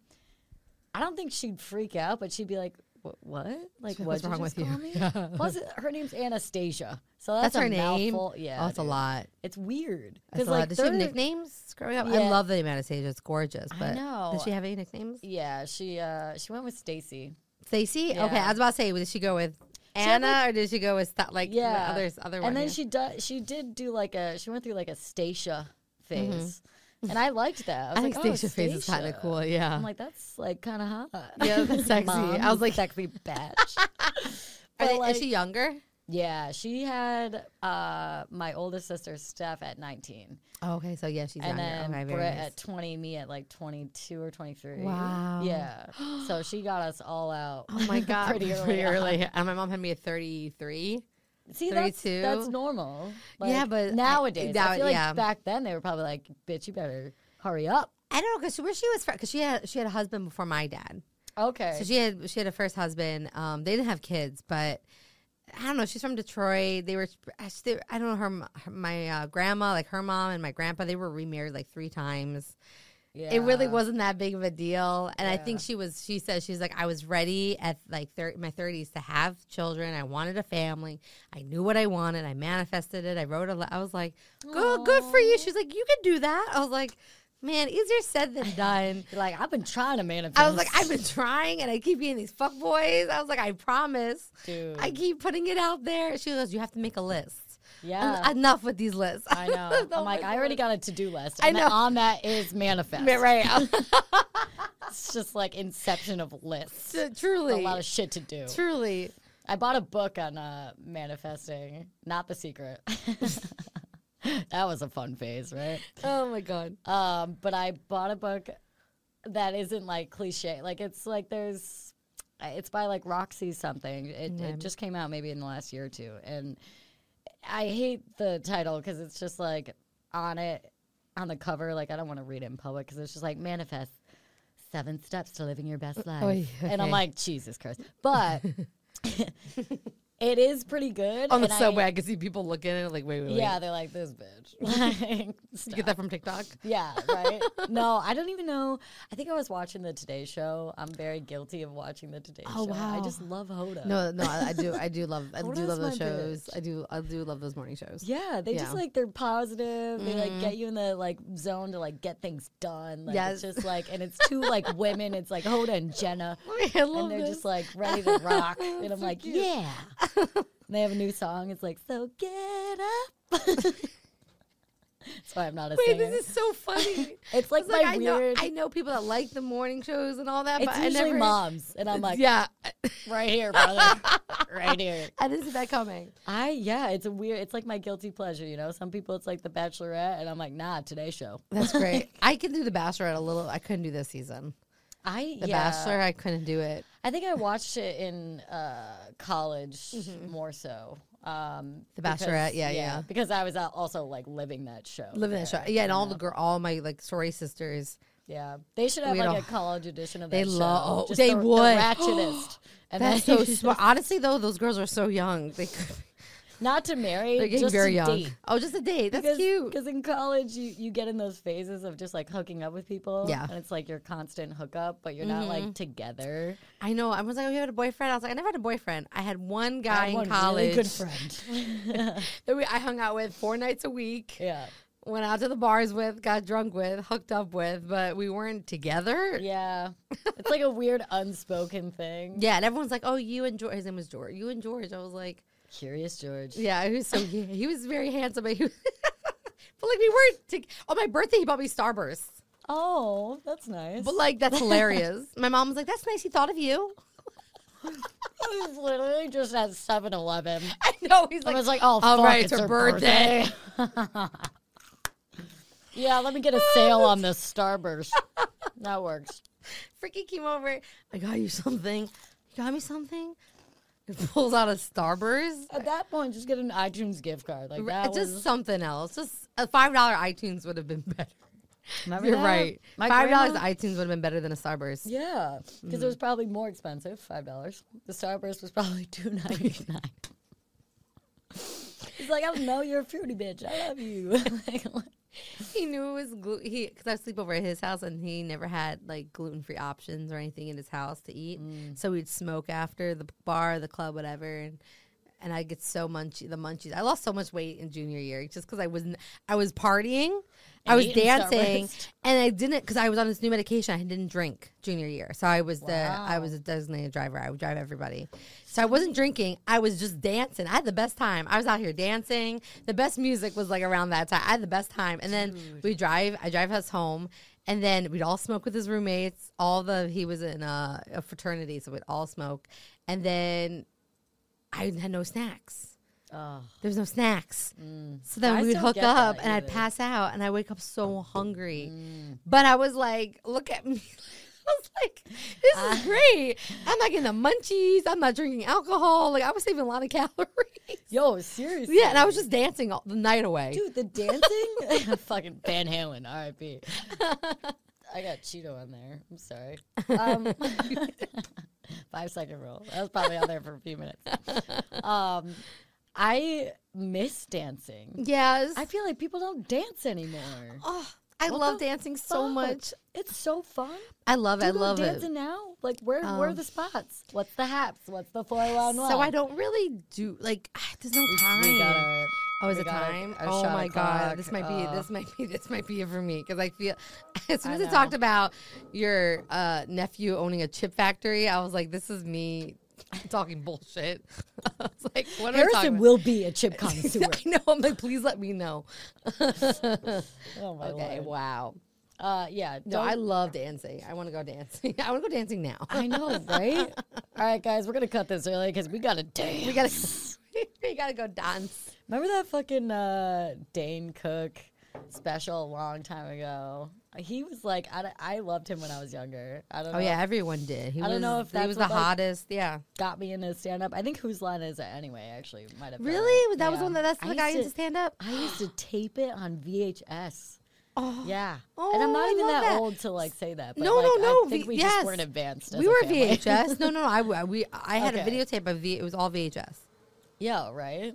[SPEAKER 2] I don't think she'd freak out, but she'd be like, "Wh- "What? Like
[SPEAKER 3] What's
[SPEAKER 2] what's
[SPEAKER 3] wrong
[SPEAKER 2] you
[SPEAKER 3] with
[SPEAKER 2] just call
[SPEAKER 3] you?"
[SPEAKER 2] me?"
[SPEAKER 3] Yeah.
[SPEAKER 2] Plus, it- her name's Anastasia, so that's,
[SPEAKER 3] that's,
[SPEAKER 2] a
[SPEAKER 3] her name.
[SPEAKER 2] mouthful. Yeah,
[SPEAKER 3] oh, that's
[SPEAKER 2] dude.
[SPEAKER 3] a lot.
[SPEAKER 2] It's weird
[SPEAKER 3] That's a lot.
[SPEAKER 2] like
[SPEAKER 3] Does she have
[SPEAKER 2] they're-
[SPEAKER 3] nicknames growing up?
[SPEAKER 2] Yeah.
[SPEAKER 3] I love the name Anastasia. It's gorgeous.
[SPEAKER 2] I
[SPEAKER 3] But
[SPEAKER 2] know.
[SPEAKER 3] does she have any nicknames?
[SPEAKER 2] Yeah, she uh she went with Stacy.
[SPEAKER 3] Stacy. Okay,
[SPEAKER 2] Yeah.
[SPEAKER 3] I was about to say, did she go with
[SPEAKER 2] had,
[SPEAKER 3] Anna or did she go with st- like
[SPEAKER 2] Yeah.
[SPEAKER 3] others? Other one.
[SPEAKER 2] and then
[SPEAKER 3] yeah.
[SPEAKER 2] she does she did do like a she went through like a Stacia phase. And I liked that. I, was
[SPEAKER 3] Mm-hmm. I, think
[SPEAKER 2] like,
[SPEAKER 3] Stacia
[SPEAKER 2] oh,
[SPEAKER 3] face is kind of
[SPEAKER 2] Stacia.
[SPEAKER 3] cool. Yeah.
[SPEAKER 2] I'm like, that's like kind of hot.
[SPEAKER 3] Uh, Yeah, that's sexy.
[SPEAKER 2] Mom,
[SPEAKER 3] I was
[SPEAKER 2] you
[SPEAKER 3] like-
[SPEAKER 2] sexy bitch.
[SPEAKER 3] Are
[SPEAKER 2] But,
[SPEAKER 3] they,
[SPEAKER 2] like-
[SPEAKER 3] is she younger?
[SPEAKER 2] yeah, she had uh, my oldest sister Steph at 19,
[SPEAKER 3] Oh, okay. So yeah, she's
[SPEAKER 2] and
[SPEAKER 3] younger.
[SPEAKER 2] then
[SPEAKER 3] okay, very
[SPEAKER 2] Britt
[SPEAKER 3] nice.
[SPEAKER 2] at 20, me at like 22 or 23.
[SPEAKER 3] Wow.
[SPEAKER 2] Yeah. So she got us all out.
[SPEAKER 3] Oh my god,
[SPEAKER 2] pretty early. on.
[SPEAKER 3] And my mom had me at thirty-three.
[SPEAKER 2] See, that's,
[SPEAKER 3] 32.
[SPEAKER 2] that's normal.
[SPEAKER 3] Yeah,
[SPEAKER 2] Like,
[SPEAKER 3] but I-
[SPEAKER 2] nowadays, I,
[SPEAKER 3] now-
[SPEAKER 2] feel like
[SPEAKER 3] yeah.
[SPEAKER 2] back then they were probably like, "Bitch, you better hurry up."
[SPEAKER 3] I don't know because where she was from, because she had she had a husband before my dad.
[SPEAKER 2] Okay,
[SPEAKER 3] So she had she had a first husband. Um, they didn't have kids, but I don't know. She's from Detroit. They were I sh- they- I don't know her, m- her my uh, grandma like her mom and my grandpa. They were remarried like three times.
[SPEAKER 2] yeah.
[SPEAKER 3] It really wasn't that big of a deal. And I think
[SPEAKER 2] Yeah.
[SPEAKER 3] she was, she said, she's like, I was ready at like thir- my 30s to have children. I wanted a family. I knew what I wanted. I manifested it. I wrote a, le- I was like, good, good for you. She's like, you can do that. I was like, man, easier said than done.
[SPEAKER 2] You're like I've been trying to manifest.
[SPEAKER 3] I was like, I've been trying and I keep being these fuck boys. I was like, I promise.
[SPEAKER 2] Dude.
[SPEAKER 3] I keep putting it out there. She goes, you have to make a list. En-
[SPEAKER 2] yeah.
[SPEAKER 3] Enough with these lists.
[SPEAKER 2] I know. I'm like, I already got a to do list.
[SPEAKER 3] Oh I
[SPEAKER 2] And then
[SPEAKER 3] know.
[SPEAKER 2] on that is manifest.
[SPEAKER 3] right.
[SPEAKER 2] It's just like inception of lists.
[SPEAKER 3] Truly.
[SPEAKER 2] A lot of shit to do.
[SPEAKER 3] Truly.
[SPEAKER 2] I bought a book on uh, manifesting, not the secret. that was a fun phase, right?
[SPEAKER 3] Oh my god.
[SPEAKER 2] Um, but I bought a book that isn't like cliche. Like it's like there's, it's by like Roxy something. It, it just came out maybe in the last year or two, and I hate the title because it's just like on it on the cover. Like I don't want to read it in public because it's just like manifest seven steps to living your best life,
[SPEAKER 3] Oy,
[SPEAKER 2] and I'm
[SPEAKER 3] okay.
[SPEAKER 2] like Jesus Christ. But It is pretty good.
[SPEAKER 3] On the
[SPEAKER 2] and I-
[SPEAKER 3] subway, I, could see people looking at it like, wait, wait, wait.
[SPEAKER 2] Yeah, they're like this bitch. Like,
[SPEAKER 3] Did you
[SPEAKER 2] stop.
[SPEAKER 3] get that from TikTok?
[SPEAKER 2] Yeah, right. no, I don't even know. I think I was watching the Today Show. I'm very guilty of watching the Today
[SPEAKER 3] Oh,
[SPEAKER 2] Show. I
[SPEAKER 3] wow.
[SPEAKER 2] just love Hoda.
[SPEAKER 3] No, no, I, I do, I do love, I do
[SPEAKER 2] What is
[SPEAKER 3] love those
[SPEAKER 2] my
[SPEAKER 3] shows. I do, I do love those morning shows.
[SPEAKER 2] Yeah, they
[SPEAKER 3] Yeah. Mm-hmm.
[SPEAKER 2] just like they're positive. They like get you in the like zone to like get things done. Like
[SPEAKER 3] Yes.
[SPEAKER 2] it's just like and it's two like women. It's like Hoda and Jenna.
[SPEAKER 3] I love
[SPEAKER 2] and they're
[SPEAKER 3] this.
[SPEAKER 2] just like ready to rock. and I'm
[SPEAKER 3] So
[SPEAKER 2] like,
[SPEAKER 3] cute.
[SPEAKER 2] yeah. And they have a new song. It's like, so get up. That's why I'm not a
[SPEAKER 3] wait,
[SPEAKER 2] singer.
[SPEAKER 3] this is so funny.
[SPEAKER 2] it's like
[SPEAKER 3] It's
[SPEAKER 2] my
[SPEAKER 3] like I know,
[SPEAKER 2] weird.
[SPEAKER 3] I know people that like the morning shows and all that,
[SPEAKER 2] it's
[SPEAKER 3] but I
[SPEAKER 2] usually
[SPEAKER 3] never.
[SPEAKER 2] moms, and I'm like,
[SPEAKER 3] yeah,
[SPEAKER 2] right here, brother, right here.
[SPEAKER 3] I didn't see that coming.
[SPEAKER 2] I yeah, it's a weird. It's like my guilty pleasure, you know. Some people, it's like The Bachelorette, and I'm like, nah, Today Show.
[SPEAKER 3] That's great. I can do the Bachelorette a little. I couldn't do this season.
[SPEAKER 2] I
[SPEAKER 3] The
[SPEAKER 2] yeah.
[SPEAKER 3] Bachelor, I couldn't do it.
[SPEAKER 2] I think I watched it in uh, college more so. Um,
[SPEAKER 3] Mm-hmm. The
[SPEAKER 2] because-
[SPEAKER 3] Bachelorette, yeah, yeah.
[SPEAKER 2] Because I was al- also like living that show.
[SPEAKER 3] Living that show, yeah, and all the girl, all my like sorority sisters.
[SPEAKER 2] Yeah, they should have
[SPEAKER 3] We
[SPEAKER 2] like
[SPEAKER 3] don't-
[SPEAKER 2] a college edition of that
[SPEAKER 3] They
[SPEAKER 2] show.
[SPEAKER 3] lo- oh,
[SPEAKER 2] Just
[SPEAKER 3] they
[SPEAKER 2] the, the
[SPEAKER 3] would.
[SPEAKER 2] ratchetest. and
[SPEAKER 3] That's
[SPEAKER 2] then-
[SPEAKER 3] so smart. Honestly, though, those girls are so young. They,
[SPEAKER 2] Not to marry,
[SPEAKER 3] they're getting
[SPEAKER 2] just
[SPEAKER 3] very
[SPEAKER 2] to
[SPEAKER 3] young.
[SPEAKER 2] date.
[SPEAKER 3] Oh, just a date. That's
[SPEAKER 2] because,
[SPEAKER 3] cute.
[SPEAKER 2] Because in college, you, you get in those phases of just like hooking up with people.
[SPEAKER 3] Yeah.
[SPEAKER 2] And it's like your constant hookup, but you're not like together.
[SPEAKER 3] I know. I was like, oh, you had a boyfriend. I was like, I never had a boyfriend. I had one
[SPEAKER 2] I
[SPEAKER 3] guy
[SPEAKER 2] had
[SPEAKER 3] in
[SPEAKER 2] one
[SPEAKER 3] college
[SPEAKER 2] really good friend.
[SPEAKER 3] that we, I hung out with four nights a week.
[SPEAKER 2] yeah.
[SPEAKER 3] Went out to the bars with, got drunk with, hooked up with, but we weren't together.
[SPEAKER 2] Yeah. It's like a weird unspoken thing.
[SPEAKER 3] Yeah, and everyone's like, "Oh, you and George." His name was George. You and George. I was like,
[SPEAKER 2] Curious George.
[SPEAKER 3] "Yeah, he was so he, he was very handsome, but he was, but like we weren't." To, on my birthday, he bought me Starburst.
[SPEAKER 2] Oh, that's nice.
[SPEAKER 3] But like that's hilarious. my mom was like, "That's nice. He thought of you."
[SPEAKER 2] He's literally just at 7 Eleven.
[SPEAKER 3] I know. He's
[SPEAKER 2] I
[SPEAKER 3] like,
[SPEAKER 2] was like, oh,
[SPEAKER 3] "All
[SPEAKER 2] fuck,
[SPEAKER 3] right,
[SPEAKER 2] it's, her birthday. yeah, let me get a sale on this Starburst. That works.
[SPEAKER 3] freaking came over. I got you something. You got me something." He pulls out a Starburst.
[SPEAKER 2] At that point, just get an iTunes gift card. Like that
[SPEAKER 3] Just
[SPEAKER 2] was.
[SPEAKER 3] something else. Just a five dollar iTunes would have been better.
[SPEAKER 2] Remember
[SPEAKER 3] You're
[SPEAKER 2] that?
[SPEAKER 3] right.
[SPEAKER 2] My
[SPEAKER 3] five dollars Mm.
[SPEAKER 2] grandma-
[SPEAKER 3] iTunes would have been better than a Starburst.
[SPEAKER 2] Yeah, because it was probably more expensive. Five dollars. The Starburst was probably two ninety nine. He's like, I know you're a fruity bitch. I love you. Like,
[SPEAKER 3] He knew it was glue. He because I sleep over at his house and he never had like gluten free options or anything in his house to eat.
[SPEAKER 2] Mm.
[SPEAKER 3] So we'd smoke after the bar, the club, whatever, and and I get so munchy the munchies. I lost so much weight in junior year just because I was n- I was partying, I
[SPEAKER 2] And
[SPEAKER 3] was
[SPEAKER 2] eating
[SPEAKER 3] dancing,
[SPEAKER 2] Starburst.
[SPEAKER 3] and I didn't because I was on this new medication. I didn't drink junior year, so I was the I
[SPEAKER 2] Wow.
[SPEAKER 3] was a designated driver. I would drive everybody, so I wasn't drinking. I was just dancing. I had the best time. I was out here dancing. The best music was like around that time. I had the best time, and then we drive. I drive us home. And then we'd all smoke with his roommates. All the he was in a, a fraternity, so we'd all smoke. And then I had no snacks.
[SPEAKER 2] oh,
[SPEAKER 3] There was no snacks. So then
[SPEAKER 2] Mm. I
[SPEAKER 3] we would
[SPEAKER 2] still
[SPEAKER 3] hook
[SPEAKER 2] get that
[SPEAKER 3] up and I'd
[SPEAKER 2] either. Mm.
[SPEAKER 3] pass out and I wake up so hungry. But I was like, look at me. I was like, this
[SPEAKER 2] Ah.
[SPEAKER 3] is great. I'm not getting the munchies. I'm not drinking alcohol. Like I was saving a lot of calories.
[SPEAKER 2] yo, seriously.
[SPEAKER 3] yeah, and I was just dancing all the night away.
[SPEAKER 2] dude. The dancing, fucking Van Halen, R.I.P. I got Cheeto on there. I'm sorry. Um, five second rule. That was probably on there for a few minutes. Um, I miss dancing.
[SPEAKER 3] Yes.
[SPEAKER 2] I feel like people don't dance anymore.
[SPEAKER 3] oh, I
[SPEAKER 2] What
[SPEAKER 3] love
[SPEAKER 2] the
[SPEAKER 3] dancing so
[SPEAKER 2] fuck?
[SPEAKER 3] much.
[SPEAKER 2] It's so fun.
[SPEAKER 3] I love it. I
[SPEAKER 2] People are
[SPEAKER 3] love it. Um,
[SPEAKER 2] dancing now. Like where where are the spots? What's the haps? What's the four one one?
[SPEAKER 3] So I don't really do like there's no time.
[SPEAKER 2] We got our,
[SPEAKER 3] Oh, is
[SPEAKER 2] we
[SPEAKER 3] it
[SPEAKER 2] got our-
[SPEAKER 3] time?
[SPEAKER 2] our
[SPEAKER 3] oh
[SPEAKER 2] shot
[SPEAKER 3] my god,
[SPEAKER 2] o'clock.
[SPEAKER 3] this might be
[SPEAKER 2] Uh,
[SPEAKER 3] this might be this might be it for me because I feel as soon
[SPEAKER 2] I
[SPEAKER 3] as it
[SPEAKER 2] know.
[SPEAKER 3] talked about your uh, nephew owning a chip factory, I was like, this is me talking bullshit. I was like, what are we talking
[SPEAKER 2] Harrison will be a chip connoisseur.
[SPEAKER 3] about? I know. I'm like, please let me know.
[SPEAKER 2] oh my
[SPEAKER 3] Okay,
[SPEAKER 2] lord.
[SPEAKER 3] wow.
[SPEAKER 2] Uh, yeah.
[SPEAKER 3] No, I
[SPEAKER 2] don't-
[SPEAKER 3] love dancing. I want to go dancing. I want to go dancing now.
[SPEAKER 2] I know, right? All right, guys, we're gonna cut this early because we gotta dance.
[SPEAKER 3] We gotta, we gotta go dance.
[SPEAKER 2] Remember that fucking uh, Dane Cook special a long time ago? He was like, I, I loved him when I was younger. I don't
[SPEAKER 3] Oh
[SPEAKER 2] know.
[SPEAKER 3] yeah, everyone did. He
[SPEAKER 2] I don't
[SPEAKER 3] was,
[SPEAKER 2] know if
[SPEAKER 3] he
[SPEAKER 2] that's
[SPEAKER 3] was the
[SPEAKER 2] what, like-
[SPEAKER 3] hottest. Yeah.
[SPEAKER 2] Got me into stand up. I think whose line is it anyway? Actually, might have been
[SPEAKER 3] Really?
[SPEAKER 2] it.
[SPEAKER 3] That was
[SPEAKER 2] Yeah.
[SPEAKER 3] one that that's
[SPEAKER 2] I
[SPEAKER 3] the guy who
[SPEAKER 2] used
[SPEAKER 3] used to stand up.
[SPEAKER 2] I used to tape it on VHS.
[SPEAKER 3] Oh.
[SPEAKER 2] Yeah,
[SPEAKER 3] Oh,
[SPEAKER 2] and I'm
[SPEAKER 3] I
[SPEAKER 2] not even
[SPEAKER 3] love
[SPEAKER 2] that,
[SPEAKER 3] that.
[SPEAKER 2] old to like say that. But,
[SPEAKER 3] No,
[SPEAKER 2] like,
[SPEAKER 3] no, no,
[SPEAKER 2] I think
[SPEAKER 3] V-
[SPEAKER 2] we
[SPEAKER 3] yes.
[SPEAKER 2] just weren't advanced. As
[SPEAKER 3] We
[SPEAKER 2] a
[SPEAKER 3] were
[SPEAKER 2] family.
[SPEAKER 3] VHS. no, no, no. I, I- we I had
[SPEAKER 2] Okay.
[SPEAKER 3] a videotape of V. It was all VHS.
[SPEAKER 2] Yeah, right?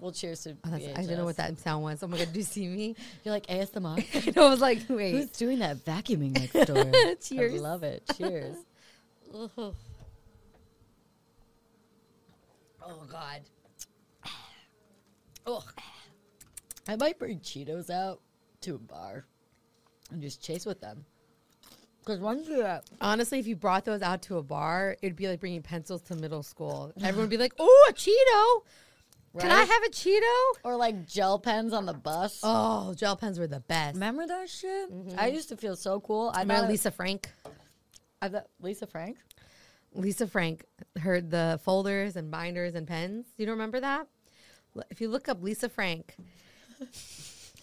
[SPEAKER 2] Well, cheers to
[SPEAKER 3] Oh, that's, I didn't know what
[SPEAKER 2] VHS.
[SPEAKER 3] that sound was. Oh my god, do you see me?
[SPEAKER 2] You're like ASMR?
[SPEAKER 3] And I was like, wait.
[SPEAKER 2] Who's doing that vacuuming next door? I
[SPEAKER 3] Cheers.
[SPEAKER 2] love it. Cheers.
[SPEAKER 3] Ugh.
[SPEAKER 2] oh God. Ugh. I might bring Cheetos out to a bar and just chase with them. Because once you that,
[SPEAKER 3] Honestly, if you brought those out to a bar, it'd be like bringing pencils to middle school. Everyone would be like, "Oh, a Cheeto! Can I
[SPEAKER 2] Right?
[SPEAKER 3] have a Cheeto?"
[SPEAKER 2] or like gel pens on the bus.
[SPEAKER 3] Oh, gel pens were the best.
[SPEAKER 2] Remember that shit? I used to feel so cool. I
[SPEAKER 3] Remember
[SPEAKER 2] thought Lisa.
[SPEAKER 3] Lisa Frank?
[SPEAKER 2] I thought Lisa Frank.
[SPEAKER 3] Lisa Frank heard the folders and binders and pens. You don't remember that? L- If you look up Lisa Frank,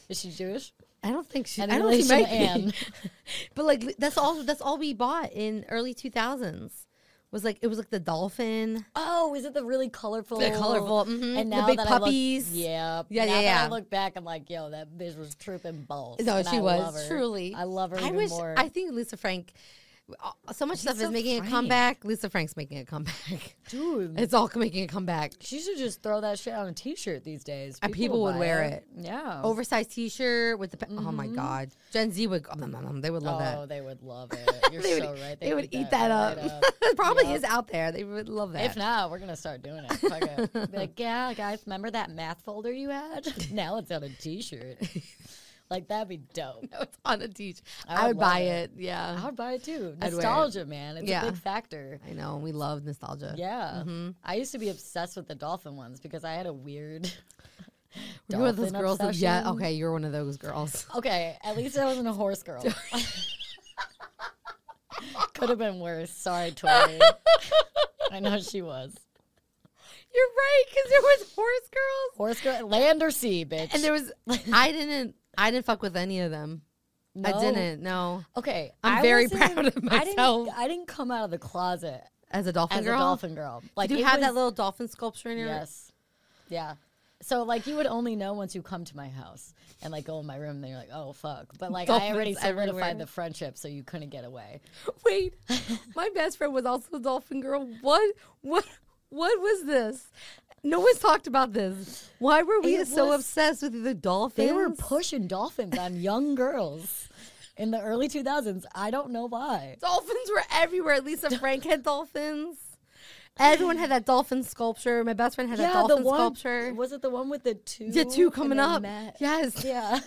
[SPEAKER 2] Is she Jewish?
[SPEAKER 3] I don't think she.
[SPEAKER 2] And
[SPEAKER 3] I don't think she
[SPEAKER 2] Alicia
[SPEAKER 3] might
[SPEAKER 2] Ann.
[SPEAKER 3] be. but like li- that's all. That's all we bought in early two thousands. Was like it was like the dolphin.
[SPEAKER 2] Oh, is it the really colorful?
[SPEAKER 3] The colorful, mhm,
[SPEAKER 2] and
[SPEAKER 3] the
[SPEAKER 2] now
[SPEAKER 3] big
[SPEAKER 2] that I look-
[SPEAKER 3] puppies.
[SPEAKER 2] yeah, now
[SPEAKER 3] Yeah, yeah,
[SPEAKER 2] that I
[SPEAKER 3] yeah.
[SPEAKER 2] look back, I'm like, yo, that bitch was tripping balls.
[SPEAKER 3] No,
[SPEAKER 2] and
[SPEAKER 3] she
[SPEAKER 2] I love
[SPEAKER 3] was
[SPEAKER 2] her.
[SPEAKER 3] truly.
[SPEAKER 2] I love her.
[SPEAKER 3] I
[SPEAKER 2] even
[SPEAKER 3] wish.
[SPEAKER 2] More.
[SPEAKER 3] I think Lisa Frank. uh, So much stuff
[SPEAKER 2] Lisa
[SPEAKER 3] is making
[SPEAKER 2] Frank.
[SPEAKER 3] a comeback. Lisa Frank's making a comeback.
[SPEAKER 2] dude,
[SPEAKER 3] It's all making a comeback.
[SPEAKER 2] she should just throw that shit on a T-shirt these days.
[SPEAKER 3] And people would
[SPEAKER 2] buy
[SPEAKER 3] wear it.
[SPEAKER 2] Yeah.
[SPEAKER 3] Oversized T-shirt with the. Pe- Oh my God, Gen Z would. oh, nom, nom, nom, they would love
[SPEAKER 2] oh,
[SPEAKER 3] that.
[SPEAKER 2] they would love it. You're
[SPEAKER 3] They
[SPEAKER 2] so
[SPEAKER 3] would,
[SPEAKER 2] right.
[SPEAKER 3] they would eat that, up.
[SPEAKER 2] right
[SPEAKER 3] It Probably
[SPEAKER 2] Yep.
[SPEAKER 3] is out there. They would love that.
[SPEAKER 2] If not, we're gonna start doing it. Fuck it. Be like, yeah, guys, remember that math folder you had? now it's on a T-shirt. like that'd be dope.
[SPEAKER 3] it's on a T-shirt,
[SPEAKER 2] I
[SPEAKER 3] I,
[SPEAKER 2] would
[SPEAKER 3] would buy
[SPEAKER 2] love
[SPEAKER 3] it.
[SPEAKER 2] it.
[SPEAKER 3] Yeah,
[SPEAKER 2] I would buy it too.
[SPEAKER 3] I'd wear it.
[SPEAKER 2] Nostalgia, man. It's
[SPEAKER 3] Yeah. Mm-hmm.
[SPEAKER 2] a big factor.
[SPEAKER 3] I know. We love nostalgia.
[SPEAKER 2] Yeah. I used to be obsessed with the dolphin ones because I had a weird.
[SPEAKER 3] Were you one of those
[SPEAKER 2] dolphin
[SPEAKER 3] girls? That, yeah.
[SPEAKER 2] obsession.
[SPEAKER 3] Okay, you're one of those girls.
[SPEAKER 2] Okay. At least I wasn't a horse girl. Could have been worse. Sorry, Tori. I know she was.
[SPEAKER 3] You're right, because there was horse girls.
[SPEAKER 2] Horse girl, land or sea, bitch.
[SPEAKER 3] And there was I didn't I didn't fuck with any of them.
[SPEAKER 2] No.
[SPEAKER 3] I didn't. No,
[SPEAKER 2] Okay.
[SPEAKER 3] I'm
[SPEAKER 2] I
[SPEAKER 3] very
[SPEAKER 2] wasn't-
[SPEAKER 3] proud of myself.
[SPEAKER 2] I didn't, I didn't come out of the closet
[SPEAKER 3] as a dolphin
[SPEAKER 2] as
[SPEAKER 3] girl.
[SPEAKER 2] a dolphin girl. Like
[SPEAKER 3] Did you
[SPEAKER 2] it
[SPEAKER 3] have
[SPEAKER 2] was-
[SPEAKER 3] that little dolphin sculpture in your?
[SPEAKER 2] Yes. Yeah. So like you would only know once you come to my house and like go in my room and then you're like, oh fuck. But like I already
[SPEAKER 3] Dolphins
[SPEAKER 2] solidified
[SPEAKER 3] everywhere.
[SPEAKER 2] the friendship so you couldn't get away.
[SPEAKER 3] Wait, my best friend was also a dolphin girl. What? What? What was this? No one's talked about this. Why were we
[SPEAKER 2] It
[SPEAKER 3] so
[SPEAKER 2] was-
[SPEAKER 3] obsessed with the dolphins?
[SPEAKER 2] They were pushing dolphins on young girls in the early two thousands. I don't know why.
[SPEAKER 3] dolphins were everywhere. Lisa Frank had dolphins. Everyone had that dolphin sculpture. My best friend had that dolphin sculpture.
[SPEAKER 2] was it the one with the two
[SPEAKER 3] Yeah, two
[SPEAKER 2] and
[SPEAKER 3] coming
[SPEAKER 2] they
[SPEAKER 3] up.
[SPEAKER 2] met?
[SPEAKER 3] Yes.
[SPEAKER 2] Yeah.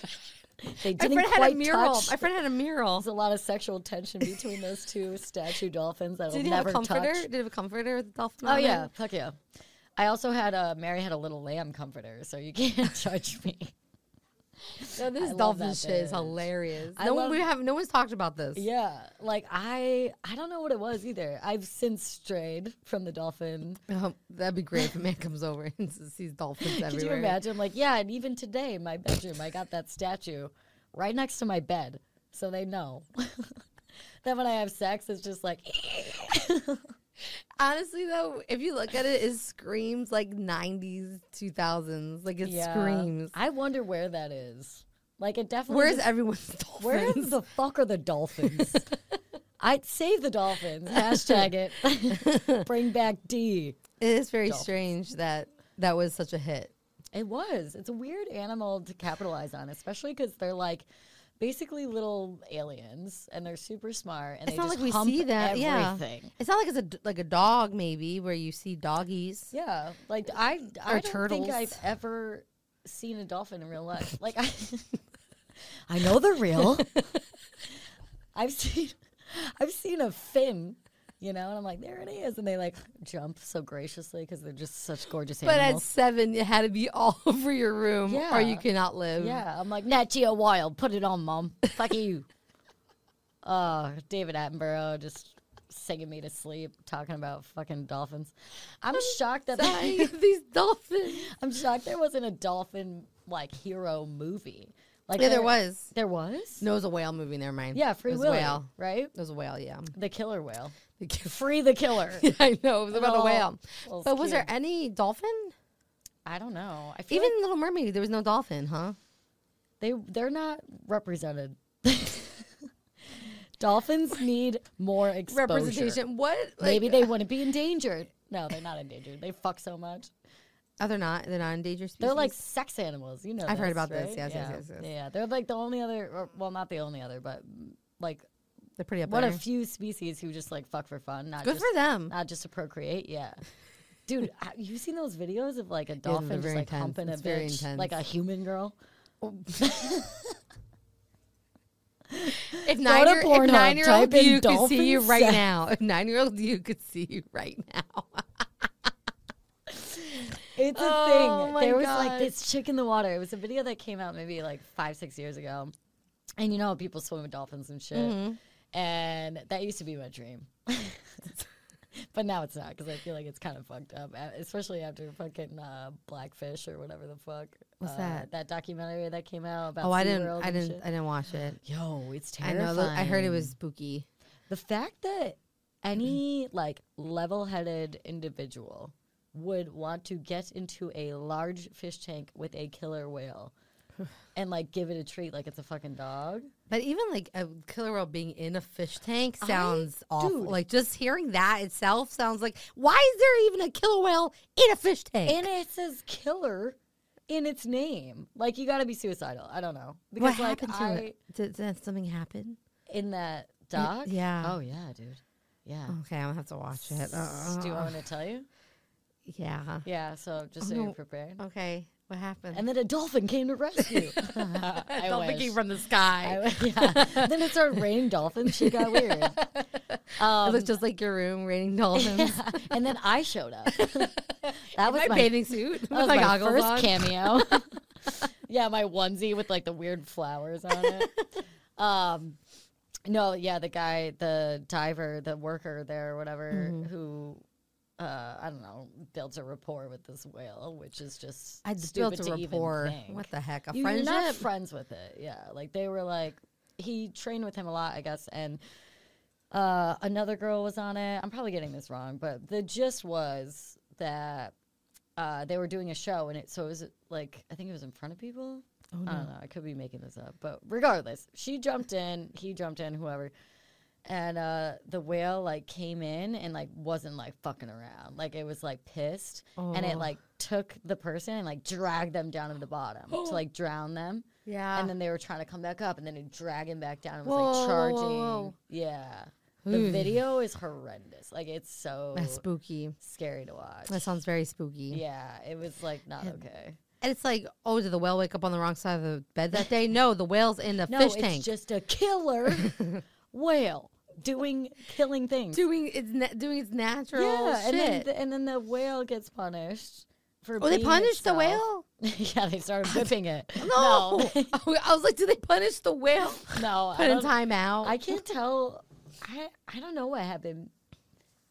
[SPEAKER 2] they
[SPEAKER 3] My
[SPEAKER 2] didn't
[SPEAKER 3] friend
[SPEAKER 2] quite
[SPEAKER 3] had a mural.
[SPEAKER 2] touch.
[SPEAKER 3] My friend had a mural.
[SPEAKER 2] There's a lot of sexual tension between those two statue dolphins that will
[SPEAKER 3] Did you have
[SPEAKER 2] never
[SPEAKER 3] a comforter?
[SPEAKER 2] touch.
[SPEAKER 3] Did you have a comforter with the dolphin?
[SPEAKER 2] Oh
[SPEAKER 3] on it?
[SPEAKER 2] yeah, fuck yeah. I also had a Mary had a little lamb comforter, so you can't judge me.
[SPEAKER 3] No, this
[SPEAKER 2] love
[SPEAKER 3] dolphin
[SPEAKER 2] that
[SPEAKER 3] shit is
[SPEAKER 2] bitch.
[SPEAKER 3] hilarious.
[SPEAKER 2] I
[SPEAKER 3] no one
[SPEAKER 2] love-
[SPEAKER 3] we have no one's talked about this.
[SPEAKER 2] Yeah, like I I don't know what it was either. I've since strayed from the dolphin.
[SPEAKER 3] Um, that'd be great if a man comes over and sees dolphins everywhere.
[SPEAKER 2] Could you imagine? Like yeah, and even today in my bedroom, I got that statue right next to my bed, so they know. that when I have sex, it's just like
[SPEAKER 3] Honestly though, if you look at it, it screams like nineties, two thousands. Like it
[SPEAKER 2] yeah.
[SPEAKER 3] screams.
[SPEAKER 2] I wonder where that is. Like it definitely.
[SPEAKER 3] Where's
[SPEAKER 2] just-
[SPEAKER 3] everyone's dolphins?
[SPEAKER 2] Where the fuck are the dolphins? I save the dolphins. Hashtag it. Bring back D.
[SPEAKER 3] it is very
[SPEAKER 2] dolphins?
[SPEAKER 3] strange that that was such a hit.
[SPEAKER 2] It was. It's a weird animal to capitalize on, especially because they're like basically little aliens and they're super smart and they
[SPEAKER 3] it's not
[SPEAKER 2] just
[SPEAKER 3] like we
[SPEAKER 2] hump
[SPEAKER 3] see that. Yeah,
[SPEAKER 2] everything.
[SPEAKER 3] it's not like it's a d- like a dog maybe where you see doggies.
[SPEAKER 2] Yeah. Like I, I
[SPEAKER 3] Or
[SPEAKER 2] don't
[SPEAKER 3] turtles.
[SPEAKER 2] think I've ever seen a dolphin in real life. Like I, I know they're real. I've seen, I've seen a fin. You know, and I'm like, there it is, and they like jump so graciously because they're just such gorgeous
[SPEAKER 3] But at
[SPEAKER 2] animals.
[SPEAKER 3] seven, it had to be all over your room, or you
[SPEAKER 2] Yeah.
[SPEAKER 3] cannot live.
[SPEAKER 2] yeah, I'm like Nat Geo Wild, put it on, mom. Fuck you. Oh, David Attenborough just singing me to sleep, talking about fucking dolphins. I'm shocked that that,
[SPEAKER 3] Dying of these dolphins.
[SPEAKER 2] I'm shocked there wasn't a dolphin like hero movie. Like
[SPEAKER 3] Yeah, there was.
[SPEAKER 2] There was.
[SPEAKER 3] No, it was a whale movie. Never mind.
[SPEAKER 2] Yeah, Free
[SPEAKER 3] it was
[SPEAKER 2] Willy,
[SPEAKER 3] A whale.
[SPEAKER 2] right?
[SPEAKER 3] It was a whale. Yeah.
[SPEAKER 2] The killer whale. Free the killer.
[SPEAKER 3] I know it was about
[SPEAKER 2] Little-
[SPEAKER 3] a whale.
[SPEAKER 2] little
[SPEAKER 3] But was there
[SPEAKER 2] cute.
[SPEAKER 3] any dolphin?
[SPEAKER 2] I don't know. I feel
[SPEAKER 3] Even
[SPEAKER 2] even
[SPEAKER 3] Little Mermaid, there was no dolphin, huh?
[SPEAKER 2] they they're not represented. Dolphins need more exposure.
[SPEAKER 3] Representation. uh, What?
[SPEAKER 2] Maybe they wouldn't be endangered. No, they're not endangered. They fuck so much.
[SPEAKER 3] Oh, they're not. They're not endangered species.
[SPEAKER 2] They're like sex animals, you know.
[SPEAKER 3] I've heard
[SPEAKER 2] this,
[SPEAKER 3] about this.
[SPEAKER 2] right?
[SPEAKER 3] Yes, yes,
[SPEAKER 2] yeah.
[SPEAKER 3] yes, yes.
[SPEAKER 2] Yeah, they're like the only other, or, well, not the only other, but mm, like
[SPEAKER 3] they're pretty up
[SPEAKER 2] one
[SPEAKER 3] there.
[SPEAKER 2] of few species who just like fuck for fun, not
[SPEAKER 3] Good
[SPEAKER 2] just
[SPEAKER 3] for them.
[SPEAKER 2] not just to procreate. Yeah, dude, ha- you seen those videos of like a
[SPEAKER 3] they're
[SPEAKER 2] dolphin just
[SPEAKER 3] very
[SPEAKER 2] like
[SPEAKER 3] intense.
[SPEAKER 2] humping
[SPEAKER 3] It's
[SPEAKER 2] a
[SPEAKER 3] very
[SPEAKER 2] bitch,
[SPEAKER 3] intense.
[SPEAKER 2] like a human girl?
[SPEAKER 3] If nine, year, if
[SPEAKER 2] Pornhub,
[SPEAKER 3] nine year old
[SPEAKER 2] type in
[SPEAKER 3] you could see
[SPEAKER 2] dolphin
[SPEAKER 3] you right
[SPEAKER 2] sex.
[SPEAKER 3] now, if nine year old you could see you right now.
[SPEAKER 2] It's a
[SPEAKER 3] Oh
[SPEAKER 2] thing.
[SPEAKER 3] my
[SPEAKER 2] There was like
[SPEAKER 3] God.
[SPEAKER 2] this chick in the water. It was a video that came out maybe like five, six years ago. And you know how people swim with dolphins and shit.
[SPEAKER 3] Mm-hmm.
[SPEAKER 2] And that used to be my dream. but now it's not because I feel like it's kind of fucked up, a- especially after fucking uh, Blackfish or whatever the fuck.
[SPEAKER 3] What's
[SPEAKER 2] uh,
[SPEAKER 3] that?
[SPEAKER 2] That documentary that came out about.
[SPEAKER 3] Oh, I didn't.
[SPEAKER 2] SeaWorld
[SPEAKER 3] I
[SPEAKER 2] and
[SPEAKER 3] didn't.
[SPEAKER 2] shit.
[SPEAKER 3] I didn't watch it.
[SPEAKER 2] Yo, it's
[SPEAKER 3] I
[SPEAKER 2] terrifying.
[SPEAKER 3] know. tho- I heard it was spooky.
[SPEAKER 2] The fact that any like level-headed individual would want to get into a large fish tank with a killer whale and like give it a treat like it's a fucking dog.
[SPEAKER 3] But even like a killer whale being in a fish tank sounds awful.
[SPEAKER 2] dude.
[SPEAKER 3] Like just hearing that itself sounds like why is there even a killer whale in a fish tank?
[SPEAKER 2] And it says killer in its name. Like you got to be suicidal. I don't know.
[SPEAKER 3] what
[SPEAKER 2] Because like
[SPEAKER 3] happened to
[SPEAKER 2] I
[SPEAKER 3] it? Did, did something happen?
[SPEAKER 2] in that doc?
[SPEAKER 3] yeah.
[SPEAKER 2] Oh yeah, dude. Yeah.
[SPEAKER 3] Okay, I'm gonna have to watch it.
[SPEAKER 2] S- Do you
[SPEAKER 3] Uh,
[SPEAKER 2] want me to tell you?
[SPEAKER 3] yeah.
[SPEAKER 2] Yeah, so just so
[SPEAKER 3] Oh,
[SPEAKER 2] you're
[SPEAKER 3] no.
[SPEAKER 2] prepared.
[SPEAKER 3] Okay. What happened?
[SPEAKER 2] And then a dolphin came to rescue. I
[SPEAKER 3] Don't
[SPEAKER 2] wish.
[SPEAKER 3] thinking from the sky.
[SPEAKER 2] I, yeah. then it started raining dolphins. She got weird.
[SPEAKER 3] it looks just like your room, raining dolphins.
[SPEAKER 2] And then I showed up. That was
[SPEAKER 3] my,
[SPEAKER 2] my,
[SPEAKER 3] bathing suit with
[SPEAKER 2] that was
[SPEAKER 3] my,
[SPEAKER 2] my
[SPEAKER 3] goggles
[SPEAKER 2] first
[SPEAKER 3] on.
[SPEAKER 2] cameo. yeah, my onesie with like the weird flowers on it. Um, no, yeah, the guy, the diver, the worker there, or whatever,
[SPEAKER 3] Mm-hmm.
[SPEAKER 2] who. Uh, I don't know. Built a rapport with this whale, which is just
[SPEAKER 3] I just built
[SPEAKER 2] stupid
[SPEAKER 3] a
[SPEAKER 2] to even
[SPEAKER 3] rapport.
[SPEAKER 2] think.
[SPEAKER 3] What the heck? A
[SPEAKER 2] You-
[SPEAKER 3] friendship?
[SPEAKER 2] You're not friends with it. Yeah. Like they were like he trained with him a lot, I guess, and uh, another girl was on it. I'm probably getting this wrong, but the gist was that uh, they were doing a show, and it so it was like I think it was in front of people.
[SPEAKER 3] Oh,
[SPEAKER 2] I don't know. I could be making this up, but regardless, she jumped in, he jumped in, whoever, and uh, the whale like came in and like wasn't like fucking around. Like it was like pissed, and it
[SPEAKER 3] Oh.
[SPEAKER 2] like took the person and like dragged them down to the bottom to like drown them.
[SPEAKER 3] yeah.
[SPEAKER 2] And then they were trying to come back up, and then it dragged him back down and was
[SPEAKER 3] Ah. Whoa,
[SPEAKER 2] like
[SPEAKER 3] whoa,
[SPEAKER 2] charging.
[SPEAKER 3] whoa.
[SPEAKER 2] Yeah, the
[SPEAKER 3] Ooh.
[SPEAKER 2] video is horrendous. Like it's so
[SPEAKER 3] That's spooky.
[SPEAKER 2] scary to watch.
[SPEAKER 3] That sounds very spooky.
[SPEAKER 2] yeah, it was like not okay.
[SPEAKER 3] And it's like, oh, did the whale wake up on the wrong side of the bed that day? No, the whale's in the
[SPEAKER 2] No,
[SPEAKER 3] fish
[SPEAKER 2] it's
[SPEAKER 3] tank.
[SPEAKER 2] just a killer whale doing killing things.
[SPEAKER 3] doing its na- doing its natural
[SPEAKER 2] yeah,
[SPEAKER 3] shit.
[SPEAKER 2] and then, the, and then the whale gets punished for.
[SPEAKER 3] oh, they
[SPEAKER 2] being
[SPEAKER 3] punished the
[SPEAKER 2] itself.
[SPEAKER 3] whale?
[SPEAKER 2] yeah, they started whipping it.
[SPEAKER 3] No. I was like, do they punish the whale?
[SPEAKER 2] no, no I,
[SPEAKER 3] Put in
[SPEAKER 2] don't,
[SPEAKER 3] time out.
[SPEAKER 2] I can't tell. I I don't know what happened.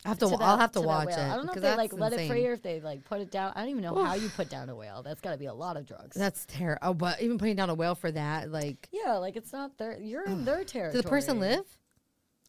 [SPEAKER 3] I have to,
[SPEAKER 2] that-
[SPEAKER 3] I'll have to,
[SPEAKER 2] that
[SPEAKER 3] watch
[SPEAKER 2] whale.
[SPEAKER 3] it.
[SPEAKER 2] I don't know if
[SPEAKER 3] because
[SPEAKER 2] they like
[SPEAKER 3] that's
[SPEAKER 2] let it
[SPEAKER 3] insane.
[SPEAKER 2] free or if they like put it down. I don't even know how you put down a whale. That's got to be a lot of drugs.
[SPEAKER 3] That's terrible. Oh, but even putting down a whale for that, like,
[SPEAKER 2] yeah, like it's not their. You're in their territory.
[SPEAKER 3] did the person live?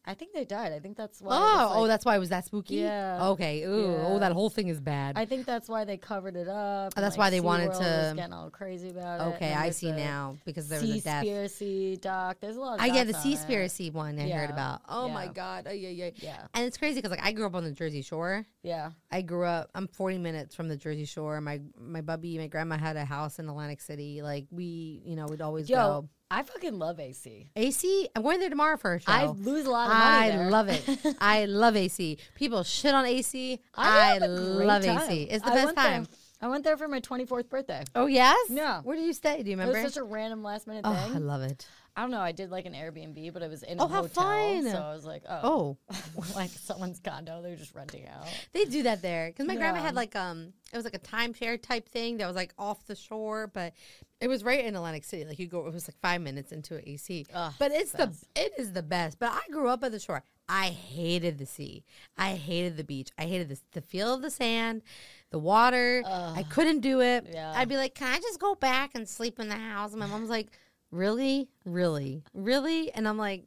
[SPEAKER 2] I think they died. I think that's why. it
[SPEAKER 3] Oh,
[SPEAKER 2] was,
[SPEAKER 3] oh,
[SPEAKER 2] like-
[SPEAKER 3] that's why it was that spooky.
[SPEAKER 2] Yeah.
[SPEAKER 3] Okay. Ooh.
[SPEAKER 2] Yeah.
[SPEAKER 3] Oh, that whole thing is bad.
[SPEAKER 2] I think that's why they covered it up. and,
[SPEAKER 3] that's
[SPEAKER 2] like,
[SPEAKER 3] why they wanted
[SPEAKER 2] SeaWorld
[SPEAKER 3] to-
[SPEAKER 2] Was getting all crazy about it.
[SPEAKER 3] okay,
[SPEAKER 2] and
[SPEAKER 3] I
[SPEAKER 2] there's
[SPEAKER 3] see
[SPEAKER 2] the
[SPEAKER 3] now because there was a death.
[SPEAKER 2] Seaspiracy doc. There's a lot. Of
[SPEAKER 3] I yeah, the
[SPEAKER 2] docs on
[SPEAKER 3] sea
[SPEAKER 2] it.
[SPEAKER 3] spiracy one I heard
[SPEAKER 2] Yeah.
[SPEAKER 3] about. Oh my
[SPEAKER 2] Yeah.
[SPEAKER 3] god. Oh yeah, yeah.
[SPEAKER 2] Yeah,
[SPEAKER 3] And it's crazy because like I grew up on the Jersey Shore.
[SPEAKER 2] yeah.
[SPEAKER 3] I grew up. I'm 40 minutes from the Jersey Shore. My my bubby, my grandma had a house in Atlantic City. Like we, you know, we'd always
[SPEAKER 2] Yo,
[SPEAKER 3] go.
[SPEAKER 2] I fucking love AC.
[SPEAKER 3] AC, I'm going there tomorrow for a show.
[SPEAKER 2] I lose a lot of money.
[SPEAKER 3] I
[SPEAKER 2] there.
[SPEAKER 3] love it. I love AC. People shit on AC.
[SPEAKER 2] I,
[SPEAKER 3] I,
[SPEAKER 2] have a great
[SPEAKER 3] love
[SPEAKER 2] time.
[SPEAKER 3] AC. It's the
[SPEAKER 2] I
[SPEAKER 3] best
[SPEAKER 2] went there-
[SPEAKER 3] time.
[SPEAKER 2] I went there for my 24th birthday.
[SPEAKER 3] Oh yes.
[SPEAKER 2] Yeah.
[SPEAKER 3] Where did you stay? Do you remember?
[SPEAKER 2] It was such a random last minute
[SPEAKER 3] oh,
[SPEAKER 2] thing.
[SPEAKER 3] I love it.
[SPEAKER 2] I don't know. I did like an Airbnb, but it was in
[SPEAKER 3] Oh,
[SPEAKER 2] a
[SPEAKER 3] how
[SPEAKER 2] hotel,
[SPEAKER 3] fun.
[SPEAKER 2] so I was like, oh,
[SPEAKER 3] Oh,
[SPEAKER 2] like someone's condo. They're just renting out.
[SPEAKER 3] they do that there because my grandma
[SPEAKER 2] Yeah.
[SPEAKER 3] had like um, it was like a timeshare type thing that was like off the shore, but it was right in Atlantic City. Like you go, it was like five minutes into an AC.
[SPEAKER 2] Ugh,
[SPEAKER 3] but it's
[SPEAKER 2] best.
[SPEAKER 3] the it is the best. But I grew up by the shore. I hated the sea. I hated the beach. I hated the the feel of the sand, the water. I couldn't do it.
[SPEAKER 2] Yeah.
[SPEAKER 3] I'd be like, can I just go back and sleep in the house? And my mom's like, really, really, really? And I'm like,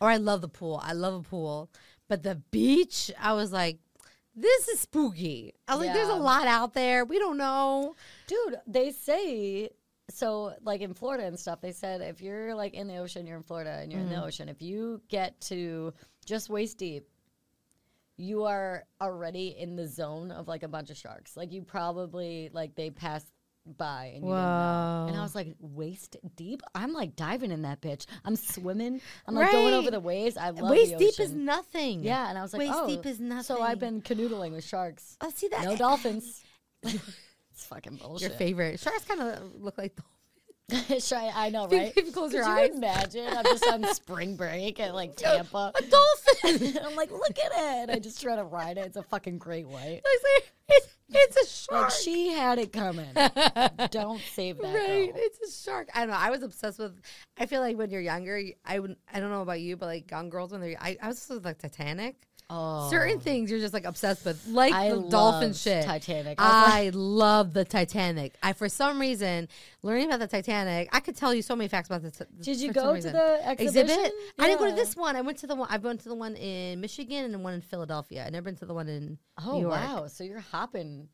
[SPEAKER 3] or I love the pool. I love a pool, but the beach. I was like. This is spooky. I was like, there's a
[SPEAKER 2] Yeah.
[SPEAKER 3] lot out there. We don't know.
[SPEAKER 2] Dude, they say so like in Florida and stuff, they said if you're like in the
[SPEAKER 3] Mm-hmm.
[SPEAKER 2] ocean, you're in Florida and you're in the ocean, if you get to just waist deep, you are already in the zone of like a bunch of sharks. Like you probably like they passed by and you didn't know. And I
[SPEAKER 3] Whoa.
[SPEAKER 2] was like waist deep. I'm like diving in that bitch. I'm swimming. I'm like going over
[SPEAKER 3] Right.
[SPEAKER 2] the waves. I love
[SPEAKER 3] Waist
[SPEAKER 2] the
[SPEAKER 3] deep is
[SPEAKER 2] ocean.
[SPEAKER 3] nothing.
[SPEAKER 2] yeah, and I was like,
[SPEAKER 3] waist
[SPEAKER 2] oh,
[SPEAKER 3] deep is
[SPEAKER 2] So I've been
[SPEAKER 3] nothing.
[SPEAKER 2] canoodling with sharks.
[SPEAKER 3] I'll Oh, see that.
[SPEAKER 2] No dolphins. it's fucking bullshit.
[SPEAKER 3] Your favorite sharks kind of look like dolphins.
[SPEAKER 2] Should I, I know,
[SPEAKER 3] If you-
[SPEAKER 2] right?
[SPEAKER 3] if you close
[SPEAKER 2] Could
[SPEAKER 3] your
[SPEAKER 2] you
[SPEAKER 3] eyes.
[SPEAKER 2] imagine? I'm just on spring break at like Tampa.
[SPEAKER 3] A dolphin.
[SPEAKER 2] I'm like, look at it. And I just try to ride it. It's a fucking great white.
[SPEAKER 3] It's like- it's, it's a
[SPEAKER 2] Like
[SPEAKER 3] shark.
[SPEAKER 2] she had it coming. Don't save that
[SPEAKER 3] right.
[SPEAKER 2] girl.
[SPEAKER 3] It's a shark. I don't know. I was obsessed with. I feel like when you're younger, y- I would. I don't know about you, but like young girls when they're. I, I was obsessed with like Titanic.
[SPEAKER 2] Oh,
[SPEAKER 3] Certain things you're just like obsessed with, like
[SPEAKER 2] I
[SPEAKER 3] the dolphin
[SPEAKER 2] loved
[SPEAKER 3] shit.
[SPEAKER 2] Titanic. I
[SPEAKER 3] I love the Titanic. I for some reason learning about the Titanic. I could tell you so many facts about the. Ti-
[SPEAKER 2] Did you
[SPEAKER 3] for some
[SPEAKER 2] go to
[SPEAKER 3] reason.
[SPEAKER 2] the exhibition?
[SPEAKER 3] I didn't go to
[SPEAKER 2] Yeah.
[SPEAKER 3] this one. I went to the one. I've been to the one in Michigan and the one in Philadelphia. I never been to the one in.
[SPEAKER 2] Oh
[SPEAKER 3] New York.
[SPEAKER 2] wow! So you're hopping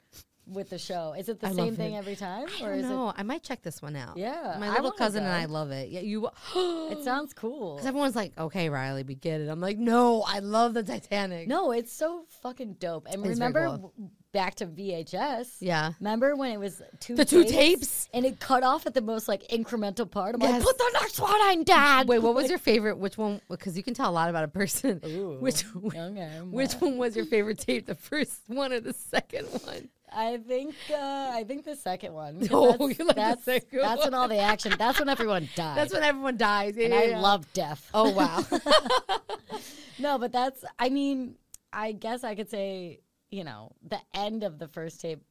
[SPEAKER 2] with the show. Is it the
[SPEAKER 3] I
[SPEAKER 2] same
[SPEAKER 3] love
[SPEAKER 2] thing
[SPEAKER 3] it.
[SPEAKER 2] every time,
[SPEAKER 3] I
[SPEAKER 2] or
[SPEAKER 3] don't
[SPEAKER 2] is
[SPEAKER 3] know. I might check this one out.
[SPEAKER 2] Yeah, I
[SPEAKER 3] my little
[SPEAKER 2] wanna
[SPEAKER 3] cousin and
[SPEAKER 2] go.
[SPEAKER 3] I love it. Yeah, you.
[SPEAKER 2] it? It sounds cool.
[SPEAKER 3] Because everyone's like, okay, Riley, we get it. I'm like, no, I love the Titanic.
[SPEAKER 2] No, it's so fucking dope. And
[SPEAKER 3] It is very
[SPEAKER 2] remember
[SPEAKER 3] cool.
[SPEAKER 2] w- back to VHS.
[SPEAKER 3] Yeah.
[SPEAKER 2] Remember when it was two
[SPEAKER 3] The two tapes?
[SPEAKER 2] and it cut off at the most like incremental part. I'm like,
[SPEAKER 3] Yes.
[SPEAKER 2] put the next one on, Dad.
[SPEAKER 3] Wait, what was your favorite? Which one? Because you can tell a lot about a person.
[SPEAKER 2] Ooh.
[SPEAKER 3] Which
[SPEAKER 2] Okay,
[SPEAKER 3] which one was your favorite tape? The first one or the second one?
[SPEAKER 2] I think uh, I think the second one. 'Cause
[SPEAKER 3] Oh,
[SPEAKER 2] that's,
[SPEAKER 3] you like the
[SPEAKER 2] that's,
[SPEAKER 3] second
[SPEAKER 2] that's
[SPEAKER 3] one.
[SPEAKER 2] when all the action. That's when everyone died.
[SPEAKER 3] That's when everyone dies. Yeah,
[SPEAKER 2] and
[SPEAKER 3] yeah,
[SPEAKER 2] I
[SPEAKER 3] yeah.
[SPEAKER 2] love death.
[SPEAKER 3] Oh wow.
[SPEAKER 2] No, but that's, I mean, I guess I could say, you know, the end of the first tape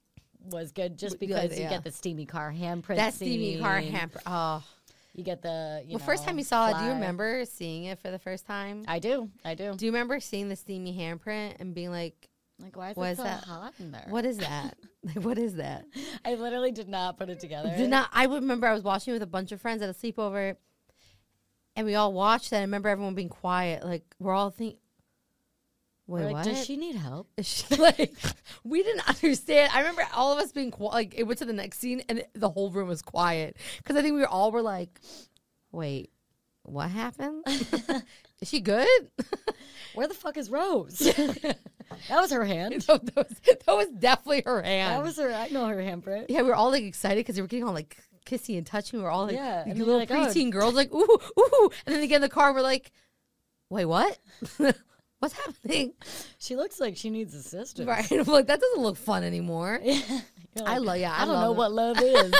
[SPEAKER 2] was good just
[SPEAKER 3] Good,
[SPEAKER 2] because
[SPEAKER 3] yeah.
[SPEAKER 2] you get the steamy car handprint.
[SPEAKER 3] that Stevie Car
[SPEAKER 2] scene.
[SPEAKER 3] hamper. Oh.
[SPEAKER 2] You get the, you
[SPEAKER 3] well, first
[SPEAKER 2] know,
[SPEAKER 3] time you saw it, do you
[SPEAKER 2] fly.
[SPEAKER 3] remember seeing it for the first time?
[SPEAKER 2] I do. I do.
[SPEAKER 3] do you remember seeing the steamy handprint and being like,
[SPEAKER 2] Like, why is
[SPEAKER 3] Why
[SPEAKER 2] it
[SPEAKER 3] is
[SPEAKER 2] so
[SPEAKER 3] that?
[SPEAKER 2] hot in there?
[SPEAKER 3] "What is that? like, what is that?"
[SPEAKER 2] I literally did not put it together.
[SPEAKER 3] Did not. I would remember I was watching it with a bunch of friends at a sleepover, and we all watched that. I remember everyone being quiet. Like we're all thinking,
[SPEAKER 2] We're
[SPEAKER 3] "Wait,
[SPEAKER 2] like,
[SPEAKER 3] what?"
[SPEAKER 2] Does she need help?
[SPEAKER 3] Is she- like we didn't understand. I remember all of us being qui- like it went to the next scene, and the whole room was quiet because I think we were all were like, "Wait, what happened? Is she good?"
[SPEAKER 2] Where the fuck is Rose? that was her hand.
[SPEAKER 3] So that, was, that was definitely her hand.
[SPEAKER 2] That was her. I know her handprint.
[SPEAKER 3] yeah, we were all like excited because they were getting all like kissy and touchy. We were all like,
[SPEAKER 2] Yeah, and
[SPEAKER 3] like,
[SPEAKER 2] they're
[SPEAKER 3] little
[SPEAKER 2] like, oh.
[SPEAKER 3] preteen girls, like, ooh, ooh. And then again, the car, we're like, wait, what? What's happening?
[SPEAKER 2] She looks like she needs assistance.
[SPEAKER 3] Right. I'm like, that doesn't look fun anymore.
[SPEAKER 2] You're
[SPEAKER 3] I
[SPEAKER 2] like,
[SPEAKER 3] love, yeah, I,
[SPEAKER 2] I, don't know
[SPEAKER 3] love it.
[SPEAKER 2] what love is.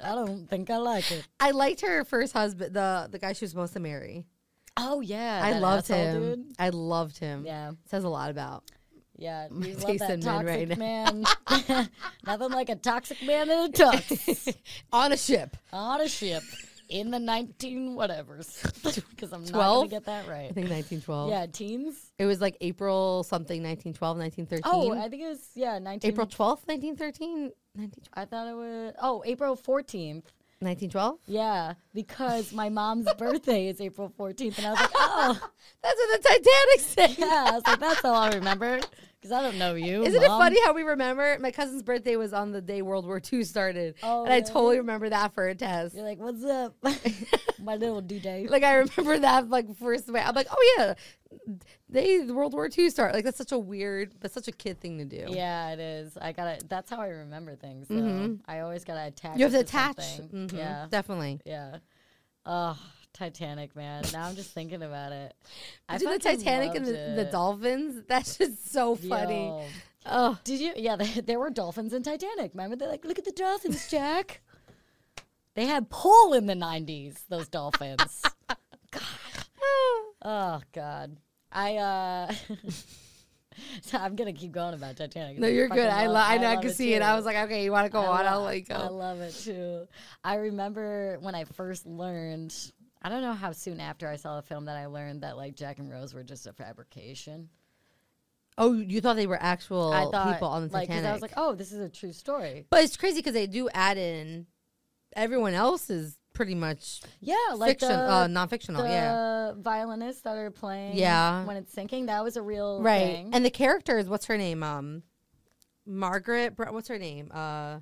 [SPEAKER 2] I don't think I like it.
[SPEAKER 3] I liked her first husband, the the guy she was supposed to marry.
[SPEAKER 2] Oh yeah,
[SPEAKER 3] I
[SPEAKER 2] that
[SPEAKER 3] loved
[SPEAKER 2] asshole
[SPEAKER 3] him.
[SPEAKER 2] dude.
[SPEAKER 3] I loved him.
[SPEAKER 2] Yeah,
[SPEAKER 3] Says a lot about.
[SPEAKER 2] yeah.
[SPEAKER 3] My
[SPEAKER 2] You love
[SPEAKER 3] taste
[SPEAKER 2] that
[SPEAKER 3] in men
[SPEAKER 2] toxic
[SPEAKER 3] right
[SPEAKER 2] man. Nothing like a toxic man in a tux
[SPEAKER 3] On a ship.
[SPEAKER 2] on a ship in the nineteen whatevers. Because I'm
[SPEAKER 3] Twelve?
[SPEAKER 2] not gonna get that
[SPEAKER 3] I
[SPEAKER 2] right.
[SPEAKER 3] think 1912.
[SPEAKER 2] Yeah, teens.
[SPEAKER 3] It was like April something, 1912, 1913.
[SPEAKER 2] Oh, I think it was yeah nineteen.
[SPEAKER 3] April 12th, 1913. 1912.
[SPEAKER 2] I thought it was oh April fourteenth.
[SPEAKER 3] 1912?
[SPEAKER 2] Yeah, because my mom's birthday is April 14th. And I was like, oh,
[SPEAKER 3] That's what the Titanic said.
[SPEAKER 2] yeah. I was like, that's all I'll remember. Because I don't know you.
[SPEAKER 3] Isn't it
[SPEAKER 2] Mom.
[SPEAKER 3] funny how we remember? My cousin's birthday was on the day World War II started.
[SPEAKER 2] Oh,
[SPEAKER 3] and I totally
[SPEAKER 2] really?
[SPEAKER 3] remember that for a test.
[SPEAKER 2] You're like, what's up? my little dude day.
[SPEAKER 3] Like, I remember that, like, first way. I'm like, oh, yeah, they, the World War II started. Like, that's such a weird, that's such a kid thing to do.
[SPEAKER 2] yeah, it is. I gotta. That's how I remember things. Though. I always gotta attach.
[SPEAKER 3] Mm-hmm. You have to
[SPEAKER 2] it
[SPEAKER 3] attach.
[SPEAKER 2] something.
[SPEAKER 3] Mhm,
[SPEAKER 2] Yeah,
[SPEAKER 3] Definitely.
[SPEAKER 2] yeah. Oh, Titanic, man. Now I'm just thinking about it. I
[SPEAKER 3] I do the
[SPEAKER 2] fucking
[SPEAKER 3] Titanic and
[SPEAKER 2] loved
[SPEAKER 3] the, the
[SPEAKER 2] it.
[SPEAKER 3] dolphins. That's just so funny.
[SPEAKER 2] Yo.
[SPEAKER 3] Oh,
[SPEAKER 2] Did you? Yeah, there, there were dolphins in Titanic. Remember, they're like, look at the dolphins, Jack. they had pull in the '90s. Those dolphins. oh God, I. uh so I'm gonna keep going about Titanic.
[SPEAKER 3] no, you're good.
[SPEAKER 2] fucking
[SPEAKER 3] I,
[SPEAKER 2] love-
[SPEAKER 3] lo- I know. I
[SPEAKER 2] love
[SPEAKER 3] could see it. I
[SPEAKER 2] too.
[SPEAKER 3] was like, "Oh, okay, you want to go on?
[SPEAKER 2] lo-
[SPEAKER 3] I'll like go.
[SPEAKER 2] I love it too. I remember when I first learned. I don't know how soon after I saw the film that I learned that like Jack and Rose were just a fabrication.
[SPEAKER 3] oh, you thought they were actual
[SPEAKER 2] I thought
[SPEAKER 3] people on the
[SPEAKER 2] like, 'cause
[SPEAKER 3] Titanic?
[SPEAKER 2] I was like, oh, this is a true story.
[SPEAKER 3] But it's crazy because they do add in everyone else is pretty much
[SPEAKER 2] Yeah, like
[SPEAKER 3] fiction,
[SPEAKER 2] the,
[SPEAKER 3] uh, non-fictional,
[SPEAKER 2] the
[SPEAKER 3] yeah,
[SPEAKER 2] violinists that are playing
[SPEAKER 3] Yeah.
[SPEAKER 2] when it's sinking. That was a real
[SPEAKER 3] right.
[SPEAKER 2] thing.
[SPEAKER 3] And the characters, what's her name? Um, Margaret. Br- What's her name? Uh,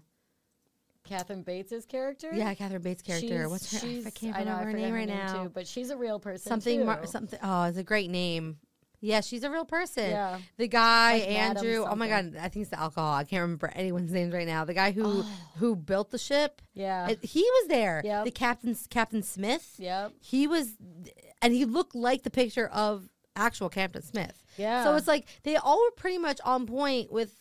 [SPEAKER 2] Catherine Bates's character.
[SPEAKER 3] yeah, Catherine Bates' character.
[SPEAKER 2] She's-
[SPEAKER 3] what's her? I
[SPEAKER 2] she's-
[SPEAKER 3] can't
[SPEAKER 2] know,
[SPEAKER 3] remember
[SPEAKER 2] I
[SPEAKER 3] her
[SPEAKER 2] forget
[SPEAKER 3] name right now.
[SPEAKER 2] too, but she's a real person.
[SPEAKER 3] something, Mar-
[SPEAKER 2] too.
[SPEAKER 3] something. Oh, it's a great name. Yeah, she's a real person.
[SPEAKER 2] Yeah.
[SPEAKER 3] The guy
[SPEAKER 2] Like Madam
[SPEAKER 3] Andrew. Oh my
[SPEAKER 2] something. Oh.
[SPEAKER 3] god, I think it's the alcohol. I can't remember anyone's names right now. The guy who who built the ship.
[SPEAKER 2] Yeah.
[SPEAKER 3] It- Uh, he was there.
[SPEAKER 2] Yep.
[SPEAKER 3] The captain, Captain Smith.
[SPEAKER 2] Yep.
[SPEAKER 3] He was, and he looked like the picture of actual Captain Smith.
[SPEAKER 2] Yeah.
[SPEAKER 3] So it's like they all were pretty much on point with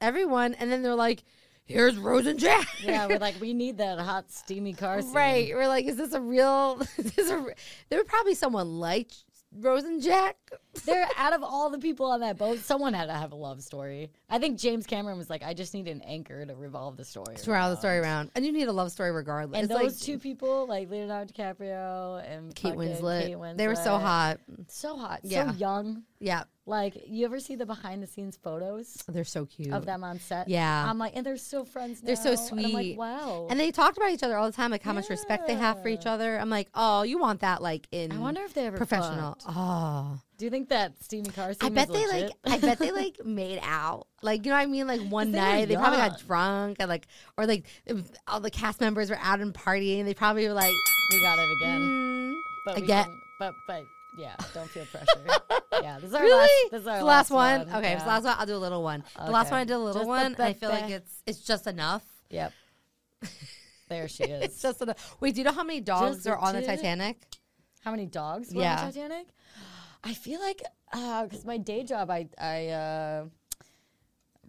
[SPEAKER 3] everyone, and then they're like, "Here's Rose and Jack."
[SPEAKER 2] yeah, we're like, we need that hot, steamy car scene.
[SPEAKER 3] Right. We're like, is this a real? Is this a? re- There were probably someone like Rose and Jack.
[SPEAKER 2] There, out of all the people on that boat, someone had to have a love story. I think James Cameron was like, I just need an anchor to revolve the story.
[SPEAKER 3] To round the story around, and you need a love story regardless.
[SPEAKER 2] And
[SPEAKER 3] It's
[SPEAKER 2] those
[SPEAKER 3] like,
[SPEAKER 2] two people, like Leonardo DiCaprio and
[SPEAKER 3] Kate
[SPEAKER 2] fucking
[SPEAKER 3] Winslet.
[SPEAKER 2] Kate
[SPEAKER 3] They were so
[SPEAKER 2] Winslet.
[SPEAKER 3] hot.
[SPEAKER 2] so hot,
[SPEAKER 3] Yeah.
[SPEAKER 2] so young.
[SPEAKER 3] Yeah,
[SPEAKER 2] Like, you ever see the behind the scenes photos
[SPEAKER 3] they're so cute.
[SPEAKER 2] of them on set?
[SPEAKER 3] Mm. Yeah.
[SPEAKER 2] I'm like, and they're so friends.
[SPEAKER 3] They're so
[SPEAKER 2] now. And I'm like,
[SPEAKER 3] sweet.
[SPEAKER 2] wow.
[SPEAKER 3] And they talked about each other all the time, like how much respect they have for each other. I'm like, oh, you want that, like in
[SPEAKER 2] I wonder if they ever
[SPEAKER 3] professional.
[SPEAKER 2] fucked.
[SPEAKER 3] Oh,
[SPEAKER 2] Do you think that steamy car scene?
[SPEAKER 3] I bet
[SPEAKER 2] was
[SPEAKER 3] they
[SPEAKER 2] legit?
[SPEAKER 3] like. I bet they like made out. Like you know what I mean? Like one
[SPEAKER 2] they were
[SPEAKER 3] night they probably got
[SPEAKER 2] young.
[SPEAKER 3] drunk and like, or like it was- all the cast members were out and partying. They probably were like,
[SPEAKER 2] we got it again.
[SPEAKER 3] mm,
[SPEAKER 2] But
[SPEAKER 3] I
[SPEAKER 2] we
[SPEAKER 3] get-
[SPEAKER 2] can- but but yeah, don't feel pressure. yeah, this is our
[SPEAKER 3] really?
[SPEAKER 2] last. This is
[SPEAKER 3] It's
[SPEAKER 2] our
[SPEAKER 3] the
[SPEAKER 2] last,
[SPEAKER 3] last one. Okay,
[SPEAKER 2] yeah.
[SPEAKER 3] it's the last one. I'll do a little one. The last
[SPEAKER 2] Okay.
[SPEAKER 3] one I did a little
[SPEAKER 2] Just the
[SPEAKER 3] one. and I
[SPEAKER 2] bit
[SPEAKER 3] feel like
[SPEAKER 2] there.
[SPEAKER 3] it's it's just enough.
[SPEAKER 2] Yep. There she is.
[SPEAKER 3] It's just enough. Wait, do you know how many dogs
[SPEAKER 2] Just
[SPEAKER 3] are on the
[SPEAKER 2] two.
[SPEAKER 3] Titanic?
[SPEAKER 2] How many dogs were
[SPEAKER 3] Yeah.
[SPEAKER 2] on Titanic? I feel like because my day job, I I uh,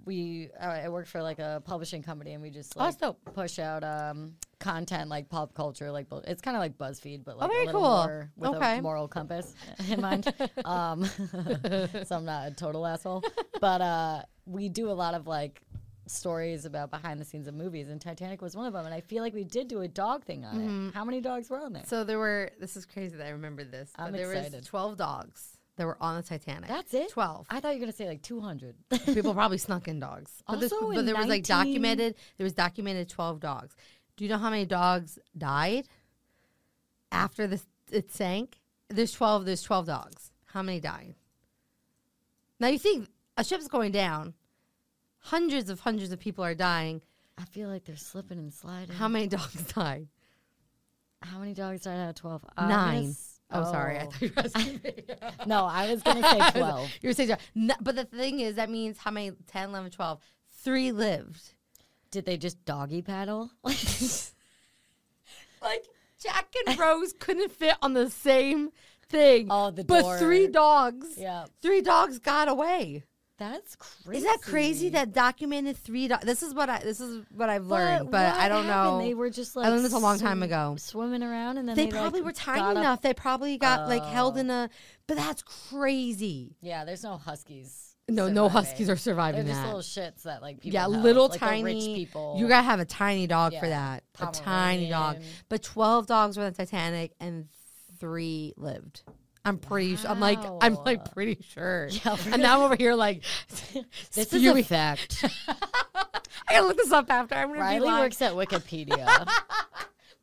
[SPEAKER 2] we I I work for like a publishing company, and we just like
[SPEAKER 3] dope.
[SPEAKER 2] push out um, content like pop culture, like bu- it's kind of like BuzzFeed, but like
[SPEAKER 3] Oh, very
[SPEAKER 2] a little
[SPEAKER 3] cool.
[SPEAKER 2] more with
[SPEAKER 3] Okay.
[SPEAKER 2] a moral compass in mind. um, so I'm not a total asshole, but uh, we do a lot of like stories about behind the scenes of movies, and Titanic was one of them. And I feel like we did do a dog thing on
[SPEAKER 3] Mm-hmm.
[SPEAKER 2] it. How many dogs were on there?
[SPEAKER 3] So there were. This is crazy that I remember this.
[SPEAKER 2] I'm
[SPEAKER 3] but there
[SPEAKER 2] excited.
[SPEAKER 3] was twelve dogs that were on the Titanic.
[SPEAKER 2] That's it.
[SPEAKER 3] Twelve.
[SPEAKER 2] I thought you were gonna say like two hundred.
[SPEAKER 3] People probably snuck in dogs. But, this-
[SPEAKER 2] Also
[SPEAKER 3] but
[SPEAKER 2] in
[SPEAKER 3] there was like
[SPEAKER 2] 19
[SPEAKER 3] documented. There was documented twelve dogs. Do you know how many dogs died after this? It sank. There's twelve. There's twelve dogs. How many died? Now you think a ship's going down. Hundreds of hundreds of people are dying.
[SPEAKER 2] I feel like they're slipping and sliding.
[SPEAKER 3] How
[SPEAKER 2] How,
[SPEAKER 3] many dogs died?
[SPEAKER 2] many dogs died out of twelve?
[SPEAKER 3] Nine. Oh, sorry. I thought you were asking me.
[SPEAKER 2] no, I was gonna say twelve.
[SPEAKER 3] You were saying, twelve. No, but the thing is, that means how many? 10, 11, 12. Three lived.
[SPEAKER 2] Did they just doggy paddle?
[SPEAKER 3] Like, Jack and Rose couldn't fit on the same thing.
[SPEAKER 2] Oh, the
[SPEAKER 3] But
[SPEAKER 2] door.
[SPEAKER 3] three dogs.
[SPEAKER 2] yeah,
[SPEAKER 3] Three dogs got away.
[SPEAKER 2] that's crazy.
[SPEAKER 3] Is that crazy that documented three dogs? This is what I this is what I've learned, but
[SPEAKER 2] what
[SPEAKER 3] I don't
[SPEAKER 2] happened?
[SPEAKER 3] know.
[SPEAKER 2] They were just like
[SPEAKER 3] learned this a long time ago.
[SPEAKER 2] swimming around, and then
[SPEAKER 3] They
[SPEAKER 2] they,
[SPEAKER 3] probably
[SPEAKER 2] like,
[SPEAKER 3] were
[SPEAKER 2] got
[SPEAKER 3] tiny
[SPEAKER 2] up- Oh.
[SPEAKER 3] enough. They probably got like held in a but that's crazy.
[SPEAKER 2] Yeah, there's no huskies.
[SPEAKER 3] No, no
[SPEAKER 2] surviving.
[SPEAKER 3] huskies are surviving
[SPEAKER 2] They're just
[SPEAKER 3] that.
[SPEAKER 2] little shits that like people.
[SPEAKER 3] yeah,
[SPEAKER 2] have,
[SPEAKER 3] little
[SPEAKER 2] like, the
[SPEAKER 3] tiny.
[SPEAKER 2] rich people.
[SPEAKER 3] You gotta have a tiny dog for
[SPEAKER 2] Yeah,
[SPEAKER 3] that. A tiny dog.
[SPEAKER 2] Pomeranian.
[SPEAKER 3] But twelve dogs were on the Titanic, and three lived. I'm pretty. Sure. I'm like. I'm like
[SPEAKER 2] Wow.
[SPEAKER 3] pretty sure.
[SPEAKER 2] Yeah, we're
[SPEAKER 3] and now I'm over here like.
[SPEAKER 2] This is
[SPEAKER 3] spewing-
[SPEAKER 2] a fact.
[SPEAKER 3] I gotta look this up after. I'm gonna be
[SPEAKER 2] Riley
[SPEAKER 3] lying.
[SPEAKER 2] works at Wikipedia,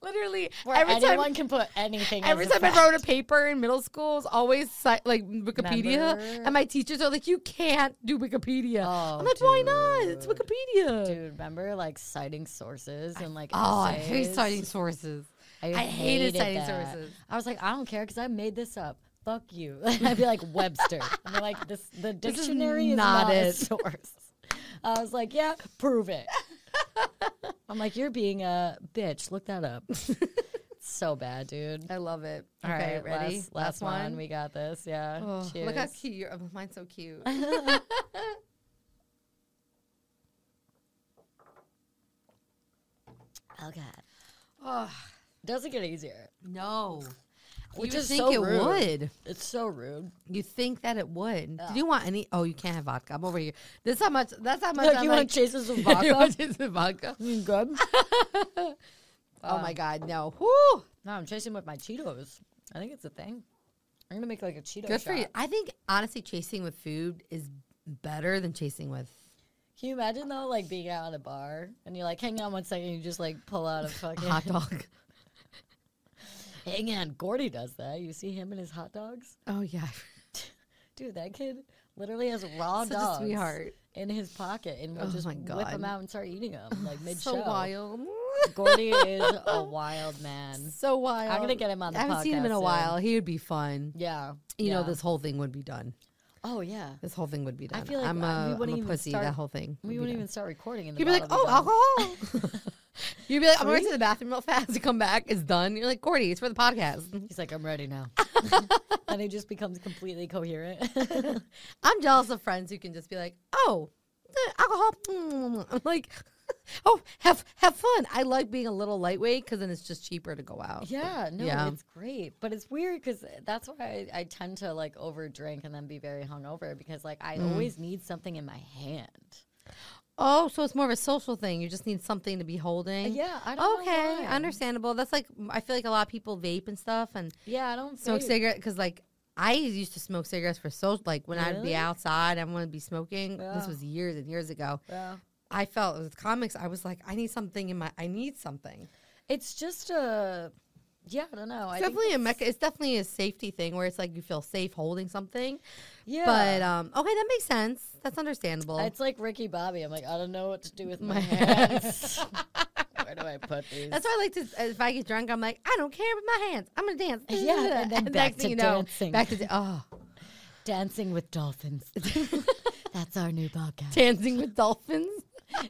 [SPEAKER 3] literally
[SPEAKER 2] where
[SPEAKER 3] every time.
[SPEAKER 2] anyone can put anything.
[SPEAKER 3] Every
[SPEAKER 2] as a
[SPEAKER 3] time I
[SPEAKER 2] fact.
[SPEAKER 3] wrote a paper in middle school, it's always si- like Wikipedia,
[SPEAKER 2] Remember?
[SPEAKER 3] and my teachers are like, "You can't do Wikipedia."
[SPEAKER 2] Oh,
[SPEAKER 3] I'm like, "Why not? It's Wikipedia."
[SPEAKER 2] Dude, remember like citing sources and like
[SPEAKER 3] oh, I hate
[SPEAKER 2] essays?
[SPEAKER 3] citing sources. I hated citing sources.
[SPEAKER 2] I was like, I don't care because I made this up. Fuck you. I'd be like Webster. and they're like, this the
[SPEAKER 3] is
[SPEAKER 2] dictionary is,
[SPEAKER 3] not
[SPEAKER 2] not,
[SPEAKER 3] it.
[SPEAKER 2] a source. I was like, yeah, prove it. I'm like, you're being a bitch. Look that up. so bad, dude.
[SPEAKER 3] I love it.
[SPEAKER 2] All
[SPEAKER 3] okay,
[SPEAKER 2] right,
[SPEAKER 3] ready?
[SPEAKER 2] Last, last one. We got this. Yeah.
[SPEAKER 3] Oh,
[SPEAKER 2] Cheers.
[SPEAKER 3] look how cute your oh, mine's so cute.
[SPEAKER 2] oh god.
[SPEAKER 3] oh,
[SPEAKER 2] Doesn't get easier.
[SPEAKER 3] no.
[SPEAKER 2] Which
[SPEAKER 3] you would
[SPEAKER 2] is
[SPEAKER 3] think
[SPEAKER 2] so
[SPEAKER 3] it
[SPEAKER 2] rude.
[SPEAKER 3] would.
[SPEAKER 2] It's so rude.
[SPEAKER 3] You think that it would. Do you want any oh you can't have vodka. I'm over here. This is how much that's how much
[SPEAKER 2] Look,
[SPEAKER 3] I'm
[SPEAKER 2] you
[SPEAKER 3] like,
[SPEAKER 2] want chases of
[SPEAKER 3] You
[SPEAKER 2] vodka?
[SPEAKER 3] want just the vodka?
[SPEAKER 2] You good?
[SPEAKER 3] Oh my god, no. Whew.
[SPEAKER 2] No, I'm chasing with my Cheetos. I think it's a thing. I'm gonna make like a Cheeto
[SPEAKER 3] Good
[SPEAKER 2] shot.
[SPEAKER 3] for you. I think honestly chasing with food is better than chasing with
[SPEAKER 2] Can you imagine though, like being out at a bar and you're like, "Hang on one second, you just like pull out a fucking
[SPEAKER 3] hot dog.
[SPEAKER 2] Hang on, Gordy does that. You see him and his hot dogs,
[SPEAKER 3] oh yeah.
[SPEAKER 2] dude. That kid literally has raw
[SPEAKER 3] Such a
[SPEAKER 2] dogs
[SPEAKER 3] sweetheart.
[SPEAKER 2] in his pocket and will
[SPEAKER 3] Oh
[SPEAKER 2] just
[SPEAKER 3] my
[SPEAKER 2] whip
[SPEAKER 3] God.
[SPEAKER 2] them out and start eating them like mid show.
[SPEAKER 3] So wild.
[SPEAKER 2] Gordy is a wild man.
[SPEAKER 3] so wild.
[SPEAKER 2] gonna get him on the
[SPEAKER 3] I haven't seen him in
[SPEAKER 2] podcast
[SPEAKER 3] a
[SPEAKER 2] soon.
[SPEAKER 3] while. He would be fun.
[SPEAKER 2] Yeah,
[SPEAKER 3] You know,
[SPEAKER 2] yeah.
[SPEAKER 3] this whole thing would be done.
[SPEAKER 2] Oh yeah.
[SPEAKER 3] This whole thing would be done.
[SPEAKER 2] feel like
[SPEAKER 3] I'm
[SPEAKER 2] I- we
[SPEAKER 3] a, I'm
[SPEAKER 2] wouldn't
[SPEAKER 3] a
[SPEAKER 2] even
[SPEAKER 3] pussy.
[SPEAKER 2] start-
[SPEAKER 3] that whole thing.
[SPEAKER 2] We
[SPEAKER 3] would
[SPEAKER 2] wouldn't
[SPEAKER 3] done.
[SPEAKER 2] even start recording. And the
[SPEAKER 3] You'd be like,
[SPEAKER 2] bottle
[SPEAKER 3] oh,
[SPEAKER 2] would be gone."
[SPEAKER 3] alcohol. You'd be like, I'm going to the bathroom real fast. You come back, it's done. You're like, Cordy, it's for the podcast.
[SPEAKER 2] He's like, I'm ready now, and he just becomes completely coherent.
[SPEAKER 3] I'm jealous of friends who can just be like, oh, eh, alcohol. mm." I'm like, oh, have have fun. I like being a little lightweight because then it's just cheaper to go out.
[SPEAKER 2] yeah, no,
[SPEAKER 3] Yeah.
[SPEAKER 2] it's great, but it's weird because that's why I, I tend to like overdrink and then be very hungover because like I always need something in my hand.
[SPEAKER 3] Oh, so it's more of a social thing. You just need something to be holding.
[SPEAKER 2] Yeah, I don't. know
[SPEAKER 3] Okay,
[SPEAKER 2] why.
[SPEAKER 3] understandable. That's like I feel like a lot of people vape and stuff and
[SPEAKER 2] Yeah, I don't
[SPEAKER 3] smoke
[SPEAKER 2] vape.
[SPEAKER 3] cigarette because like I used to smoke cigarettes for so like when I'd
[SPEAKER 2] Really?
[SPEAKER 3] be outside, I want to be smoking. This
[SPEAKER 2] Yeah.
[SPEAKER 3] was years and years ago.
[SPEAKER 2] Yeah.
[SPEAKER 3] I felt with comics, I was like, I need something in my, I need something.
[SPEAKER 2] It's just a, yeah, I don't know. I
[SPEAKER 3] It's
[SPEAKER 2] think
[SPEAKER 3] definitely a
[SPEAKER 2] it's-
[SPEAKER 3] mecha. It's definitely a safety thing where it's like you feel safe holding something.
[SPEAKER 2] Yeah,
[SPEAKER 3] But um, okay, that makes sense. That's understandable.
[SPEAKER 2] It's like Ricky Bobby. I'm like, I don't know what to do with my,
[SPEAKER 3] My
[SPEAKER 2] hands. Where do I put these?
[SPEAKER 3] That's why I like to. uh, If I get drunk, I'm like, I don't care with my hands. I'm gonna dance.
[SPEAKER 2] Yeah, and then back
[SPEAKER 3] next
[SPEAKER 2] to
[SPEAKER 3] thing you know,
[SPEAKER 2] dancing.
[SPEAKER 3] Back to da- oh,
[SPEAKER 2] Dancing with dolphins. That's our new podcast.
[SPEAKER 3] dancing with dolphins.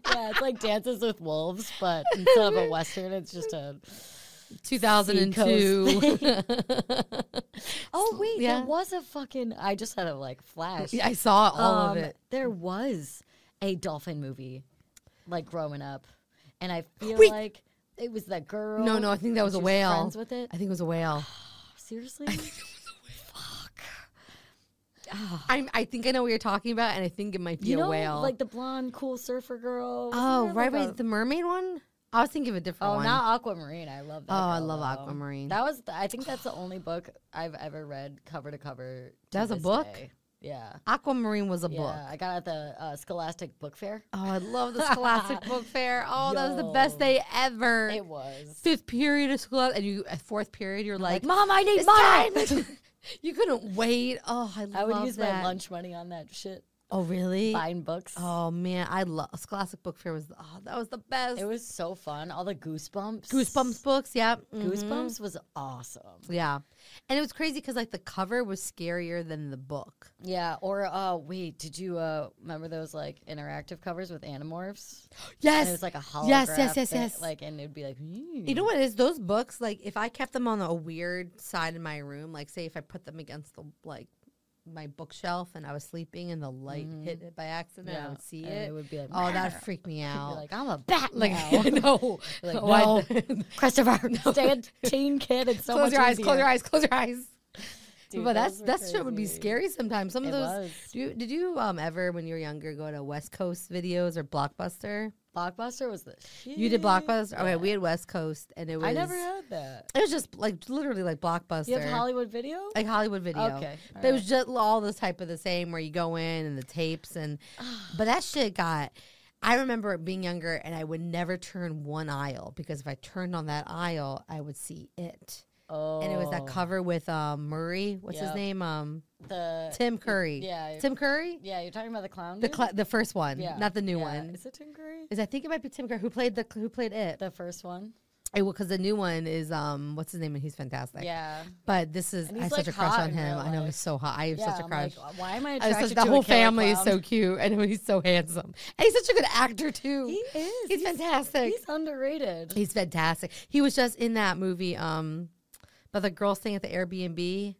[SPEAKER 2] yeah, it's like Dances with Wolves, but instead of a western, it's just a.
[SPEAKER 3] 2002.
[SPEAKER 2] Oh wait,
[SPEAKER 3] Yeah.
[SPEAKER 2] there was a fucking. I just had a like flash.
[SPEAKER 3] I saw all
[SPEAKER 2] Um,
[SPEAKER 3] of it.
[SPEAKER 2] There was a dolphin movie, like growing up, and I feel
[SPEAKER 3] Wait.
[SPEAKER 2] like it was that girl.
[SPEAKER 3] No, no, I think that
[SPEAKER 2] and
[SPEAKER 3] was a
[SPEAKER 2] she
[SPEAKER 3] whale.
[SPEAKER 2] Friends with it.
[SPEAKER 3] I think it was a whale.
[SPEAKER 2] Seriously? Fuck.
[SPEAKER 3] Ah. I'm, I think I know what you're talking about, and I think it might be
[SPEAKER 2] You
[SPEAKER 3] a
[SPEAKER 2] know,
[SPEAKER 3] whale.
[SPEAKER 2] like the blonde cool surfer girl. Wasn't
[SPEAKER 3] oh,
[SPEAKER 2] there,
[SPEAKER 3] right,
[SPEAKER 2] like
[SPEAKER 3] right,
[SPEAKER 2] a-
[SPEAKER 3] the mermaid one. I was thinking of a different
[SPEAKER 2] oh,
[SPEAKER 3] one.
[SPEAKER 2] not Aquamarine. I love that.
[SPEAKER 3] Oh, I
[SPEAKER 2] girl,
[SPEAKER 3] love
[SPEAKER 2] though.
[SPEAKER 3] Aquamarine.
[SPEAKER 2] That was. The, I think that's the only book I've ever read cover to cover. to
[SPEAKER 3] That was a
[SPEAKER 2] this
[SPEAKER 3] book?
[SPEAKER 2] day. Yeah.
[SPEAKER 3] Aquamarine was a
[SPEAKER 2] Yeah,
[SPEAKER 3] book.
[SPEAKER 2] I got it at the uh, Scholastic Book Fair.
[SPEAKER 3] Oh, I love the Scholastic Book Fair. Oh, that was the
[SPEAKER 2] Yo.
[SPEAKER 3] best day ever.
[SPEAKER 2] It was.
[SPEAKER 3] Fifth period of school, and you at fourth period, you're like,
[SPEAKER 2] Mom, I need
[SPEAKER 3] "It's time!" you couldn't wait. Oh, I,
[SPEAKER 2] I
[SPEAKER 3] love
[SPEAKER 2] would use
[SPEAKER 3] that.
[SPEAKER 2] my lunch money on that shit.
[SPEAKER 3] Oh, really?
[SPEAKER 2] Buying books.
[SPEAKER 3] Oh man, I love Scholastic Book Fair was oh that was the best.
[SPEAKER 2] It was so fun. All the goosebumps.
[SPEAKER 3] Goosebumps books, yeah. mhm.
[SPEAKER 2] Goosebumps was awesome.
[SPEAKER 3] Yeah, and it was crazy because like the cover was scarier than the book.
[SPEAKER 2] Yeah, or uh wait, did you uh remember those like interactive covers with Animorphs?
[SPEAKER 3] Yes,
[SPEAKER 2] And it was like a holograph.
[SPEAKER 3] Yes, yes, yes,
[SPEAKER 2] thing,
[SPEAKER 3] yes.
[SPEAKER 2] Like and it'd be like
[SPEAKER 3] You know what it is? Those books, like if I kept them on a weird side in my room, like say if I put them against the like my bookshelf and I was sleeping and the light hit it by accident, I would see
[SPEAKER 2] and
[SPEAKER 3] it.
[SPEAKER 2] would be like
[SPEAKER 3] oh, that would freak me
[SPEAKER 2] You're
[SPEAKER 3] out.
[SPEAKER 2] like I'm a bat
[SPEAKER 3] Like,
[SPEAKER 2] now.
[SPEAKER 3] I know.
[SPEAKER 2] You're like,
[SPEAKER 3] Why-
[SPEAKER 2] no, Christopher, stay a teen kid. It's so
[SPEAKER 3] close
[SPEAKER 2] much
[SPEAKER 3] your eyes. Close
[SPEAKER 2] easier.
[SPEAKER 3] your eyes. Close your eyes.
[SPEAKER 2] Dude,
[SPEAKER 3] but that's
[SPEAKER 2] those were
[SPEAKER 3] that shit would be
[SPEAKER 2] crazy.
[SPEAKER 3] scary sometimes. Some of
[SPEAKER 2] It
[SPEAKER 3] those.
[SPEAKER 2] was.
[SPEAKER 3] Do you, did you um ever when you were younger go to West Coast videos or Blockbuster?
[SPEAKER 2] Blockbuster was the shit.
[SPEAKER 3] You did Blockbuster. Okay, we had West Coast, and it was
[SPEAKER 2] I never had that.
[SPEAKER 3] It was just like literally like Blockbuster.
[SPEAKER 2] You have Hollywood Video?
[SPEAKER 3] like Hollywood video.
[SPEAKER 2] Okay,
[SPEAKER 3] But it was just all this type of the same where you go in and the tapes and but that shit got I remember being younger and I would never turn one aisle because if I turned on that aisle I would see it.
[SPEAKER 2] oh,
[SPEAKER 3] And it was that cover with um, Murray, what's
[SPEAKER 2] Yep.
[SPEAKER 3] his name? Um
[SPEAKER 2] The
[SPEAKER 3] Tim Curry.
[SPEAKER 2] yeah.
[SPEAKER 3] Tim Curry?
[SPEAKER 2] yeah, you're talking about the clown.
[SPEAKER 3] The
[SPEAKER 2] dude?
[SPEAKER 3] cl- the first one,
[SPEAKER 2] Yeah,
[SPEAKER 3] not the new
[SPEAKER 2] yeah.
[SPEAKER 3] one.
[SPEAKER 2] Is it Tim Curry?
[SPEAKER 3] Is I think it might be Tim Curry who played the who played it.
[SPEAKER 2] The first one.
[SPEAKER 3] because the new one is um what's his name and he's fantastic.
[SPEAKER 2] Yeah.
[SPEAKER 3] But this is
[SPEAKER 2] And
[SPEAKER 3] I have
[SPEAKER 2] he's,
[SPEAKER 3] such a
[SPEAKER 2] like,
[SPEAKER 3] crush
[SPEAKER 2] hot
[SPEAKER 3] on
[SPEAKER 2] in
[SPEAKER 3] him.
[SPEAKER 2] real
[SPEAKER 3] I know
[SPEAKER 2] life.
[SPEAKER 3] he's so hot. I have
[SPEAKER 2] yeah,
[SPEAKER 3] such a
[SPEAKER 2] I'm
[SPEAKER 3] crush.
[SPEAKER 2] Like, why am I
[SPEAKER 3] I was
[SPEAKER 2] attracted
[SPEAKER 3] such,
[SPEAKER 2] to
[SPEAKER 3] that
[SPEAKER 2] a
[SPEAKER 3] whole
[SPEAKER 2] killer
[SPEAKER 3] family is so
[SPEAKER 2] clown?
[SPEAKER 3] cute, and he's so handsome, and he's such a good actor too.
[SPEAKER 2] He is.
[SPEAKER 3] He's, fantastic. He's,
[SPEAKER 2] He's underrated.
[SPEAKER 3] fantastic. He was just in that movie, um, but the girl staying at the Airbnb.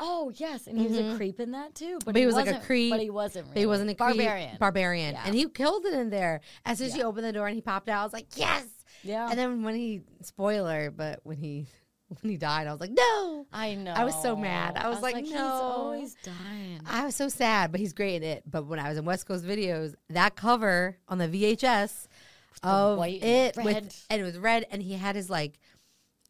[SPEAKER 2] Oh yes, and he was a creep in that too. But,
[SPEAKER 3] Mm-hmm. But he was, like, a
[SPEAKER 2] wasn't-
[SPEAKER 3] creep,
[SPEAKER 2] But he wasn't. Really.
[SPEAKER 3] But he wasn't a creep.
[SPEAKER 2] barbarian.
[SPEAKER 3] Barbarian,
[SPEAKER 2] Yeah.
[SPEAKER 3] and he killed it in there. As soon as she opened the door and he popped out, I was like, yes.
[SPEAKER 2] yeah.
[SPEAKER 3] And then when he spoiler, but when he when he died, I was like, no.
[SPEAKER 2] I know.
[SPEAKER 3] I was so mad. I was like,
[SPEAKER 2] he's
[SPEAKER 3] no.
[SPEAKER 2] always dying.
[SPEAKER 3] I was so sad, but he's great in it. But when I was in West Coast videos, that cover on the VHS of
[SPEAKER 2] white
[SPEAKER 3] it
[SPEAKER 2] and red.
[SPEAKER 3] with and it was red, and he had his like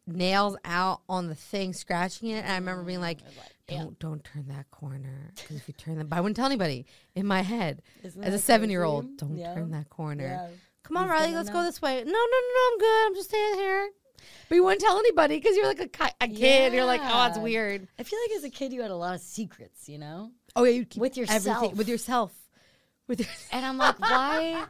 [SPEAKER 3] nails out on the thing, scratching it. And I remember being
[SPEAKER 2] Mm,
[SPEAKER 3] like,
[SPEAKER 2] yeah.
[SPEAKER 3] "Don't don't turn that corner because if you turn that, but I wouldn't tell anybody in my head
[SPEAKER 2] Isn't
[SPEAKER 3] as
[SPEAKER 2] that
[SPEAKER 3] a seven year old.
[SPEAKER 2] crazy?
[SPEAKER 3] Don't
[SPEAKER 2] Yeah.
[SPEAKER 3] turn that corner.
[SPEAKER 2] Yeah.
[SPEAKER 3] Come on,
[SPEAKER 2] He's
[SPEAKER 3] Riley,
[SPEAKER 2] gonna
[SPEAKER 3] let's
[SPEAKER 2] know.
[SPEAKER 3] go this way. No, no, no, no, I'm good. I'm just staying here. But you wouldn't tell anybody because you're like a, ki- a kid. You're like, oh, it's
[SPEAKER 2] Yeah.
[SPEAKER 3] weird.
[SPEAKER 2] I feel like as a kid you had a lot of secrets, you know.
[SPEAKER 3] Oh yeah, you keep
[SPEAKER 2] With yourself.
[SPEAKER 3] everything, with yourself, with your.
[SPEAKER 2] And I'm like, why?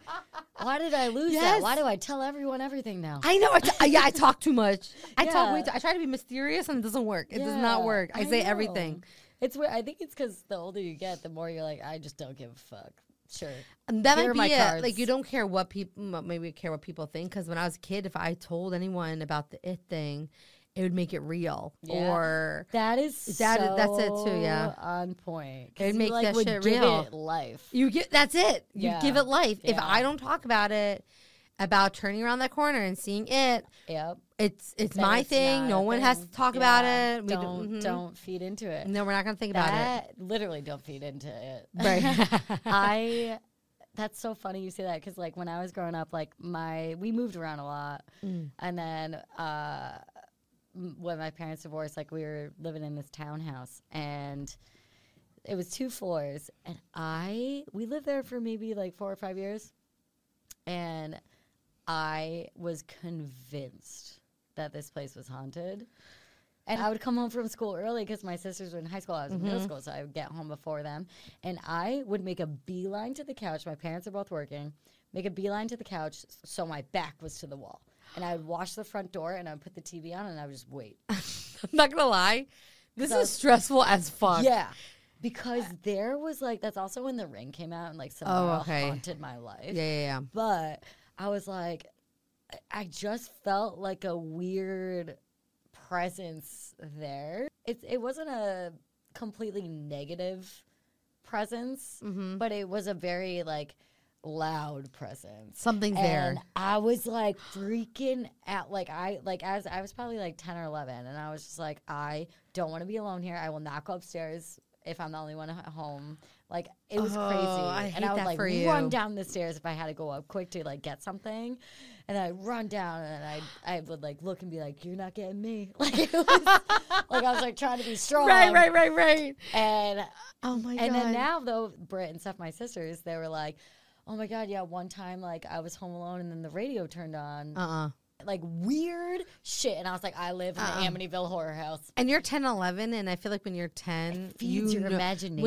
[SPEAKER 2] Why did I lose that?
[SPEAKER 3] Yes.
[SPEAKER 2] Why do I tell everyone everything now?
[SPEAKER 3] I know. I t- I- yeah, I talk too much. I talk way
[SPEAKER 2] Yeah.
[SPEAKER 3] too. I try to be mysterious and it doesn't work. It does not
[SPEAKER 2] Yeah,
[SPEAKER 3] work. I,
[SPEAKER 2] I
[SPEAKER 3] say
[SPEAKER 2] know.
[SPEAKER 3] everything.
[SPEAKER 2] It's weird. I think it's because the older you get, the more you're like, I just don't give a fuck. Sure.
[SPEAKER 3] And that
[SPEAKER 2] Here are my
[SPEAKER 3] might be it. Like
[SPEAKER 2] cards.
[SPEAKER 3] you don't care what people maybe care what people think. Because when I was a kid, if I told anyone about the it thing, it would make it real.
[SPEAKER 2] Yeah.
[SPEAKER 3] Or
[SPEAKER 2] That is
[SPEAKER 3] That
[SPEAKER 2] so
[SPEAKER 3] is- that's it too, yeah.
[SPEAKER 2] on point. 'Cause
[SPEAKER 3] It'd
[SPEAKER 2] you,
[SPEAKER 3] make
[SPEAKER 2] like,
[SPEAKER 3] that
[SPEAKER 2] would
[SPEAKER 3] shit
[SPEAKER 2] give
[SPEAKER 3] real.
[SPEAKER 2] It life.
[SPEAKER 3] you give that's it. You
[SPEAKER 2] Yeah.
[SPEAKER 3] give it life. If
[SPEAKER 2] Yeah.
[SPEAKER 3] I don't talk about it, about turning around that corner and seeing it,
[SPEAKER 2] Yep.
[SPEAKER 3] it's it's
[SPEAKER 2] Then
[SPEAKER 3] my
[SPEAKER 2] it's
[SPEAKER 3] thing.
[SPEAKER 2] not
[SPEAKER 3] No
[SPEAKER 2] a
[SPEAKER 3] one has
[SPEAKER 2] thing.
[SPEAKER 3] to talk
[SPEAKER 2] Yeah.
[SPEAKER 3] about it. We
[SPEAKER 2] don't
[SPEAKER 3] mhm.
[SPEAKER 2] don't feed into it.
[SPEAKER 3] No, we're not gonna think about
[SPEAKER 2] that literally don't feed into it.
[SPEAKER 3] it. Right.
[SPEAKER 2] I that's so funny you say that because like when I was growing up, like my we moved around a lot, and then uh, m- when my parents divorced, like we were living in this townhouse and. It was two floors, and I we lived there for maybe like four or five years, and I was convinced that this place was haunted. And I would come home from school early because my sisters were in high school. I was in
[SPEAKER 3] Mm-hmm.
[SPEAKER 2] middle school, so I would get home before them. And I would make a beeline to the couch. My parents are both working. Make a beeline to the couch, s- so my back was to the wall. And I would watch the front door, and I would put the TV on, and I would just wait.
[SPEAKER 3] I'm not gonna lie. This is stressful as fuck.
[SPEAKER 2] yeah, because there was like that's also when The Ring came out, and like Samara
[SPEAKER 3] Oh, okay.
[SPEAKER 2] haunted my life.
[SPEAKER 3] Yeah, yeah, yeah.
[SPEAKER 2] but I was like, I- I just felt like a weird presence there. It it wasn't a completely negative presence, but it was a very like loud presence.
[SPEAKER 3] Something's there.
[SPEAKER 2] And I was like freaking out. Like I like as I was probably like ten or eleven, and I was just like, I don't want to be alone here. I will not go upstairs if I'm the only one at home. Like it was
[SPEAKER 3] Oh,
[SPEAKER 2] crazy,
[SPEAKER 3] I
[SPEAKER 2] and
[SPEAKER 3] hate
[SPEAKER 2] I would
[SPEAKER 3] that
[SPEAKER 2] like
[SPEAKER 3] for
[SPEAKER 2] run
[SPEAKER 3] you.
[SPEAKER 2] down the stairs if I had to go up quick to like get something, and I would run down and I I would like look and be like, you're not getting me. Like it was, like I was like trying to be strong,
[SPEAKER 3] Right, right, right, right.
[SPEAKER 2] And
[SPEAKER 3] Oh my god.
[SPEAKER 2] and then now though, Britt and Steph, my sisters, they were like, "Oh my god, yeah." One time, like I was home alone, and then the radio turned on,
[SPEAKER 3] uh uh
[SPEAKER 2] like weird shit, and I was like, "I live in
[SPEAKER 3] Uh-uh.
[SPEAKER 2] the Amityville horror house."
[SPEAKER 3] And you're 10, 11, and I feel like when you're 10,
[SPEAKER 2] feeds
[SPEAKER 3] you
[SPEAKER 2] your
[SPEAKER 3] know- When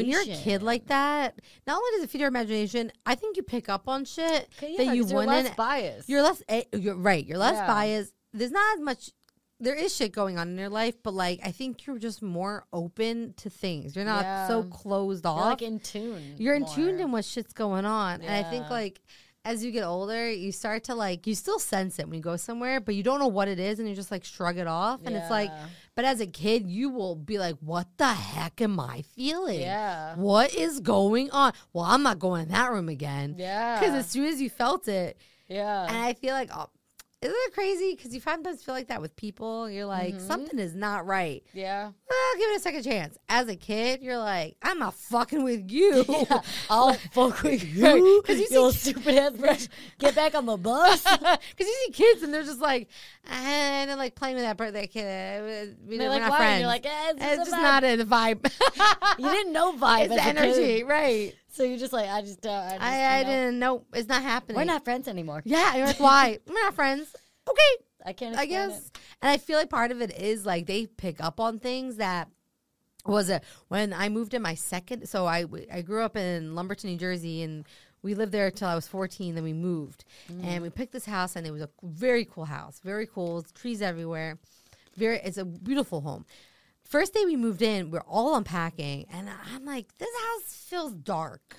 [SPEAKER 3] you're a kid
[SPEAKER 2] imagination.
[SPEAKER 3] like that, not only does it feed your imagination, I think you pick up on shit
[SPEAKER 2] 'Kay,
[SPEAKER 3] that you
[SPEAKER 2] 'cause you're
[SPEAKER 3] wouldn't.
[SPEAKER 2] less biased.
[SPEAKER 3] you're less, eh, you're right, you're less
[SPEAKER 2] Yeah.
[SPEAKER 3] biased. There's not as much, there is shit going on in your life, but like, I think you're just more open to things. You're not so
[SPEAKER 2] Yeah.
[SPEAKER 3] closed
[SPEAKER 2] You're,
[SPEAKER 3] off.
[SPEAKER 2] like in tune.
[SPEAKER 3] you're in tune
[SPEAKER 2] more.
[SPEAKER 3] to what shit's going on. And I think
[SPEAKER 2] Yeah.
[SPEAKER 3] like, as you get older, you start to like, you still sense it when you go somewhere, but you don't know what it is and you just like shrug it off. And it's like,
[SPEAKER 2] Yeah.
[SPEAKER 3] but as a kid, you will be like, what the heck am I feeling?
[SPEAKER 2] Yeah.
[SPEAKER 3] What is going on? Well, I'm not going in that room again.
[SPEAKER 2] Yeah.
[SPEAKER 3] Because as soon as you felt it,
[SPEAKER 2] yeah.
[SPEAKER 3] and I feel like, oh, isn't it crazy? Because you sometimes feel like that with people. You're like,
[SPEAKER 2] Mm-hmm.
[SPEAKER 3] something is not right.
[SPEAKER 2] yeah.
[SPEAKER 3] Well, give it a second chance. As a kid, you're like, I'm not fucking with you.
[SPEAKER 2] I'll fuck with you,
[SPEAKER 3] you,
[SPEAKER 2] because you,
[SPEAKER 3] you
[SPEAKER 2] little stupid ass brush. Get back on the bus.
[SPEAKER 3] Because you see kids and they're just like, and they're like playing with that birthday kid. uh, We,
[SPEAKER 2] They're
[SPEAKER 3] we're
[SPEAKER 2] like,
[SPEAKER 3] not
[SPEAKER 2] why?
[SPEAKER 3] friends.
[SPEAKER 2] And you're like, eh, it's, just
[SPEAKER 3] it's just
[SPEAKER 2] a vibe.
[SPEAKER 3] not in the vibe.
[SPEAKER 2] You didn't know vibe.
[SPEAKER 3] it's
[SPEAKER 2] as
[SPEAKER 3] the
[SPEAKER 2] a
[SPEAKER 3] energy,
[SPEAKER 2] kid.
[SPEAKER 3] right?
[SPEAKER 2] So you're just like, I just don't. I, just,
[SPEAKER 3] I, I
[SPEAKER 2] you know,
[SPEAKER 3] didn't know. It's not happening.
[SPEAKER 2] We're not friends anymore.
[SPEAKER 3] Yeah, you're like, why? We're not friends. Okay,
[SPEAKER 2] I can't.
[SPEAKER 3] I
[SPEAKER 2] Explain
[SPEAKER 3] guess.
[SPEAKER 2] It.
[SPEAKER 3] And I feel like part of it is like they pick up on things that was it when I moved in my second. So I w- I grew up in Lumberton, New Jersey, and we lived there till I was 14. Then we moved, and we picked this house, and it was a very cool house, very cool, trees everywhere. Very, it's a beautiful home. First day we moved in, we're all unpacking, and I'm like, this house feels dark.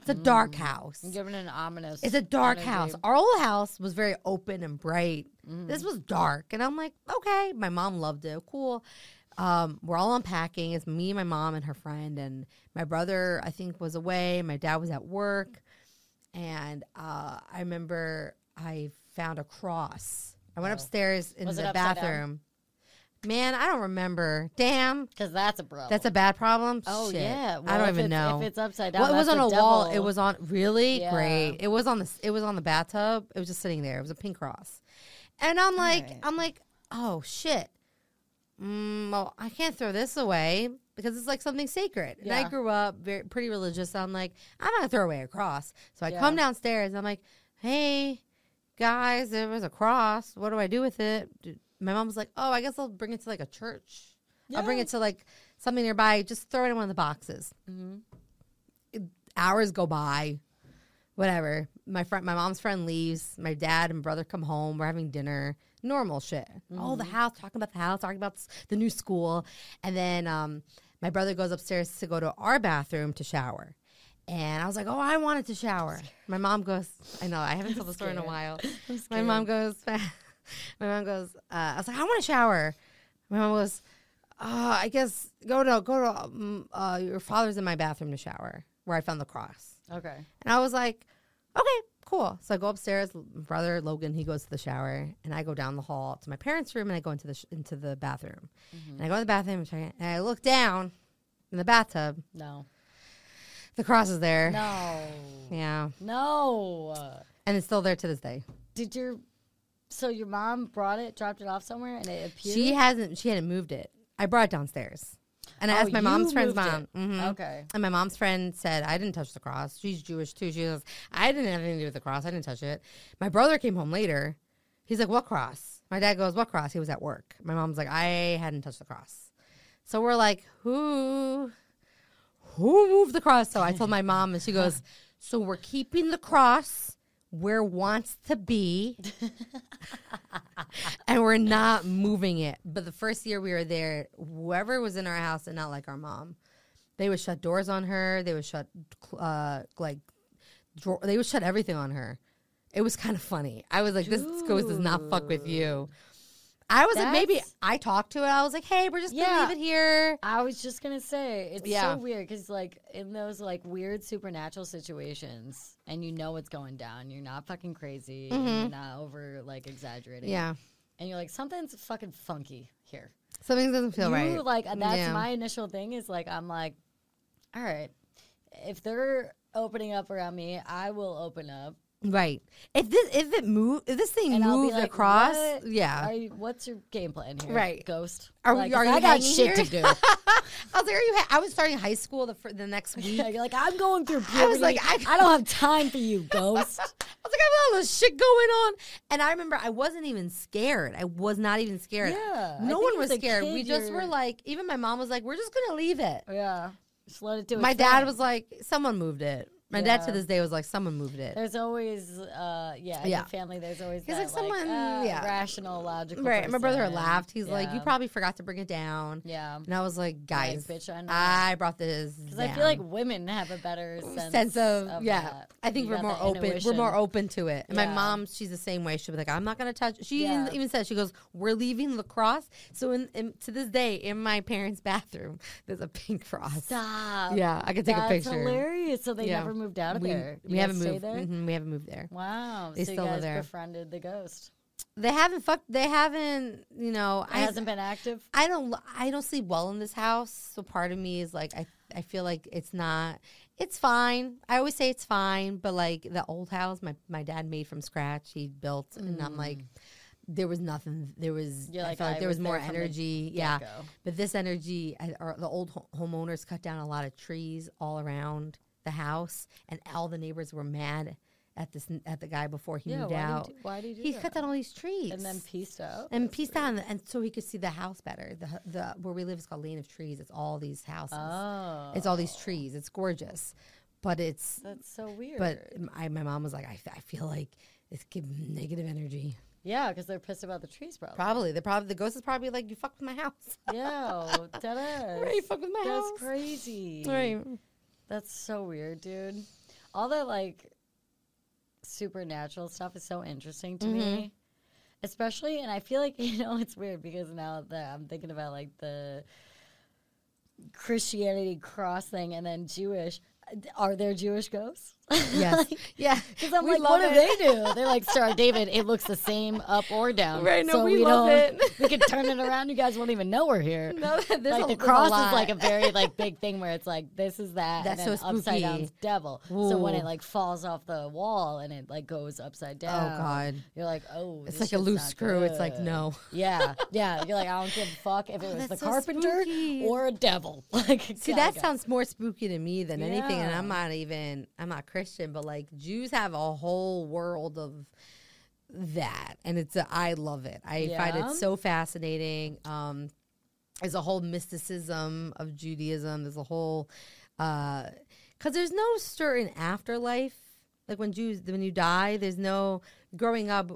[SPEAKER 3] It's a dark house.
[SPEAKER 2] I'm giving it an ominous.
[SPEAKER 3] It's a dark
[SPEAKER 2] energy.
[SPEAKER 3] house. Our old house was very open and bright.
[SPEAKER 2] Mm.
[SPEAKER 3] This was dark, and I'm like, okay. My mom loved it. Cool. Um, we're all unpacking. It's me, my mom, and her friend, and my brother. I think was away. My dad was at work, and uh, I remember I found a cross. I went upstairs in
[SPEAKER 2] Oh. Was it
[SPEAKER 3] the
[SPEAKER 2] upside down?
[SPEAKER 3] bathroom. Man, I don't remember. Damn,
[SPEAKER 2] Because that's a problem.
[SPEAKER 3] that's a bad problem.
[SPEAKER 2] Oh
[SPEAKER 3] Shit.
[SPEAKER 2] yeah.
[SPEAKER 3] I
[SPEAKER 2] Well,
[SPEAKER 3] don't
[SPEAKER 2] if
[SPEAKER 3] even
[SPEAKER 2] it's,
[SPEAKER 3] know
[SPEAKER 2] If it's upside down,
[SPEAKER 3] well, it was on
[SPEAKER 2] that's
[SPEAKER 3] a
[SPEAKER 2] the
[SPEAKER 3] wall.
[SPEAKER 2] devil.
[SPEAKER 3] It was on really
[SPEAKER 2] Yeah.
[SPEAKER 3] great. It was on the it was on the bathtub. It was just sitting there. It was a pink cross, and I'm like
[SPEAKER 2] Alright.
[SPEAKER 3] I'm like oh shit, mm, well I can't throw this away because it's like something sacred. And I
[SPEAKER 2] Yeah.
[SPEAKER 3] grew up very pretty religious. So I'm like I'm not gonna throw away a cross. So I
[SPEAKER 2] Yeah.
[SPEAKER 3] come downstairs. I'm like hey guys, there was a cross. What do I do with it? D- My mom was like oh I guess I'll bring it to like a church. I'll bring
[SPEAKER 2] Yeah.
[SPEAKER 3] it to like something nearby. Just throw it in one of the boxes
[SPEAKER 2] Mm-hmm.
[SPEAKER 3] hours go by whatever my friend my mom's friend leaves my dad and brother come home we're having dinner
[SPEAKER 2] Mm-hmm.
[SPEAKER 3] normal shit oh the house talking about the house talking about s- the new school and then um My brother goes upstairs to go to our bathroom to shower. And I was like, oh, I wanted to shower. My mom goes, I know, I haven't told the story in a
[SPEAKER 2] scared.
[SPEAKER 3] while. My mom goes, my mom goes, uh, I was like, I want to shower. My mom goes, uh, I guess go to go to um, uh, your father's in my bathroom to shower where I found the cross.
[SPEAKER 2] Okay.
[SPEAKER 3] And I was like, okay, cool. So I go upstairs. My brother Logan, he goes to the shower, and I go down the hall to my parents' room, and I go into the sh- into the bathroom.
[SPEAKER 2] Mm-hmm.
[SPEAKER 3] And I go to the bathroom, and I- and I look down in the bathtub.
[SPEAKER 2] No.
[SPEAKER 3] The cross is there.
[SPEAKER 2] No.
[SPEAKER 3] Yeah,
[SPEAKER 2] No.
[SPEAKER 3] and it's still there to this day.
[SPEAKER 2] Did your so your mom brought it, dropped it off somewhere, and it appeared.
[SPEAKER 3] She hasn't. She hadn't moved it. I brought it downstairs, and I
[SPEAKER 2] Oh,
[SPEAKER 3] asked my
[SPEAKER 2] you
[SPEAKER 3] mom's friend's
[SPEAKER 2] moved it.
[SPEAKER 3] mom. Mhm.
[SPEAKER 2] Okay.
[SPEAKER 3] And my mom's friend said, I didn't touch the cross. She's Jewish too. She goes, I didn't have anything to do with the cross. I didn't touch it. My brother came home later. He's like, What cross? My dad goes, What cross? He was at work. My mom's like, I hadn't touched the cross. So we're like, Who? Who moved the cross? So I told my mom, and she goes, So we're keeping the cross where it wants to be, and we're not moving it. But the first year we were there, whoever was in our house and not like our mom, they would shut doors on her. They would shut uh, like drawer. They would shut everything on her. It was kind of funny. I was like, this ghost does not fuck with you. I was like, maybe
[SPEAKER 2] That's-
[SPEAKER 3] I talked to it. I was like, hey, we're just
[SPEAKER 2] Yeah.
[SPEAKER 3] gonna leave it here.
[SPEAKER 2] I was just gonna say it's
[SPEAKER 3] Yeah.
[SPEAKER 2] so weird because like in those like weird supernatural situations, and you know what's going down, you're not fucking crazy, and
[SPEAKER 3] Mm-hmm.
[SPEAKER 2] you're not over like exaggerating,
[SPEAKER 3] Yeah,
[SPEAKER 2] and you're like something's fucking funky here.
[SPEAKER 3] something doesn't feel
[SPEAKER 2] you
[SPEAKER 3] Oh, right.
[SPEAKER 2] like and that's
[SPEAKER 3] Yeah.
[SPEAKER 2] my initial thing is like I'm like, all right, if they're opening up around me, I will open up.
[SPEAKER 3] Right. If this if it move if this thing
[SPEAKER 2] And I'll be
[SPEAKER 3] moved
[SPEAKER 2] like,
[SPEAKER 3] across,
[SPEAKER 2] "What
[SPEAKER 3] yeah.
[SPEAKER 2] Are you, what's your game plan here,
[SPEAKER 3] Right.
[SPEAKER 2] Ghost?
[SPEAKER 3] Are
[SPEAKER 2] Like,
[SPEAKER 3] we- are
[SPEAKER 2] 'cause I
[SPEAKER 3] you
[SPEAKER 2] got
[SPEAKER 3] hanging
[SPEAKER 2] shit to do.
[SPEAKER 3] I was like, are you? Ha- I was starting high school the fir- the next week. I
[SPEAKER 2] You're like I'm going through puberty.
[SPEAKER 3] I was like, I-
[SPEAKER 2] I don't have time for you, Ghost.
[SPEAKER 3] was like, I have all this shit going on, and I remember I wasn't even scared. I was not even scared.
[SPEAKER 2] Yeah, I
[SPEAKER 3] no
[SPEAKER 2] think
[SPEAKER 3] one
[SPEAKER 2] as
[SPEAKER 3] was
[SPEAKER 2] a
[SPEAKER 3] scared. we
[SPEAKER 2] kid,
[SPEAKER 3] just were
[SPEAKER 2] you're-
[SPEAKER 3] like, even my mom was like, we're just gonna leave it.
[SPEAKER 2] Yeah. Just let it do it.
[SPEAKER 3] My dad was like, someone moved it. My dad to
[SPEAKER 2] Yeah.
[SPEAKER 3] this day was like, someone moved it.
[SPEAKER 2] There's always, uh, yeah, in
[SPEAKER 3] Yeah.
[SPEAKER 2] your family, there's always
[SPEAKER 3] He's
[SPEAKER 2] that,
[SPEAKER 3] like, someone-
[SPEAKER 2] uh,
[SPEAKER 3] yeah.
[SPEAKER 2] rational, logical.
[SPEAKER 3] Right. And My brother
[SPEAKER 2] person.
[SPEAKER 3] laughed. He's like, you
[SPEAKER 2] Yeah.
[SPEAKER 3] probably forgot to bring it down.
[SPEAKER 2] Yeah.
[SPEAKER 3] And I was like, guys,
[SPEAKER 2] bitch, I know.
[SPEAKER 3] I brought this.
[SPEAKER 2] Because I feel like women have a better sense,
[SPEAKER 3] Mm, sense, of, yeah.
[SPEAKER 2] that.
[SPEAKER 3] I think
[SPEAKER 2] You
[SPEAKER 3] we're
[SPEAKER 2] got
[SPEAKER 3] more
[SPEAKER 2] that
[SPEAKER 3] open. We're
[SPEAKER 2] intuition.
[SPEAKER 3] more open to it. And my
[SPEAKER 2] Yeah.
[SPEAKER 3] mom, she's the same way. She'll be like, "I'm not gonna touch." She even-
[SPEAKER 2] Yeah.
[SPEAKER 3] even said, "She goes, we're leaving lacrosse." So in, in to this day, in my parents' bathroom, there's a pink cross.
[SPEAKER 2] Stop.
[SPEAKER 3] Yeah, I could take a
[SPEAKER 2] That's
[SPEAKER 3] picture.
[SPEAKER 2] hilarious. So they
[SPEAKER 3] Yeah.
[SPEAKER 2] never moved out of
[SPEAKER 3] we,
[SPEAKER 2] there.
[SPEAKER 3] We
[SPEAKER 2] You guys
[SPEAKER 3] haven't
[SPEAKER 2] stay
[SPEAKER 3] moved.
[SPEAKER 2] there?
[SPEAKER 3] mhm, we haven't moved there.
[SPEAKER 2] Wow.
[SPEAKER 3] They
[SPEAKER 2] so
[SPEAKER 3] still
[SPEAKER 2] you
[SPEAKER 3] live
[SPEAKER 2] guys
[SPEAKER 3] there.
[SPEAKER 2] befriended the ghost.
[SPEAKER 3] They haven't fucked. They haven't. You know,
[SPEAKER 2] It hasn't been active.
[SPEAKER 3] I don't l- I don't sleep well in this house. So part of me is like I I feel like it's not it's fine. I always say it's fine, but like the old house my my dad made from scratch, he built and I'm like there was nothing. There was
[SPEAKER 2] Mm. You're
[SPEAKER 3] I
[SPEAKER 2] like,
[SPEAKER 3] felt like
[SPEAKER 2] I
[SPEAKER 3] there was,
[SPEAKER 2] was
[SPEAKER 3] more
[SPEAKER 2] there from the
[SPEAKER 3] energy. Yeah.
[SPEAKER 2] get-go.
[SPEAKER 3] But this energy I- or the old ho- homeowners cut down a lot of trees all around the house and all the neighbors were mad at this at the guy before he
[SPEAKER 2] Yeah,
[SPEAKER 3] moved
[SPEAKER 2] why do you
[SPEAKER 3] out.
[SPEAKER 2] do- why do you do
[SPEAKER 3] He
[SPEAKER 2] that?
[SPEAKER 3] cut down all these trees
[SPEAKER 2] And then pieced out.
[SPEAKER 3] and piece down, and so he could see the house better. The h- the where we live is called Lane of Trees. It's all these houses.
[SPEAKER 2] Oh.
[SPEAKER 3] It's all these trees. It's gorgeous, but it's
[SPEAKER 2] That's so weird.
[SPEAKER 3] but I, my mom was like, I, f- I feel like it's giving negative energy.
[SPEAKER 2] yeah, because they're pissed about the trees, probably.
[SPEAKER 3] Probably the probably the ghost is probably like you fucked with my house.
[SPEAKER 2] Yeah, that
[SPEAKER 3] Right, you
[SPEAKER 2] is.
[SPEAKER 3] fuck with my
[SPEAKER 2] That's
[SPEAKER 3] house.
[SPEAKER 2] crazy.
[SPEAKER 3] Right.
[SPEAKER 2] That's so weird, dude. All that like supernatural stuff is so interesting to
[SPEAKER 3] Mm-hmm.
[SPEAKER 2] me. Especially and I feel like, you know, it's weird because now that I'm thinking about like the Christianity cross thing and then Jewish uh, are there Jewish ghosts?
[SPEAKER 3] Yes. yeah.
[SPEAKER 2] Because I'm
[SPEAKER 3] We
[SPEAKER 2] like,
[SPEAKER 3] love
[SPEAKER 2] what do
[SPEAKER 3] it.
[SPEAKER 2] they do? They're like, Star David, it looks the same up or down.
[SPEAKER 3] Right, no,
[SPEAKER 2] so
[SPEAKER 3] we
[SPEAKER 2] we
[SPEAKER 3] love
[SPEAKER 2] don't-
[SPEAKER 3] it.
[SPEAKER 2] We could turn it around. You guys won't even know we're here.
[SPEAKER 3] No, there's a-
[SPEAKER 2] like the
[SPEAKER 3] there's a
[SPEAKER 2] cross is
[SPEAKER 3] lot.
[SPEAKER 2] like a very like big thing where it's like this is that.
[SPEAKER 3] That's
[SPEAKER 2] and then
[SPEAKER 3] so
[SPEAKER 2] upside down's
[SPEAKER 3] spooky.
[SPEAKER 2] devil. So when
[SPEAKER 3] Ooh. Oh,
[SPEAKER 2] it like falls off the wall and it like goes upside down.
[SPEAKER 3] God.
[SPEAKER 2] You're like, oh,
[SPEAKER 3] It's
[SPEAKER 2] this
[SPEAKER 3] like a
[SPEAKER 2] shit's
[SPEAKER 3] loose
[SPEAKER 2] not
[SPEAKER 3] screw. It's like
[SPEAKER 2] good.
[SPEAKER 3] no. Oh,
[SPEAKER 2] Yeah, yeah. You're like, I don't give a fuck if it was the
[SPEAKER 3] that's so
[SPEAKER 2] carpenter
[SPEAKER 3] spooky.
[SPEAKER 2] or a devil. Like,
[SPEAKER 3] See,
[SPEAKER 2] gotta
[SPEAKER 3] that
[SPEAKER 2] go.
[SPEAKER 3] sounds more spooky to me than anything. And I'm
[SPEAKER 2] Yeah.
[SPEAKER 3] not even, I'm not Christian, but like Jews have a whole world of that. And it's, a, I love it. I find
[SPEAKER 2] Yeah.
[SPEAKER 3] it so fascinating. Um, there's a whole mysticism of Judaism. There's a whole, because there's no certain afterlife. Like when Jews, when you die, there's no growing up.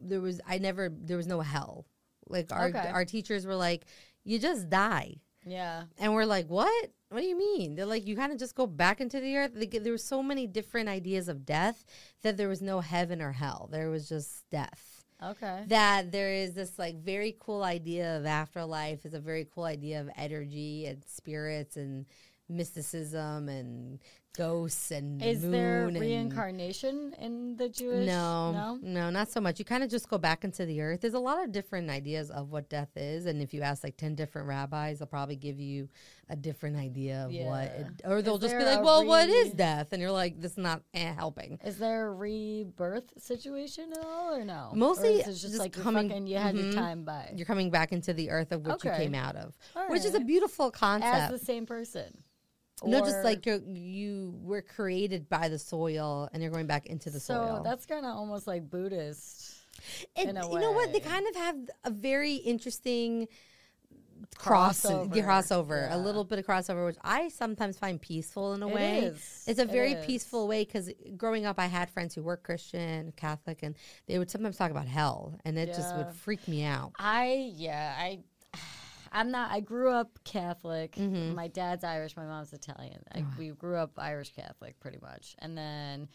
[SPEAKER 3] There was I never there was no hell. Like our
[SPEAKER 2] Okay.
[SPEAKER 3] our teachers were like, you just die.
[SPEAKER 2] Yeah.
[SPEAKER 3] And we're like, what? What do you mean? They're like, you kind of just go back into the earth. Like, there were so many different ideas of death that there was no heaven or hell. There was just death.
[SPEAKER 2] Okay.
[SPEAKER 3] That there is this like very cool idea of afterlife, is a very cool idea of energy and spirits and mysticism and ghosts and
[SPEAKER 2] Is
[SPEAKER 3] moon
[SPEAKER 2] there
[SPEAKER 3] and-
[SPEAKER 2] reincarnation in the Jewish?
[SPEAKER 3] no,
[SPEAKER 2] No.
[SPEAKER 3] not so much. You kind of just go back into the earth. There's a lot of different ideas of what death is, and if you ask like ten different rabbis, they'll probably give you a different idea of what, it, or they'll
[SPEAKER 2] Is
[SPEAKER 3] just be
[SPEAKER 2] there
[SPEAKER 3] like,
[SPEAKER 2] a
[SPEAKER 3] "Well, what is
[SPEAKER 2] re-
[SPEAKER 3] death?" And you're like, "This is not eh, helping."
[SPEAKER 2] Is there a rebirth situation at all, or no?
[SPEAKER 3] Mostly
[SPEAKER 2] or is it just,
[SPEAKER 3] just
[SPEAKER 2] like you
[SPEAKER 3] coming-
[SPEAKER 2] fucking you had your
[SPEAKER 3] mhm.
[SPEAKER 2] time by
[SPEAKER 3] You're coming back into the earth of which you
[SPEAKER 2] Okay.
[SPEAKER 3] came out of,
[SPEAKER 2] All
[SPEAKER 3] which is a
[SPEAKER 2] right.
[SPEAKER 3] beautiful
[SPEAKER 2] as
[SPEAKER 3] concept.
[SPEAKER 2] the same person.
[SPEAKER 3] no, just
[SPEAKER 2] Or-
[SPEAKER 3] like you you were created by the soil, and you're going back into the
[SPEAKER 2] so
[SPEAKER 3] soil.
[SPEAKER 2] that's kind of almost like Buddhist.
[SPEAKER 3] It,
[SPEAKER 2] in a
[SPEAKER 3] you know what? They
[SPEAKER 2] way.
[SPEAKER 3] kind of have a very interesting cross crossover,
[SPEAKER 2] Crossover,
[SPEAKER 3] crossover
[SPEAKER 2] yeah.
[SPEAKER 3] a little bit of crossover, which I sometimes find peaceful in a
[SPEAKER 2] It
[SPEAKER 3] way.
[SPEAKER 2] is,
[SPEAKER 3] It's a
[SPEAKER 2] it
[SPEAKER 3] very
[SPEAKER 2] is.
[SPEAKER 3] peaceful way because growing up, I had friends who were Christian, Catholic, and they would sometimes talk about hell, and it just would
[SPEAKER 2] Yeah.
[SPEAKER 3] freak me out.
[SPEAKER 2] I yeah I. I'm not. I grew up Catholic.
[SPEAKER 3] Mm-hmm.
[SPEAKER 2] My dad's Irish. My mom's Italian. I, we grew up Irish Catholic, pretty much. And then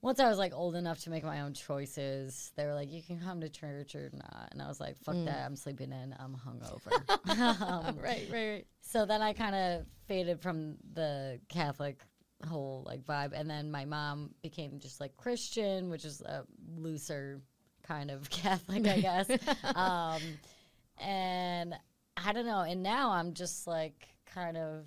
[SPEAKER 2] once I was like old enough to make my own choices, they were like, "You can come to church or not." And I was like,
[SPEAKER 3] Mm.
[SPEAKER 2] "Fuck that! I'm sleeping in. I'm hungover." um,
[SPEAKER 3] Right, right, right.
[SPEAKER 2] so then I kind of faded from the Catholic whole like vibe, and then my mom became just like Christian, which is a looser kind of Catholic, I guess. um, and I don't know. And now I'm just like kind of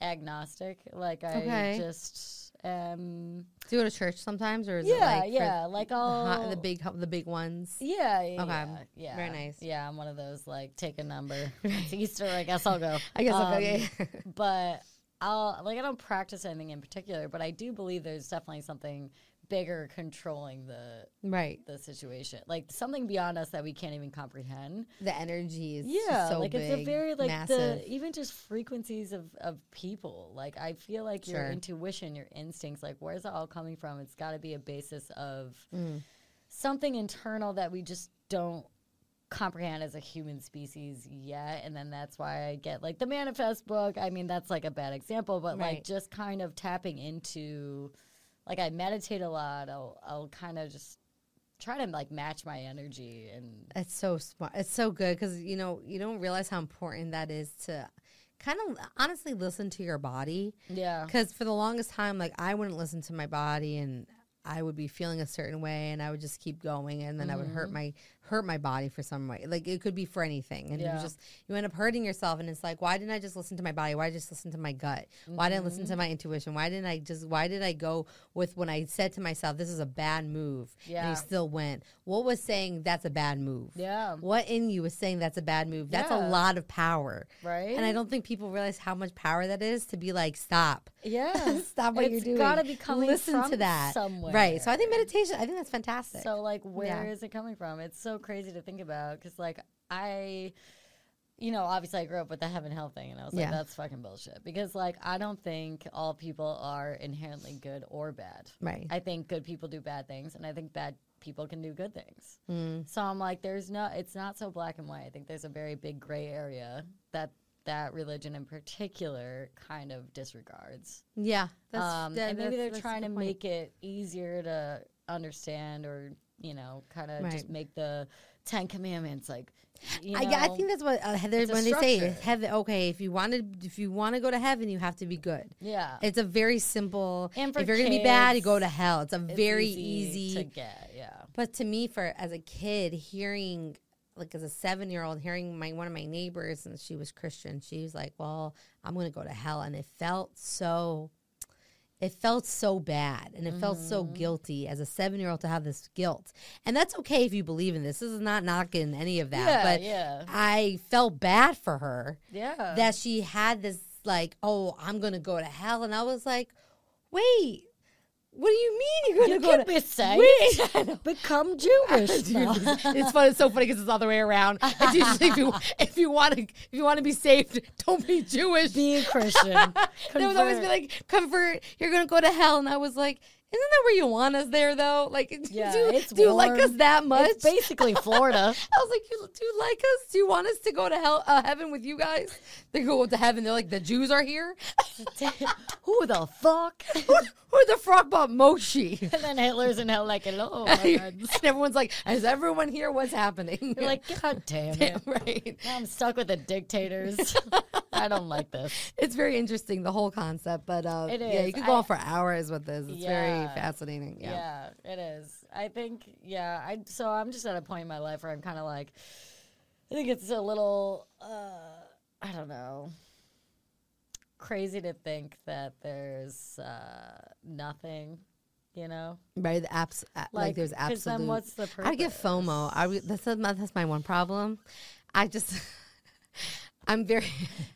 [SPEAKER 2] agnostic. Like I
[SPEAKER 3] Okay.
[SPEAKER 2] just am.
[SPEAKER 3] Do you go to church sometimes, or is it
[SPEAKER 2] Yeah,
[SPEAKER 3] like for
[SPEAKER 2] yeah. Oh. Like
[SPEAKER 3] the,
[SPEAKER 2] I'll
[SPEAKER 3] hot- the big the big ones?
[SPEAKER 2] Yeah, yeah,
[SPEAKER 3] Okay.
[SPEAKER 2] yeah, yeah.
[SPEAKER 3] Very nice.
[SPEAKER 2] Yeah, I'm one of those like take a number. It's Easter, I guess I'll go.
[SPEAKER 3] I guess
[SPEAKER 2] Um,
[SPEAKER 3] okay.
[SPEAKER 2] but I'll like I don't practice anything in particular, but I do believe there's definitely something bigger controlling the
[SPEAKER 3] right.
[SPEAKER 2] the situation, like something beyond us that we can't even comprehend.
[SPEAKER 3] The energy is
[SPEAKER 2] Yeah,
[SPEAKER 3] so
[SPEAKER 2] like
[SPEAKER 3] big,
[SPEAKER 2] it's a very like
[SPEAKER 3] massive.
[SPEAKER 2] the even just frequencies of of people. Like I feel like your
[SPEAKER 3] Sure.
[SPEAKER 2] intuition, your instincts, like where's it all coming from? It's got to be a basis of
[SPEAKER 3] Mm.
[SPEAKER 2] something internal that we just don't comprehend as a human species yet and then that's why i get like the manifest book i mean that's like a bad example but
[SPEAKER 3] Right.
[SPEAKER 2] like just kind of tapping into like i meditate a lot i'll, I'll kind of just try to like match my energy and
[SPEAKER 3] It's so smart. It's so good because you know you don't realize how important that is to kind of honestly listen to your body.
[SPEAKER 2] yeah
[SPEAKER 3] Because for the longest time, like I wouldn't listen to my body, and I would be feeling a certain way, and I would just keep going, and then I would
[SPEAKER 2] Mm-hmm.
[SPEAKER 3] hurt my hurt my body for some way. Like it could be for anything, and
[SPEAKER 2] Yeah.
[SPEAKER 3] you just you end up hurting yourself, and it's like, why didn't I just listen to my body? Why did I just listen to my gut? Why didn't I listen
[SPEAKER 2] Mm-hmm.
[SPEAKER 3] to my intuition? Why didn't I just? Why did I go with when I said to myself, "This is a bad move," and
[SPEAKER 2] Yeah.
[SPEAKER 3] you still went? What was saying that's a bad move?
[SPEAKER 2] yeah
[SPEAKER 3] What in you was saying that's a bad move? That's a
[SPEAKER 2] Yeah.
[SPEAKER 3] lot of power.
[SPEAKER 2] right
[SPEAKER 3] And I don't think people realize how much power that is to be like, stop.
[SPEAKER 2] yeah
[SPEAKER 3] Stop what you're
[SPEAKER 2] It's
[SPEAKER 3] doing.
[SPEAKER 2] gotta be coming
[SPEAKER 3] Listen to
[SPEAKER 2] from
[SPEAKER 3] that.
[SPEAKER 2] somewhere.
[SPEAKER 3] Right. So I think meditation, I think that's fantastic.
[SPEAKER 2] So like, where is
[SPEAKER 3] Yeah.
[SPEAKER 2] it coming from? It's so crazy to think about because like I, you know, obviously I grew up with the heaven hell thing, and I was
[SPEAKER 3] Yeah.
[SPEAKER 2] like, that's fucking bullshit. Because like I don't think all people are inherently good or bad.
[SPEAKER 3] right.
[SPEAKER 2] I think good people do bad things, and I think bad people can do good things.
[SPEAKER 3] Mm.
[SPEAKER 2] So I'm like, there's no, it's not so black and white. I think there's a very big gray area that that religion in particular kind of disregards
[SPEAKER 3] yeah.
[SPEAKER 2] um,
[SPEAKER 3] yeah,
[SPEAKER 2] and maybe
[SPEAKER 3] that's-
[SPEAKER 2] they're
[SPEAKER 3] that's a
[SPEAKER 2] trying to
[SPEAKER 3] good point.
[SPEAKER 2] make it easier to understand, or you know, kind of
[SPEAKER 3] Right.
[SPEAKER 2] just make the Ten Commandments like. You know,
[SPEAKER 3] I, I think that's what uh, Heather,
[SPEAKER 2] it's a
[SPEAKER 3] when they say
[SPEAKER 2] structure.
[SPEAKER 3] it's heaven. Okay, if you want to, if you want to go to heaven, you have to be good.
[SPEAKER 2] yeah,
[SPEAKER 3] It's a very simple.
[SPEAKER 2] And for
[SPEAKER 3] if you're gonna be bad, you
[SPEAKER 2] kids,
[SPEAKER 3] go to hell. It's a
[SPEAKER 2] it's
[SPEAKER 3] very
[SPEAKER 2] to get. Yeah,
[SPEAKER 3] But to me, for as a kid, hearing like as a seven year old, hearing my one of my neighbors and she was Christian, she was like, "Well, I'm gonna go to hell," and it felt so. It felt so bad and it felt so
[SPEAKER 2] Mm-hmm.
[SPEAKER 3] guilty as a seven year old to have this guilt. And that's okay if you believe in this. This is not knocking any of that.
[SPEAKER 2] yeah,
[SPEAKER 3] but
[SPEAKER 2] yeah,
[SPEAKER 3] I felt bad for her
[SPEAKER 2] yeah.
[SPEAKER 3] that she had this like, oh, I'm gonna go to hell, and I was like, wait, what do you mean you're gonna
[SPEAKER 2] you
[SPEAKER 3] go
[SPEAKER 2] could
[SPEAKER 3] to
[SPEAKER 2] be saved.
[SPEAKER 3] wait? I know.
[SPEAKER 2] Become Jewish.
[SPEAKER 3] Dude,
[SPEAKER 2] now.
[SPEAKER 3] it's, it's fun. It's so funny because it's all the way around. It's usually if you if you want to if you want to be saved, don't be Jewish.
[SPEAKER 2] Be a Christian.
[SPEAKER 3] They would always be
[SPEAKER 2] Convert.
[SPEAKER 3] like, convert. You're gonna go to hell, and I was like, Isn't that where you want us there though? Like, do,
[SPEAKER 2] Yeah,
[SPEAKER 3] do,
[SPEAKER 2] it's
[SPEAKER 3] you like
[SPEAKER 2] warm.
[SPEAKER 3] us that much?
[SPEAKER 2] It's basically Florida.
[SPEAKER 3] I was like, you, do you like us? Do you want us to go to hell, uh, heaven with you guys? They go to heaven. They're like, the Jews are here.
[SPEAKER 2] Who the fuck?
[SPEAKER 3] who, who the frog bought Mochi?
[SPEAKER 2] and then Hitler's in hell, like, hello, Oh my
[SPEAKER 3] and
[SPEAKER 2] friends.
[SPEAKER 3] everyone's like, is everyone here? What's happening?
[SPEAKER 2] You're like, God damn
[SPEAKER 3] Yeah,
[SPEAKER 2] it.
[SPEAKER 3] right.
[SPEAKER 2] Now I'm stuck with the dictators. I don't like this.
[SPEAKER 3] It's very interesting the whole concept, but uh,
[SPEAKER 2] It
[SPEAKER 3] yeah, you
[SPEAKER 2] is.
[SPEAKER 3] could go
[SPEAKER 2] I-
[SPEAKER 3] on for hours with this. It's very
[SPEAKER 2] Yeah.
[SPEAKER 3] fascinating. Yeah.
[SPEAKER 2] Yeah. it is. I think yeah, I so I'm just at a point in my life where I'm kind of like I think it's a little uh I don't know. crazy to think that there's uh nothing, you know?
[SPEAKER 3] right. The abs- a- like, there's
[SPEAKER 2] 'cause
[SPEAKER 3] absolute.
[SPEAKER 2] then what's the purpose?
[SPEAKER 3] I get FOMO. I re- that's my, that's my one problem. I just I'm very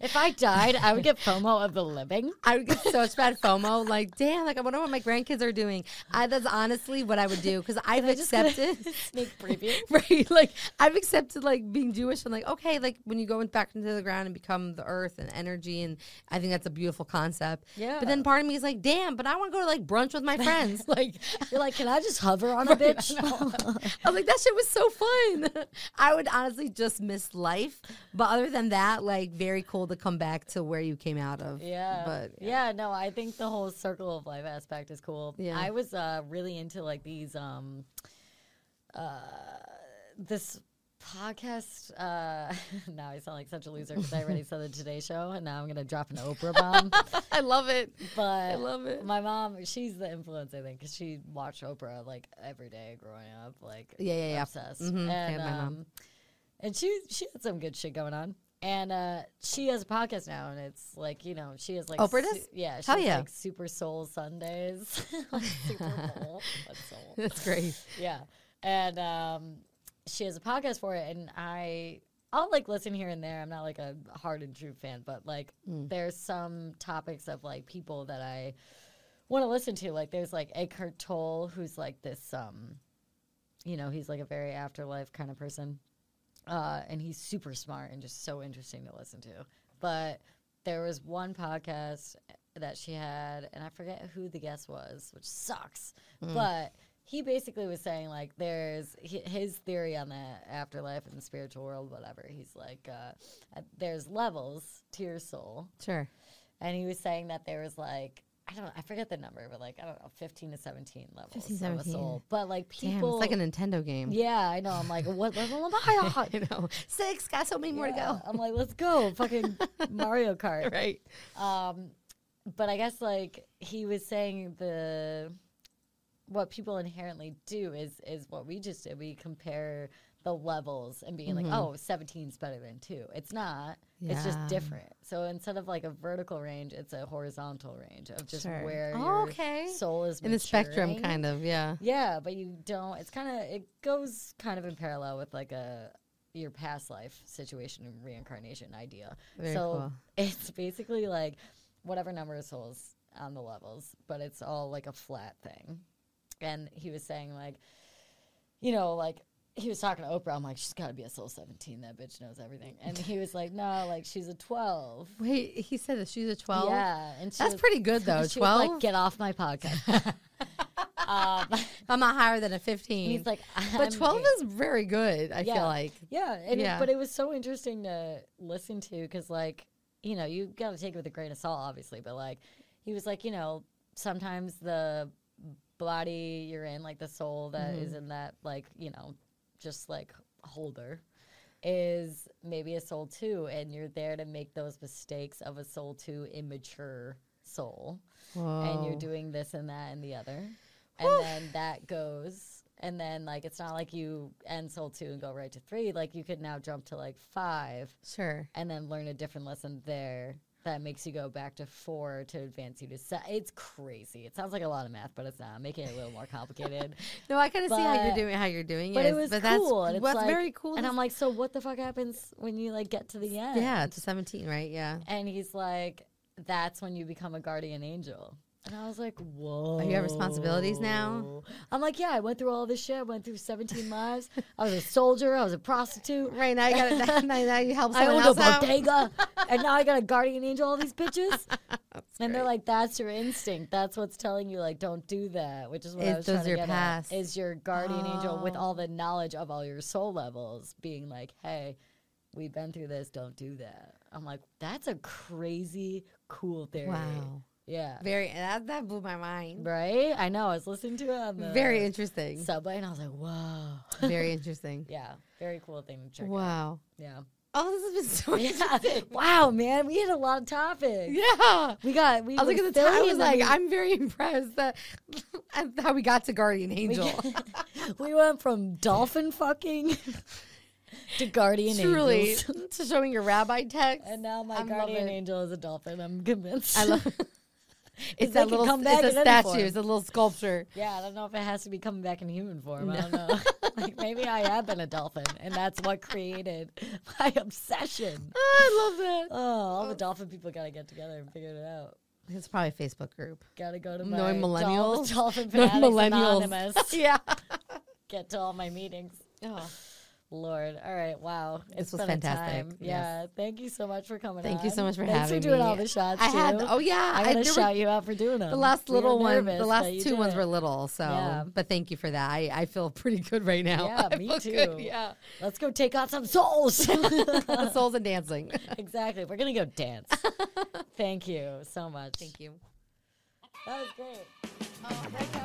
[SPEAKER 2] If I died, I would get FOMO of the living.
[SPEAKER 3] I would get such bad FOMO. Like, damn, like I wonder what my grandkids are doing. I, that's honestly what I would do because I've accepted.
[SPEAKER 2] Sneak preview.
[SPEAKER 3] right? Like I've accepted like being Jewish and like okay, like when you go in- back into the ground and become the earth and energy, and I think that's a beautiful concept.
[SPEAKER 2] Yeah.
[SPEAKER 3] But then part of me is like, damn, but I want to go to like brunch with my friends. like
[SPEAKER 2] You're like, can I just hover on a bitch?
[SPEAKER 3] I was like, that shit was so fun. I would honestly just miss life. But other than that, like very cool to come back to where you came out of.
[SPEAKER 2] Yeah.
[SPEAKER 3] But
[SPEAKER 2] yeah. no, I think the whole circle of life aspect is cool.
[SPEAKER 3] Yeah.
[SPEAKER 2] I was uh, really into like these um uh this podcast uh now I sound like such a loser because I already said the Today Show and now I'm gonna drop an Oprah bomb.
[SPEAKER 3] I love it.
[SPEAKER 2] But
[SPEAKER 3] I love it.
[SPEAKER 2] My mom, she's the influence I think because she watched Oprah like every day growing up, like
[SPEAKER 3] Yeah, yeah, yeah.
[SPEAKER 2] obsessed.
[SPEAKER 3] Mhm, same
[SPEAKER 2] And,
[SPEAKER 3] with my mom.
[SPEAKER 2] um, and she she had some good shit going on. And uh, she has a podcast now, and it's like you know she has like
[SPEAKER 3] Oprah does?
[SPEAKER 2] yeah, she
[SPEAKER 3] Hell
[SPEAKER 2] has,
[SPEAKER 3] yeah.
[SPEAKER 2] like Super Soul Sundays, Super Bowl, but Soul
[SPEAKER 3] That's great.
[SPEAKER 2] yeah and um she has a podcast for it and i i'll like listen here and there i'm not like a hard and true fan but like there's some topics of like people that i want to listen to like there's like eckhart tolle who's like this um you know he's like a very afterlife kind of person uh, and he's super smart and just so interesting to listen to. But there was one podcast that she had, and I forget who the guest was, which sucks. But he basically was saying like, there's hi- his theory on the afterlife and the spiritual world, whatever. He's like, uh, uh, there's levels to your soul,
[SPEAKER 3] Sure.
[SPEAKER 2] and he was saying that there was like. I don't. I forget the number, but like I don't know, fifteen to seventeen levels
[SPEAKER 3] 15,
[SPEAKER 2] of
[SPEAKER 3] 17.
[SPEAKER 2] a soul. But like
[SPEAKER 3] Damn,
[SPEAKER 2] people,
[SPEAKER 3] it's like a Nintendo game.
[SPEAKER 2] yeah, I know. I'm like, what level am I on?
[SPEAKER 3] You know, six got so many more to
[SPEAKER 2] Yeah,
[SPEAKER 3] go.
[SPEAKER 2] I'm like, let's go, fucking Mario Kart.
[SPEAKER 3] Right.
[SPEAKER 2] Um, but I guess like he was saying the what people inherently do is is what we just did. We compare the levels and being like, oh, 17 is better than two. It's not. It's just
[SPEAKER 3] Mm-hmm. Yeah.
[SPEAKER 2] different. So instead of like a vertical range, it's a horizontal range of just
[SPEAKER 3] Sure.
[SPEAKER 2] where
[SPEAKER 3] Oh,
[SPEAKER 2] your
[SPEAKER 3] okay.
[SPEAKER 2] soul is
[SPEAKER 3] In the spectrum,
[SPEAKER 2] maturing.
[SPEAKER 3] kind of, yeah.
[SPEAKER 2] Yeah, but you don't. It's kind of it goes kind of in parallel with like a your past life situation and reincarnation idea.
[SPEAKER 3] Very
[SPEAKER 2] so
[SPEAKER 3] cool.
[SPEAKER 2] it's basically like whatever number of souls on the levels, but it's all like a flat thing. And he was saying like, you know, like. He was talking to Oprah. I'm like, she's got to be a soul 17. That bitch knows everything. And he was like, no, like she's a 12.
[SPEAKER 3] Wait, he said that she's a 12?
[SPEAKER 2] Yeah, and she
[SPEAKER 3] That's
[SPEAKER 2] was-
[SPEAKER 3] pretty good, though.
[SPEAKER 2] she was
[SPEAKER 3] 12?
[SPEAKER 2] like, get off my podcast. um,
[SPEAKER 3] I'm not higher than a 15.
[SPEAKER 2] And he's like,
[SPEAKER 3] but
[SPEAKER 2] "I'm
[SPEAKER 3] 12
[SPEAKER 2] eight."
[SPEAKER 3] is very good, I
[SPEAKER 2] Yeah.
[SPEAKER 3] feel like.
[SPEAKER 2] yeah, and it-
[SPEAKER 3] yeah.
[SPEAKER 2] but it was so interesting to listen to because, like, you know, you got to take it with a grain of salt, obviously. But like, he was like, you know, sometimes the body you're in, like the soul that is in that, like, you know, just like holder, is maybe a soul too, and you're there to make those mistakes of a soul too immature soul and you're
[SPEAKER 3] Whoa.
[SPEAKER 2] doing this and that and the other. And then that goes. And then, like, it's not like you end soul two and go right to three. Like, you could now jump to like five
[SPEAKER 3] Sure.
[SPEAKER 2] and then learn a different lesson there that makes you go back to four to advance you to seven. It's crazy. It sounds like a lot of math, but it's not. I'm making it a little more complicated.
[SPEAKER 3] No, I kind of see how you're
[SPEAKER 2] But-
[SPEAKER 3] doing how you're doing
[SPEAKER 2] but
[SPEAKER 3] it.
[SPEAKER 2] it was
[SPEAKER 3] but that's,
[SPEAKER 2] cool. and it's
[SPEAKER 3] That's
[SPEAKER 2] like-
[SPEAKER 3] very cool.
[SPEAKER 2] And
[SPEAKER 3] to-
[SPEAKER 2] I'm like, so what the fuck happens when you like get to the end?
[SPEAKER 3] yeah, to 17, right? Yeah.
[SPEAKER 2] And he's like, that's when you become a guardian angel. And I was like, whoa.
[SPEAKER 3] you have responsibilities now?
[SPEAKER 2] I'm like, yeah, I went through all this shit. I went through 17 lives. I was a soldier. I was a prostitute.
[SPEAKER 3] Right now, you got it. Now, now you help
[SPEAKER 2] I
[SPEAKER 3] someone
[SPEAKER 2] owned a
[SPEAKER 3] else out.
[SPEAKER 2] bodega. and now I got a guardian angel, all these bitches. And they're
[SPEAKER 3] great.
[SPEAKER 2] like, that's your instinct. That's what's telling you, like, don't do that, which is what
[SPEAKER 3] Is-
[SPEAKER 2] I was
[SPEAKER 3] those
[SPEAKER 2] trying to
[SPEAKER 3] your
[SPEAKER 2] get
[SPEAKER 3] past.
[SPEAKER 2] at. Is your guardian angel with
[SPEAKER 3] Oh.
[SPEAKER 2] all the knowledge of all your soul levels being like, hey, we've been through this. Don't do that. I'm like, that's a crazy, cool theory.
[SPEAKER 3] Wow.
[SPEAKER 2] Yeah.
[SPEAKER 3] Very that that blew my mind.
[SPEAKER 2] Right? I know. I was listening to it on the
[SPEAKER 3] Very interesting.
[SPEAKER 2] subway, and I was like, whoa.
[SPEAKER 3] Very interesting.
[SPEAKER 2] yeah. Very cool thing to check out.
[SPEAKER 3] Wow.
[SPEAKER 2] Yeah.
[SPEAKER 3] Oh, this has been so
[SPEAKER 2] yeah.
[SPEAKER 3] interesting.
[SPEAKER 2] Wow, man. We had a lot of topics.
[SPEAKER 3] Yeah.
[SPEAKER 2] We got, we
[SPEAKER 3] I was
[SPEAKER 2] went
[SPEAKER 3] like at the time. I
[SPEAKER 2] Philly,
[SPEAKER 3] was
[SPEAKER 2] and then
[SPEAKER 3] like,
[SPEAKER 2] we-
[SPEAKER 3] I'm very impressed that at how we got to Guardian Angel.
[SPEAKER 2] we went from dolphin fucking to guardian
[SPEAKER 3] Truly,
[SPEAKER 2] angels.
[SPEAKER 3] to showing your rabbi text.
[SPEAKER 2] And now my
[SPEAKER 3] I love
[SPEAKER 2] guardian
[SPEAKER 3] it.
[SPEAKER 2] angel is a dolphin. I'm convinced.
[SPEAKER 3] I love.
[SPEAKER 2] Because
[SPEAKER 3] it's
[SPEAKER 2] they
[SPEAKER 3] that
[SPEAKER 2] can
[SPEAKER 3] little.
[SPEAKER 2] come back
[SPEAKER 3] It's
[SPEAKER 2] in any
[SPEAKER 3] a statue.
[SPEAKER 2] form.
[SPEAKER 3] It's a little sculpture.
[SPEAKER 2] yeah, I don't know if it has to be coming back in human form. I don't know. like maybe I have been a dolphin, and that's what created my obsession.
[SPEAKER 3] Oh, I love
[SPEAKER 2] Oh, all the dolphin people gotta get together and figure it out.
[SPEAKER 3] that. It's probably a Facebook group.
[SPEAKER 2] Gotta go to my
[SPEAKER 3] Knowing
[SPEAKER 2] dol-
[SPEAKER 3] millennials.
[SPEAKER 2] dolphin
[SPEAKER 3] Knowing
[SPEAKER 2] fanatics
[SPEAKER 3] millennials.
[SPEAKER 2] anonymous.
[SPEAKER 3] yeah.
[SPEAKER 2] get to all my meetings.
[SPEAKER 3] Oh,
[SPEAKER 2] Lord. All right. Wow. It's
[SPEAKER 3] This was
[SPEAKER 2] been
[SPEAKER 3] fantastic.
[SPEAKER 2] A time. Yeah. Thank you so much for coming
[SPEAKER 3] Thank you so
[SPEAKER 2] on.
[SPEAKER 3] much for
[SPEAKER 2] Thanks
[SPEAKER 3] having
[SPEAKER 2] for doing
[SPEAKER 3] me.
[SPEAKER 2] all the shots.
[SPEAKER 3] I had.
[SPEAKER 2] too.
[SPEAKER 3] Oh yeah.
[SPEAKER 2] I gotta
[SPEAKER 3] there were-
[SPEAKER 2] shout you out for doing them.
[SPEAKER 3] the last
[SPEAKER 2] We were
[SPEAKER 3] little one.
[SPEAKER 2] nervous,
[SPEAKER 3] The
[SPEAKER 2] but
[SPEAKER 3] last
[SPEAKER 2] you
[SPEAKER 3] two
[SPEAKER 2] did
[SPEAKER 3] ones
[SPEAKER 2] it.
[SPEAKER 3] were little. So,
[SPEAKER 2] Yeah.
[SPEAKER 3] but thank you for that. I, I feel pretty good right now.
[SPEAKER 2] Yeah,
[SPEAKER 3] I
[SPEAKER 2] me
[SPEAKER 3] feel
[SPEAKER 2] too.
[SPEAKER 3] good, Yeah.
[SPEAKER 2] Let's go take on some souls.
[SPEAKER 3] Souls and dancing.
[SPEAKER 2] exactly. We're gonna go dance. Thank you so much.
[SPEAKER 3] Thank you.
[SPEAKER 2] That was great.
[SPEAKER 3] Oh, I